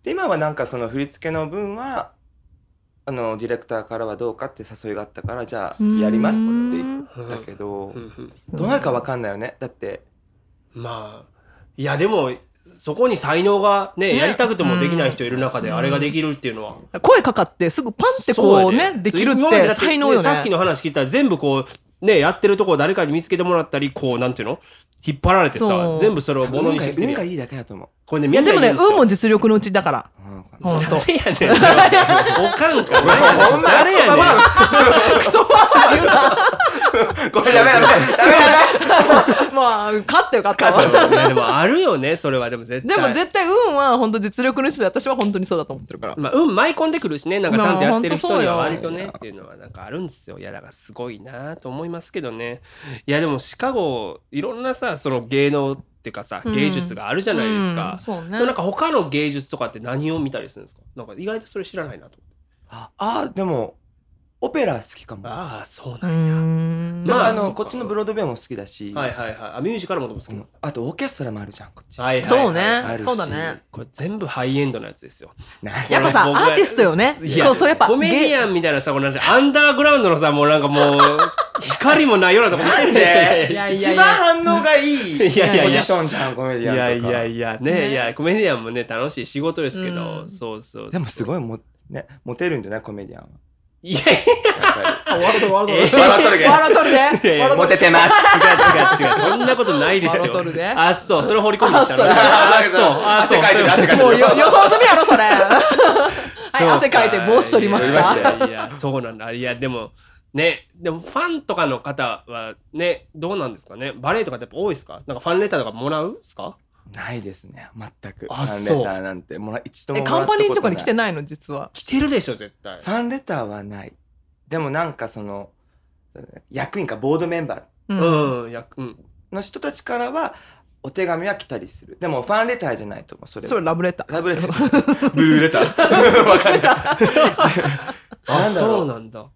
S3: で今はなんかその振り付けの分はあのディレクターからはどうかって誘いがあったからじゃあやりますって言っ
S1: スうん
S3: たけど
S1: うんうん
S3: どうなるかわかんないよねだって
S1: まあいやでもそこに才能がね
S2: ね
S1: やりたくてもできない人いる中で
S2: うん
S1: あれができるっていうのは
S2: 声かかってすぐパンってこうねできる
S1: 今ま
S2: っ
S1: で
S2: て
S1: だ
S2: 才能よね
S1: さっきの話聞いたら全部こうねやってるとこを誰かに見つけてもらったりこうなんていうの引っ張られて
S2: そ
S1: さ
S2: う
S1: 全部それをもの
S3: 運
S1: に
S3: が
S1: してってる
S3: 運
S1: や
S3: が
S1: ん
S3: いいだけだと思
S1: これね
S2: いやでもね運も
S1: じ
S2: 実力のうちだから
S3: ううん
S2: 本 当
S1: 誰やねんそれはおか んか
S3: ほんま
S1: 誰やねん
S2: クソは言うな
S3: これダメダメダメ
S2: まあ勝ってよかったわ
S1: いやでもあるよねそれはでも絶
S2: で
S1: 対
S2: も絶対運は本当実力のうちで私は本当にそうだと思ってるから
S1: まあ、運舞い込んでくるしねなんかちゃんとやってる人には
S2: まあ
S1: 割とねっていうのはなんかあるんですよいやだからすごいなと思いますけどねいやでもシカゴいろんなさその芸能っていうかさ
S2: うん
S1: 芸術があるじゃないですか、
S2: うんそうね
S1: でもなんか他の芸術とかって何を見たりするんですかなんか意外とそれ知らないなと思って
S3: ああでもオペラ好きかもで
S1: ああそう
S2: う
S1: なん
S2: ー
S1: や、
S2: ん
S1: ま
S3: も
S1: あそ
S3: あ
S1: っ
S3: の
S1: か
S3: こっちのブロードウェイも好きだし
S1: はいはいはいあミュージカルもでも好き
S3: う
S1: なん
S3: んあとオーケストラもあるじゃんこっち
S1: はいはいはい
S2: そうね
S3: あるし
S2: そうだね
S1: これ全部ハイエンドのやつですよ
S3: なん
S2: やっぱさ
S1: 僕が
S2: アーティストよね
S1: いや
S2: そうそうやっぱ
S1: コメディアンみたいなさこのなんてアンダーグラウンドのさもうなんかもう光もないようなとこ見て るん
S2: いや
S1: で
S2: いや
S3: 一
S2: いや
S3: 番反応がいいポジ
S1: い
S3: シ
S1: やいやいや
S3: ョンじゃんコメ
S1: い
S3: ディアンと
S1: や
S3: か
S1: いやいやね
S2: ね
S1: いやコメディアンもね楽しい仕事ですけど、
S2: うん
S1: そうそうそう
S3: でもすごいもねモテるんじゃないコメディアンはい
S1: やい
S3: やっ
S2: 笑っとる笑っとる
S3: 笑っとるけど
S2: 笑っとる
S1: いやい
S2: ね
S1: や
S3: ぱりモテて ます
S1: や違う違うそんなことないですよ
S2: 笑っとるで
S1: あそうそれ放り込んできたの
S3: あそう
S1: あそうあそう
S3: 汗かいてる汗かいてる
S2: もうよ予想済みやろそれはい
S1: そう
S2: 汗かいて帽子取りまし
S3: 取りま
S2: た
S3: した
S1: いやいやそうなんだいやでもねでもファンとかの方はねどうなんですかねバレエとかってやっぱ多いですかなんかファンレターとかもらうですか
S3: ないですね全くフ
S1: あ
S3: ァンレターなんてもら一度も
S2: え
S3: もら
S2: カ
S3: っ
S2: ン
S3: た
S2: パ
S3: ことな
S2: ニ
S3: い
S2: ーとかに来てないの実は
S1: 来てるでしょ絶対
S3: ファンレターはないでもなんかその役員かボードメンバー
S2: う
S1: うんいやうん
S3: の人たちからはお手紙は来たりするでもファンレターじゃないと思うそれは
S2: それラブレター
S3: ラブレター ブルーレター わ かんない
S1: あ
S3: なんだろう
S1: そうなんだ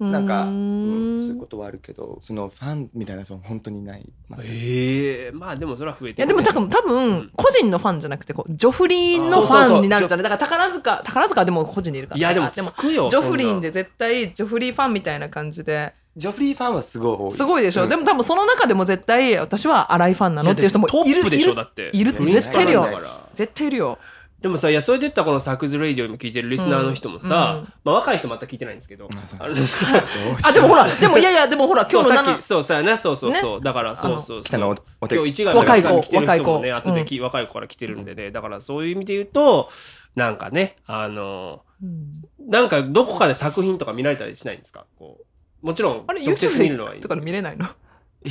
S3: なんか、
S2: うー
S3: うん、そういうんことはあるけどそのファンみたいなその本当にない、まあ
S1: ええまあでもそれは増え
S2: い
S1: て
S2: やでも多
S1: た
S2: 分多分個人のファンじゃなくてこうジョフリンのフ
S3: そうそうそ
S2: ァン
S3: う
S2: になるんじゃないだから宝塚宝塚はでも個人にいるから
S1: いやでも
S2: あでも
S1: つくよ
S2: ジョフリ
S1: そん
S2: ン
S1: な
S2: で絶対ジョフリーファンみたいな感じで
S3: ジョフリーファンはすごい多い
S2: すごいでしょ、
S3: うん
S2: でも多分その中でも絶対私は新井ファンなのっていう人も
S1: ト
S2: い
S1: ッ
S2: る
S1: プで
S2: い
S1: しょ
S2: る
S1: だって
S2: いる
S1: トップ
S3: 絶対いるよ
S1: だから
S2: 絶対いるよ
S1: でもさいやそれで言ったらこのサクズ・レイディオ今聞いてるリスナーの人もさ、
S2: うんうん
S1: まあ、若い人全く聞いてないんですけど、
S3: あそう
S1: あ
S3: で
S1: の
S3: す
S2: あでもほらでもいやいやでもほら
S1: そ
S2: 今
S1: う
S2: 日の
S1: さっ
S2: 7
S1: きそうさやなそうそうそう、だからそうそう
S3: 来
S1: そ
S3: た
S1: う
S3: のおお手
S1: 今日
S3: 紙
S1: 一眼の
S2: 若い子
S1: 来てる人もね
S2: 若い子
S1: 後でき、若い子から来てるんでねだからそういう意味で言うとなんかねあのなんかどこかで作品とか見られたりしないんですかこうもちろん
S2: あれ
S1: 直接見るの
S2: YouTube
S1: はい
S2: で
S1: い
S2: とかで見れないの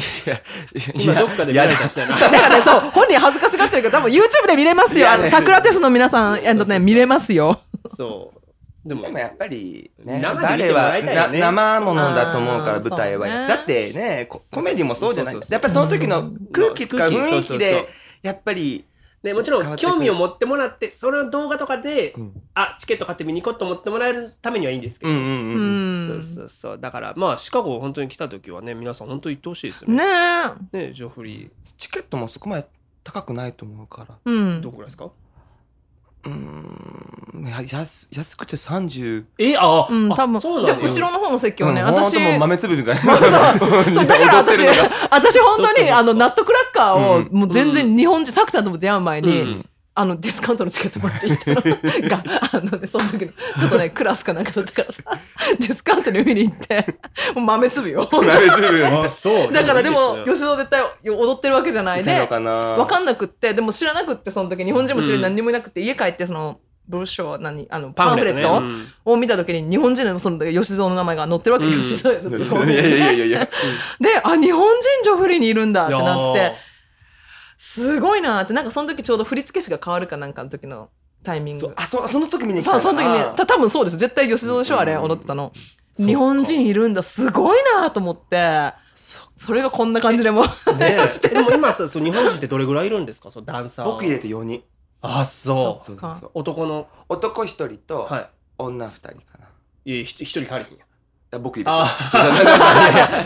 S3: い
S1: 今
S3: や
S1: どっかで見られたりしたら
S2: だからねそう本人恥ずかしがってるけど多分 YouTube で見れますよあの桜テスの皆さんえっとね見れますよ
S1: そうでも
S3: でもやっぱりね
S1: 生で見てもらいたいよね
S3: 誰はな生ものだと思うか
S2: あ
S3: ら
S2: ー
S3: 舞台は、
S2: そうね
S3: だってねココメディもそうじゃない
S1: そうそうそう
S3: やっぱりその時の空気とか
S1: うん
S3: 雰囲
S1: そうそう
S3: 気
S1: そう
S3: でやっぱり、
S1: ね、もちろん
S3: 変わってくる
S1: 興味を持ってもらってそれを動画とかで、
S3: うん、
S1: あチケット買って見に行こうと思ってもらえるためにはいいんですけ
S3: う
S1: ど、
S3: んうん
S2: う
S3: うん
S2: ん
S1: そうそうそうだからまあシカゴ本当に来た時はね皆さん本当に行ってほしいですよね
S2: ね
S1: ねジョフリ
S3: チケットもそこまで高くないと思うから
S2: えう
S1: ーど
S2: ん
S1: こぐらいですか
S3: うーんや安安くて30
S1: えあ、
S2: うん多分
S1: そうな
S2: で
S1: の
S2: 後ろの方の席をね、
S3: うんほん
S2: 私
S3: ともう豆粒 が
S2: そうそうだから私私本当
S1: そっかそっ
S2: に
S1: か
S2: あのナットクラッカーを、
S3: う
S2: もう全然日本人さくちゃんとも出会う前に、
S1: うん
S2: あのディスカウントのチケットもらって行ったらがあの、ね、その時のちょっとね クラスかなんかだったからさディスカウントに見に行ってもう豆粒 よ
S3: 豆粒が
S1: あそう
S2: だからでも
S1: いいすね
S2: 吉野絶対踊ってるわけじゃないい
S3: たの
S2: で
S3: かな
S2: わかんなくってでも知らなくってその時日本人も知
S1: う
S2: り
S1: ん
S2: 何にもいなくて家帰ってその文章何あの
S1: パ
S2: パ
S1: ンフ
S2: ンフ
S1: レッ
S2: レッ
S1: ト
S2: ト、
S1: ね
S2: を見た時に日本人のその吉蔵の名前が載ってるわけ、
S1: うん
S2: 吉蔵や
S3: いやいやいやいや
S2: であ日本人ジョフリーにいるんだって
S1: うん
S2: なっ
S1: いや
S2: てすごいなってなんかその時ちょうど振付師が変わるかなんかの時のタイミング
S3: そうあそその時見に来た
S2: そうその時
S3: あ
S2: ね
S3: ー
S2: た多分そうです絶対吉蔵でしょあれ
S3: うん
S2: 踊ってたの
S1: っか
S2: 日本人いるんだすごいなと思ってそれがこんな感じでもう
S1: ー ねえでも今さそう日本人ってどれぐらいいるんですかそうダンサー
S3: 僕入れて4人
S1: あそう
S2: そっか
S3: そう
S1: 男の
S3: 男1人と
S1: は
S3: 女2人かない
S1: いいやひと一人借りひんや
S3: や僕入れて
S1: あ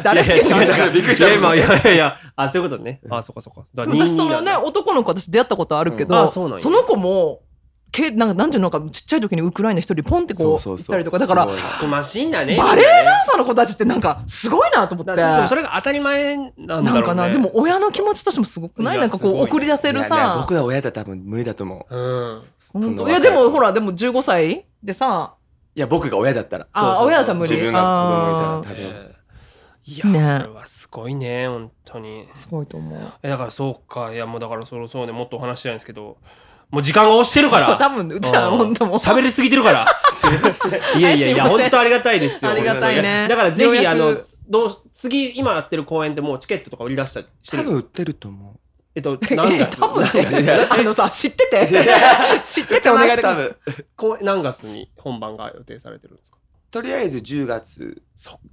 S2: 誰好きじゃない
S3: いやいやびっくりした
S1: いやまあいやいやいやあそういうことねあそうかそうかだから
S2: 私そ
S1: 人間
S2: のね
S1: なんだ
S2: 男の子私出会ったことあるけ
S1: うん
S2: ど、
S1: あそうなんや
S2: その子もけなんかなんていうのかちっちゃい時にウクライナ一人でポンってこう行ったりとかだから
S3: すごい
S1: たくましいんだね
S2: バレエ
S1: だ
S2: ダンサーの子たちってなんかすごいなと思っ
S1: だ
S2: て。
S1: からでもそれが当たり前なんだろうね
S2: なんかな、でも親の気持ちとしてもすごくない
S1: いや
S2: なんかこ
S1: すごいうね
S2: 送り出せる
S3: いやいや
S2: さ
S3: 僕。ら親だったら多分無理だと思う
S1: うん
S2: 本
S3: そんな
S2: 当
S3: 若
S2: い
S3: い
S2: やでもほら、でも15歳でさ、
S3: いや僕が親だったら
S1: そう
S2: あ、
S1: そう
S2: 親だったら無
S3: 自
S2: 理。
S3: 分
S2: ああ
S3: が子供いたら多分
S1: い
S2: ね
S1: やこれはすごいね本当に
S2: ーすごいと思う。
S1: えだからそうかいやもうだからそろそろねもっとお話ししたいんですけどもう時間が押してるか
S2: そう、多
S1: ら
S2: 分、うちら
S1: うん
S2: 本当もう。
S1: 喋りすぎてるから いやいやいや
S2: はいすいませ
S1: 本
S2: ん
S1: 当ありがたいですよ
S2: ありがたいね。
S1: だからぜ
S2: よう
S1: ひ
S2: や
S1: あ
S2: く
S1: のどう次今やってる公演ってもうチケットとか売り出したりしてる
S3: 多
S1: んで
S3: 分売
S1: す
S3: っ
S1: か
S3: てると思う
S1: えっと何月
S2: 多分ね、あのさ、知ってて、 知っててお願いだ
S3: 多
S2: から
S3: 分
S1: 公演何月に本番が予定されてるんですか
S3: とりあえず10月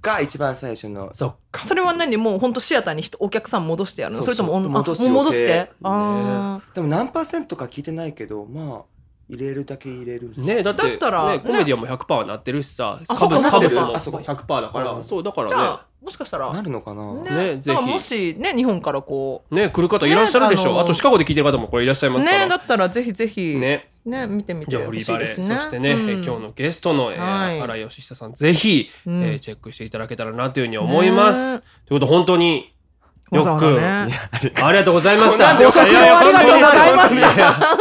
S3: が一番最初の
S1: そっか
S2: それは何もう本当シアターに人お客さん戻してやるの
S3: そう
S2: そ
S3: そう
S2: れともオンあもう
S3: 戻す予定
S2: 戻し
S3: ね
S2: て。あ
S3: でも何パーセントか聞いてないけどまあ入れるだけ入れる
S1: ねだって
S2: だったら
S1: ね、コメディアンも100%はなってるしさ、
S2: あ
S1: カブ
S2: そっか
S1: カブス
S2: なって
S1: も
S2: る
S3: あそっか
S1: 100%だから、
S3: うん
S1: そうだか
S2: あ。
S1: ら
S2: じ
S1: ね
S2: ゃあ、もしかしたら
S3: な。るのかな、
S1: ね
S2: ね、
S1: ぜ
S2: だ
S1: ひ
S2: からもしね、日本からこう。
S1: ね来る方いらっしゃるでしょう、
S2: ねあの
S1: あとシカゴで聞いてる方もこれいらっしゃいますか
S2: ね
S1: ら
S2: だったらぜひぜひね
S1: ね
S2: 見てみ
S1: じ
S2: て
S1: ゃあフ
S2: ほ
S1: リ
S2: し
S1: ーバ
S2: い
S1: レ
S2: で
S1: ー、
S2: す
S1: そ
S2: ね。
S1: してね、
S2: うん
S1: えー今日のゲストの、えー
S2: はい
S1: 新井義久さんぜひ、
S2: うん
S1: えーチェックしていただけたらなというふうに思います。ということで本当によ
S2: わ
S1: く
S2: ざわざね
S1: ありがとうございました。
S2: ご足労ありがとうございました
S1: やや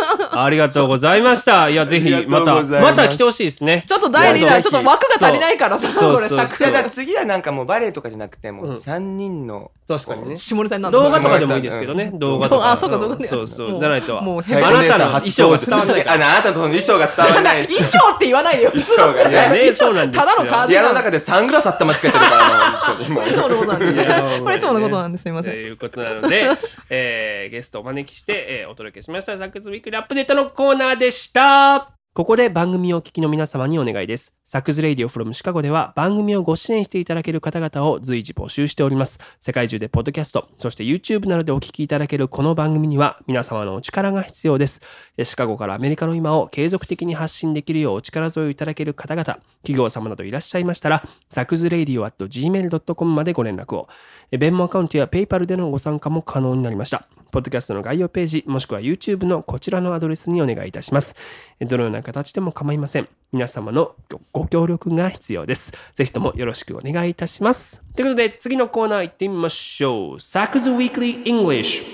S1: ありがとうございました。いや、ぜひ、
S3: ありが
S1: ま
S3: とう
S1: た、
S3: ございます
S1: また来てほしいですね。
S4: ちょっと第二
S1: いや
S4: 弾ちょっと枠が足りないからさ
S1: そう
S4: これ
S1: そうそう
S4: 尺
S3: じゃあだから次はなんかもうバレエとかじゃなくてもううん3人の
S1: 確かにね。
S4: 下ネタになる
S1: 動画とかでもいいですけどね。動画とか。
S4: あそうか動画ね
S1: そうそ
S4: も
S1: う。
S4: う
S1: じゃないと。あ
S4: もう
S1: な
S4: 変
S1: た
S4: な
S1: の衣装が伝わら ないから。
S3: あなたとの衣装が伝わら ない
S4: 衣装って言わないでよ
S3: 衣装が
S1: いや
S3: ね
S1: ね、そうなんですよ。
S4: ただのカー
S3: 部屋の中でサングラス頭つけてるからな本
S4: いつ
S3: 当
S4: も
S3: に
S4: のことなんで
S1: いや
S4: これいつものことなんですすいませ
S1: と
S4: ん
S1: いうことなので、 えーゲストをお招きして、えーお届けしました「ザックスウィークリーアップデート」のコーナーでしたここで番組をお聞きの皆様にお願いです。サクズレイディオフロムシカゴでは番組をご支援していただける方々を随時募集しております。世界中でポッドキャスト、そして YouTube などでお聞きいただけるこの番組には皆様のお力が必要です。えシカゴからアメリカの今を継続的に発信できるようお力添えをいただける方々、企業様などいらっしゃいましたら、サクズレイディオ at gmail.com までご連絡を。えベンモアカウントや PayPal でのご参加も可能になりました。ポッドキャストの概要ページ、もしくは YouTube のこちらのアドレスにお願いいたします。えどのような形でも構いません。皆様のごご協力が必要です。ぜひともよろしくお願いいたします。ということで、次のコーナー行ってみましょう。サクズ Weekly English。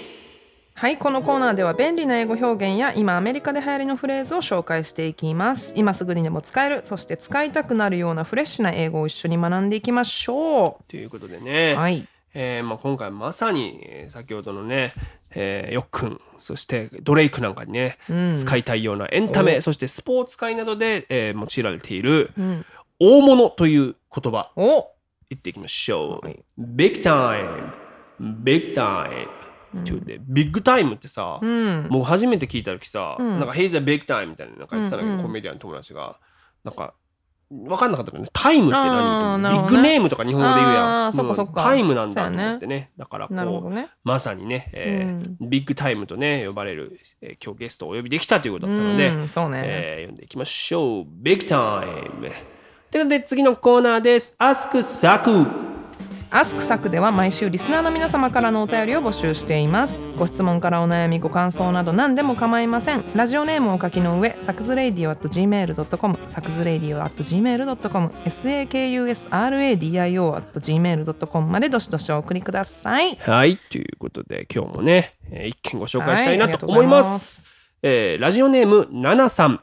S2: はい、このコーナーでは便利な英語表現や今アメリカで流行りのフレーズを紹介していきます。今すぐにでも使える、そして使いたくなるようなフレッシュな英語を一緒に学んでいきましょ
S1: ということでね、
S2: う。はい。
S1: えーまあ、今回まさにえー先ほどのね、えーよっくんそしてドレイクなんかにね、
S2: うん
S1: 使いたいようなエンタメそしてスポーツ界などで、えー用いられている
S2: うん、
S1: 「大物」という言葉
S2: お、
S1: 言っていきましょう。
S2: はい
S1: big time big time、ということでビッグタイムってさ、
S2: うん、
S1: もう初めて聞いた時さ、
S2: うん
S1: なんか「He's a big time」みたいななんか言ってたんだけど、
S2: うんうん
S1: コメディアンの友達がなんか分かんなかったのねタイムって
S2: あー
S1: 何、
S2: な
S1: ビ
S2: るほ
S1: ッ
S2: どね
S1: グネームとか日本語で言うやん
S2: あーそっかそっか
S1: タイムなん
S2: そう
S1: だ
S2: や
S1: と
S2: ね
S1: 思ってねだからこ
S2: なるほど
S1: う、
S2: ね。
S1: まさにね、えービッグタイムとね呼ばれる、えー今日ゲストをお呼びできたということだったので、
S2: うん、そうね。
S1: えー読んでいきましょうビッグタイムということで次のコーナーです「Ask サク」
S2: アスクサクでは毎週リスナーの皆様からのお便りを募集していますご質問からお悩みご感想など何でも構いませんラジオネームをお書きの上サクズレイディオ at gmail.com サクズレイディオ at gmail.com sakusradio at gmail.com までどしどしお送りください
S1: はい、ということで今日もね、えー一件ご紹介したいな
S2: はい
S1: と思います。
S2: ありがとうございます
S1: えーラジオネームナナさん、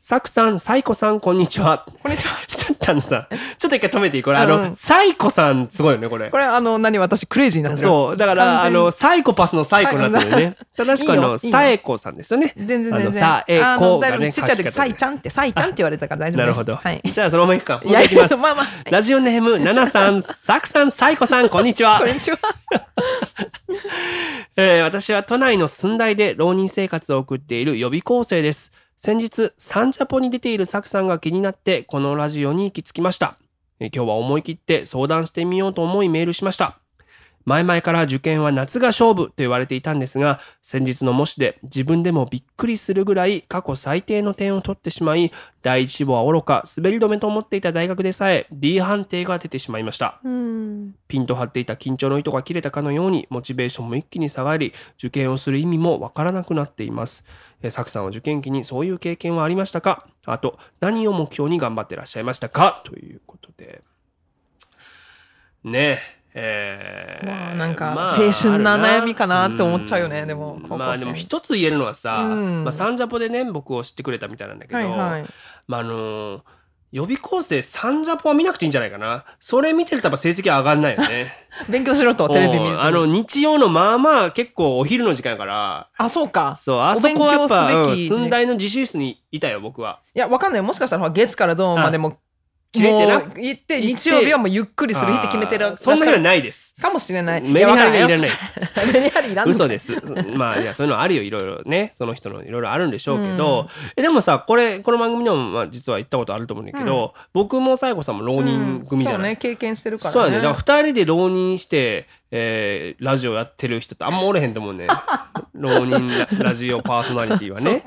S1: サクさん、サイコさん、こんにちは。
S2: こんにちは
S1: ちょっとあのさ、ちょっと一回止めていいこれあの、
S2: うん
S1: サイコさんすごいよねこれ。
S2: これあの何私クレイジーになってる
S1: そうだからあ
S2: 完全に
S1: のサイコパスのサイコになってる よね。正しくあの
S2: いいよ
S1: サエコさんですよね。
S2: 全然
S1: あ
S2: 全
S1: の
S2: 然
S1: サエ
S2: あ
S1: コ
S2: のだ
S1: が
S2: いぶ
S1: ね
S2: ちっちゃい時
S1: 書
S2: サ
S1: き
S2: イ
S1: 方
S2: ちゃんってサイちゃんって言われたから大丈
S1: な
S2: 夫
S1: る
S2: で
S1: ほ
S2: す
S1: ど。
S2: はい
S1: じゃあそのままいくか。
S2: いやい
S1: きます
S2: や。まあまあはい
S1: ラジオネームナナさん、サクさん、サイコさん、こんにちは
S2: こ。んにちは
S1: えー私は都内の寸大で浪人生活を送っている予備校生です。先日、サンジャポに出ているサクさんが気になって、このラジオに行き着きました。えー今日は思い切って相談してみようと思いメールしました。前々から受験は夏が勝負と言われていたんですが、先日の模試で自分でもびっくりするぐらい過去最低の点を取ってしまい、第一志望はおろか、滑り止めと思っていた大学でさえ D 判定が出てしまいました。
S2: うん
S1: ピンと張っていた緊張の糸が切れたかのようにモチベーションも一気に下がり受験をする意味もわからなくなっていますえーサクさんは受験期にそういう経験はありましたかあと何を目標に頑張ってらっしゃいましたかということでねええー
S2: まあなんか
S1: まあ
S4: 青春な悩みかな
S1: ある
S4: って思っちゃうよねでも高校生
S1: まあでも一つ言えるのはさ、
S2: うん
S1: まあ、サンジャポでね僕を知ってくれたみたいなんだけど、
S2: はいはい
S1: まああのー予備校生サンジャポは見なくていいんじゃないかなそれ見てるとやっぱ成績上がんないよね
S2: 勉強しろとテレビ見ず
S1: うん
S2: に
S1: あの日曜のまあまあ結構お昼の時間やから
S2: あそうか
S1: そうあそこはやっぱ
S2: お勉強
S1: う
S2: すべ
S1: ん
S2: き
S1: 寸大の自習室にいたよ僕はい
S2: や、わかんない。もしかしたらほら月から土までも、
S1: 切れてな
S2: もう行って、
S1: 行って
S2: 日曜日はもうゆっくりする日って決めて
S1: あー
S2: る。
S1: そんな日は
S2: らっし
S1: ないです
S2: ゃるかもしれない。
S1: メリハリがいら
S2: い
S1: ないで す
S2: や。わからんよメリハリいらんの
S1: 嘘ですまあいやそういうのあるよいろいろねその人のいろいろあるんでしょうけど、えでもさこれこの番組でもまあ実は言ったことあると思うんだけど、僕も西郷さんも浪人組じゃ
S2: うんそう
S1: ない、
S2: ね、経験してるからね。
S1: そうやね。だから二人で浪人して、えーラジオやってる人ってあんまおれへんと思う ね。浪人ララジオパーソナリティはね。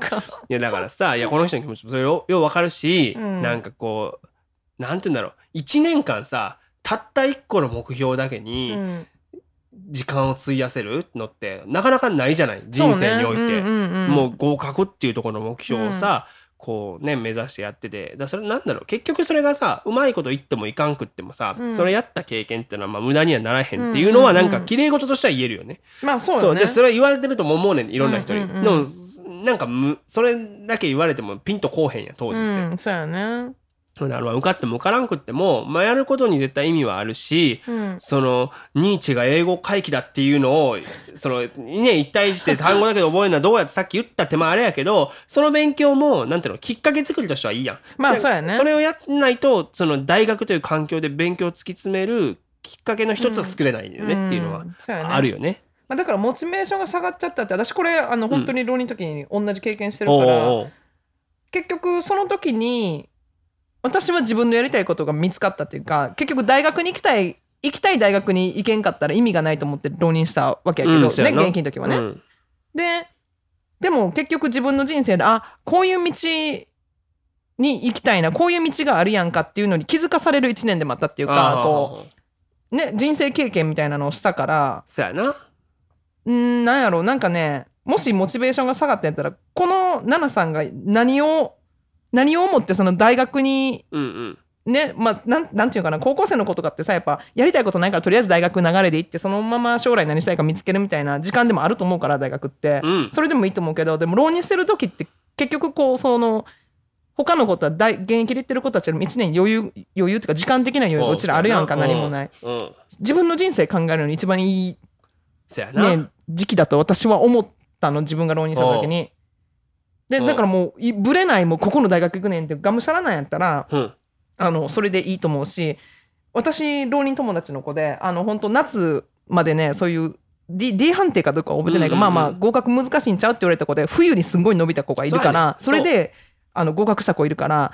S1: いや、だからさ、いや、この人の気持ちもそれよ、ようわかるし、
S2: うん
S1: なんかこう、なんて言うんだろう。一年間さ、たった一個の目標だけ
S2: う
S1: に
S2: ん
S1: 時間を費やせるのって、なかなかないじゃない人生において。
S2: そうねうんうんうん
S1: もう合格っていうところの目標をさ、こうね目指してやっててだからそれなんだろう結局それがさうまいこと言ってもいかんくってもさ、
S2: うん
S1: それやった経験っていうのはまあ無駄にはならへんっていうのは
S2: うんう
S1: な
S2: んうんん
S1: か綺麗事としては言えるよね。
S2: まあそう
S1: そ
S2: よ
S1: う
S2: ね。
S1: でそれは言われてるとも思うねんいろんな人に。
S2: うんうんうん
S1: でもなんかむそれだけ言われてもピンとこうへんや当時って、
S2: うんそうやね
S1: だからまあ受かっても受からんくっても、まあ、やることに絶対意味はあるし
S2: うん
S1: そのニーチェが英語回帰だっていうのをそのね一対一で単語だけど覚えるのはどうやってさっき言った手間あれやけどその勉強もなんていうのきっかけ作りとしてはいいやん。
S2: まあ
S1: で
S2: そうやね
S1: それをやんないとその大学という環境で勉強を突き詰めるきっかけの一つは作れないよねっていうのは
S2: んそうやね
S1: あるよね。
S2: まあ、だからモチベーションが下がっちゃったって私これあの本当に浪人の時に同じ経験してる
S1: お
S2: か
S1: う
S2: ら、
S1: おうおう
S2: 結局その時に私は自分のやりたいことが見つかったっていうか結局大学に行きたい行きたい大学に行けんかったら意味がないと思って浪人したわけやけど、
S1: うんそう
S2: ね
S1: やな
S2: 現役の時はね。
S1: うん
S2: ででも結局自分の人生であこういう道に行きたいなこういう道があるやんかっていうのに気づかされる1年でもあったっていう
S1: あ
S2: か
S1: あ
S2: こう、ね、人生経験みたいなのをしたから
S1: そうやな。
S2: うーんなんやろうなんかねもしモチベーションが下がったんやったらこの奈々さんが何を何を思ってその大学に
S1: うんうん。
S2: ねまあなんなんていうかな高校生の子とかってさやっぱやりたいことないからとりあえず大学流れで行ってそのまま将来何したいか見つけるみたいな時間でもあると思うから大学って
S1: うん。
S2: それでもいいと思うけどでも浪人してる時って結局こうその他のことは大現役で行ってる子たちよりも1年余裕余裕っていうか時間的な余裕がうちらあるやんか
S1: そうや
S2: 何
S1: な
S2: もない
S1: うん。
S2: 自分の人生考えるのに一番いい
S1: そうやな。
S2: ね、時期だと私は思ったの自分が浪人した時に。で
S1: うん
S2: だからもういぶれないもうここの大学行くねんってがむしゃらなんやったら
S1: うん。
S2: あのそれでいいと思うし私浪人友達の子であの本当夏までねそういう D, D 判定かどうかは覚えてないけど、
S1: うんうんうん
S2: まあまあ合格難しいんちゃうって言われた子で冬にすんごい伸びた子がいるからそ,、
S1: そうやね
S2: れであの合格した子いるから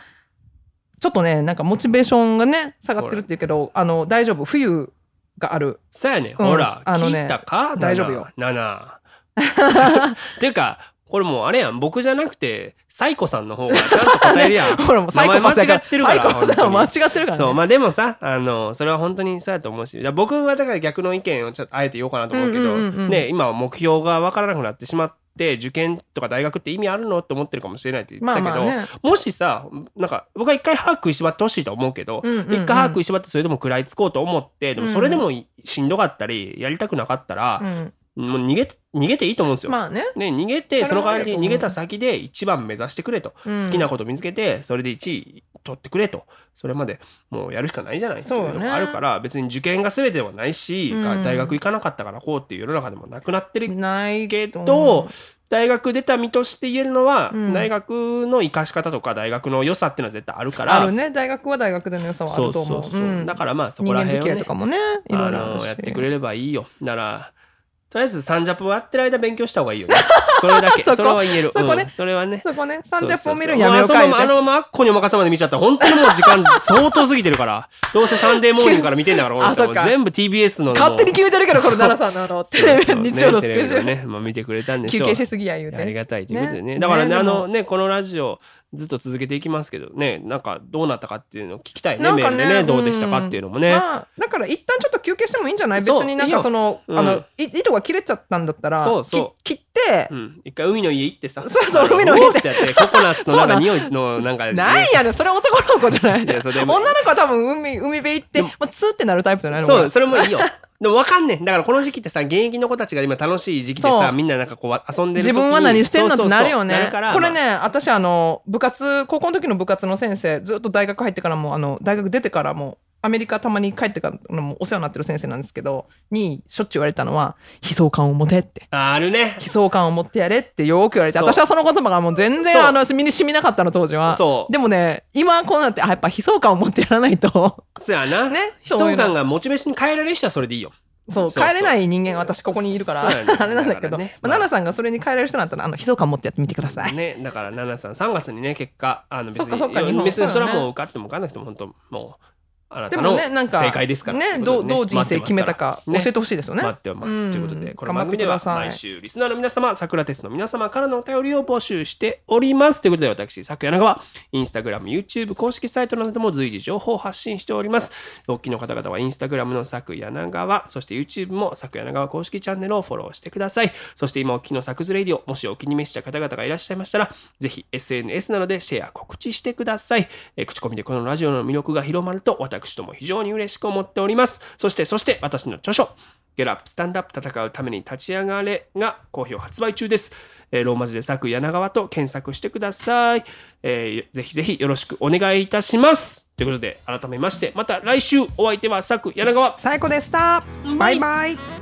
S2: ちょっとねなんかモチベーションがね下がってるっていうけどあの大丈夫冬がある
S1: そうやね。
S2: うん
S1: ほら、
S2: あのね
S1: 聞いたか
S2: 大丈夫よ。
S1: ナ ナ。っていうか、これもうあれやん。僕じゃなくて、サイコさんの方がちゃんと答える やん。
S2: ほらもうサイコパスやから
S1: 名前間違ってるから
S2: サイコパスやから間違
S1: 本
S2: ってるから、ね、
S1: そうまあでもさあのそれは本当にそうやと思うしいや僕はだから逆の意見をちょっとあえて言おうかなと思うけど、
S2: うんうんうんうん
S1: ね今は目標が分からなくなってしまって受験とか大学って意味あるのって思ってるかもしれないって言って
S2: ま
S1: たけ
S2: あ
S1: ど、
S2: まあね
S1: もしさなんか僕は一回歯食いしばってほしいと思うけど、
S2: うんうんうん
S1: 一回歯食いしばってそれでも食らいつこうと思ってでもそれでもいしんどかったりやりたくなかったら、もう逃げ逃げていいと思うんですよ。
S2: まあね
S1: ね、逃げて
S2: そ
S1: そ
S2: れ
S1: の
S2: はあ
S1: 代わ
S2: りだと
S1: り
S2: 思う
S1: に逃げた先で一番目指してくれと、
S2: うん
S1: 好きなこと見つけてそれで1位取ってくれとそれまでもうやるしかないじゃないって
S2: そう
S1: い
S2: よね
S1: うのがあるから別に受験が全てではないし、
S2: うん
S1: が大学行かなかったからこうっていう世の中でもなくなってる
S2: ない
S1: け
S2: と
S1: ど大学出た身として言えるのは、
S2: うん
S1: 大学の生かし方とか大学の良さっていうのは絶対あるから
S2: あるね大学は大学での良さはあ
S1: そ
S2: る
S1: う
S2: と
S1: そう
S2: 思う
S1: そう、
S2: うん
S1: だからまあそこら
S2: 人間
S1: 辺
S2: 付き
S1: を
S2: 合い
S1: ね
S2: とかもねいろ
S1: あ
S2: いろあるし
S1: のやってくれればいいよならとりあえずサンジャポをやってる間勉強した方がいいよねそれだけ
S2: そ
S1: そ
S2: こ
S1: れは言える
S2: そこね
S1: うんそれはね
S2: そこね
S1: サ
S2: 三
S1: ンジ
S2: ジャ
S1: ャ
S2: ップ
S1: ポ
S2: を見るんやめよう
S1: その
S2: かい
S1: ままあのままアッコにお任せまで見ちゃったら本当にもう時間 相当過ぎてるからどうせサンデーモーニングから見てんだから俺
S2: あそっか
S1: 全部 TBS の
S2: 勝手に決めてるけどこの奈良さんのあのテレ
S1: そう
S2: ビ
S1: そうね
S2: 日曜のスケジュー
S1: テレビの
S2: ル、
S1: ね、まあ、見てくれたんでしょ
S2: 休
S1: う
S2: 憩しすぎや言う
S1: あり
S2: て
S1: がたいということでね
S2: ね
S1: だからね
S2: ね
S1: あ
S2: でも
S1: のねこのラジオずっと続けていきますけどねなんかどうなったかっていうのを聞きたいね
S2: なん
S1: メ
S2: か
S1: ー
S2: ね
S1: ルでねどうでしたかっていうのもね、
S2: まあ、だから一旦ちょっと休憩してもいいんじゃない別
S1: そう
S2: になん
S1: いい
S2: か
S1: よ
S2: その
S1: うん
S2: あのい糸が切れちゃったんだったら
S1: そうそう
S2: き切って
S1: う、ん、一回海の家行ってさ
S2: そうそう
S1: あの
S2: 海の家
S1: うってやってココナッツのなんか
S2: そう
S1: 匂いのなんか、
S2: なんやねんそれ男の子じゃない
S1: いやそれでも
S2: 女の子は多分海海辺行って
S1: で
S2: も
S1: も
S2: うツーってなるタイプじゃないのか
S1: そう
S2: な
S1: それもいいよ でもわかんねんだからこの時期ってさ現役の子たちが今楽しい時期で
S2: そ
S1: さ
S2: う
S1: みんななんかこう遊んでる時
S2: 自
S1: に
S2: 分は何してんのっ
S1: そ
S2: て
S1: うそうそ
S2: な
S1: う
S2: るよね
S1: なるから
S2: これね、私あの部活高校の時の部活の先生ずっと大学入ってからもあの大学出てからもアメリカたまに帰ってからもお世話になってる先生なんですけどにしょっちゅう言われたのは「悲壮感を持て」って。
S1: まあ、あるね
S2: 悲壮感を持ってやれってよく言われて
S1: そう
S2: 私はその言葉がもう全
S1: そ
S2: 然
S1: う
S2: あの身に染みなかったの当時は
S1: そう
S2: でもね今こうなってあやっぱ悲壮感を持ってやらないと
S1: そうやな
S2: ね
S1: 悲壮感がモチベーションに変えられる人はそれでいいよ
S2: そう
S1: そうそう
S2: 帰れない人間が私ここにいるから、
S1: そうやね
S2: あれなんだ
S1: だ
S2: け
S1: から
S2: ど
S1: ね
S2: まあ、奈々さんがそれに帰れる人なんだったらあの悲壮感を持ってやってみてください。
S1: ねだから奈々さん3月にね結果あの別
S2: そっかそっか日
S1: に
S2: 本
S1: 別に
S2: そ
S1: そうれ
S2: だね
S1: はもう受かっても受かんなくても本当もうあな
S2: で
S1: た
S2: も
S1: の
S2: ね、なんか
S1: 正解ですから
S2: ね、どうどう人生決めたか教
S1: ね
S2: えてほしいですよね。
S1: 待ってます、
S2: うん
S1: ということでこの
S2: 頑張
S1: 番
S2: って
S1: 組
S2: く
S1: で
S2: だ
S1: は
S2: さい
S1: 毎週リスナーの皆様桜鉄の皆様からのお便りを募集しておりますということで私桜柳川インスタグラム YouTube 公式サイトなどでも随時情報を発信しておりますおっきの方々はインスタグラムの作柳川そして YouTube も作柳川公式チャンネルをフォローしてくださいそして今お聞きの作図レディオもしお気に召した方々がいらっしゃいましたらぜひ SNS などでシェア告知してくださいえー口コミでこのラジオの魅力が広まると私ども非常に嬉しく思っておりますそしてそして私の著書ゲラップ、スタンダップ、戦うために立ち上がれが好評発売中です。えーローマ字で作柳川と検索してください、えーぜひぜひよろしくお願いいたしますということで改めましてまた来週お相手は作柳川
S2: 最高でしたバイバイ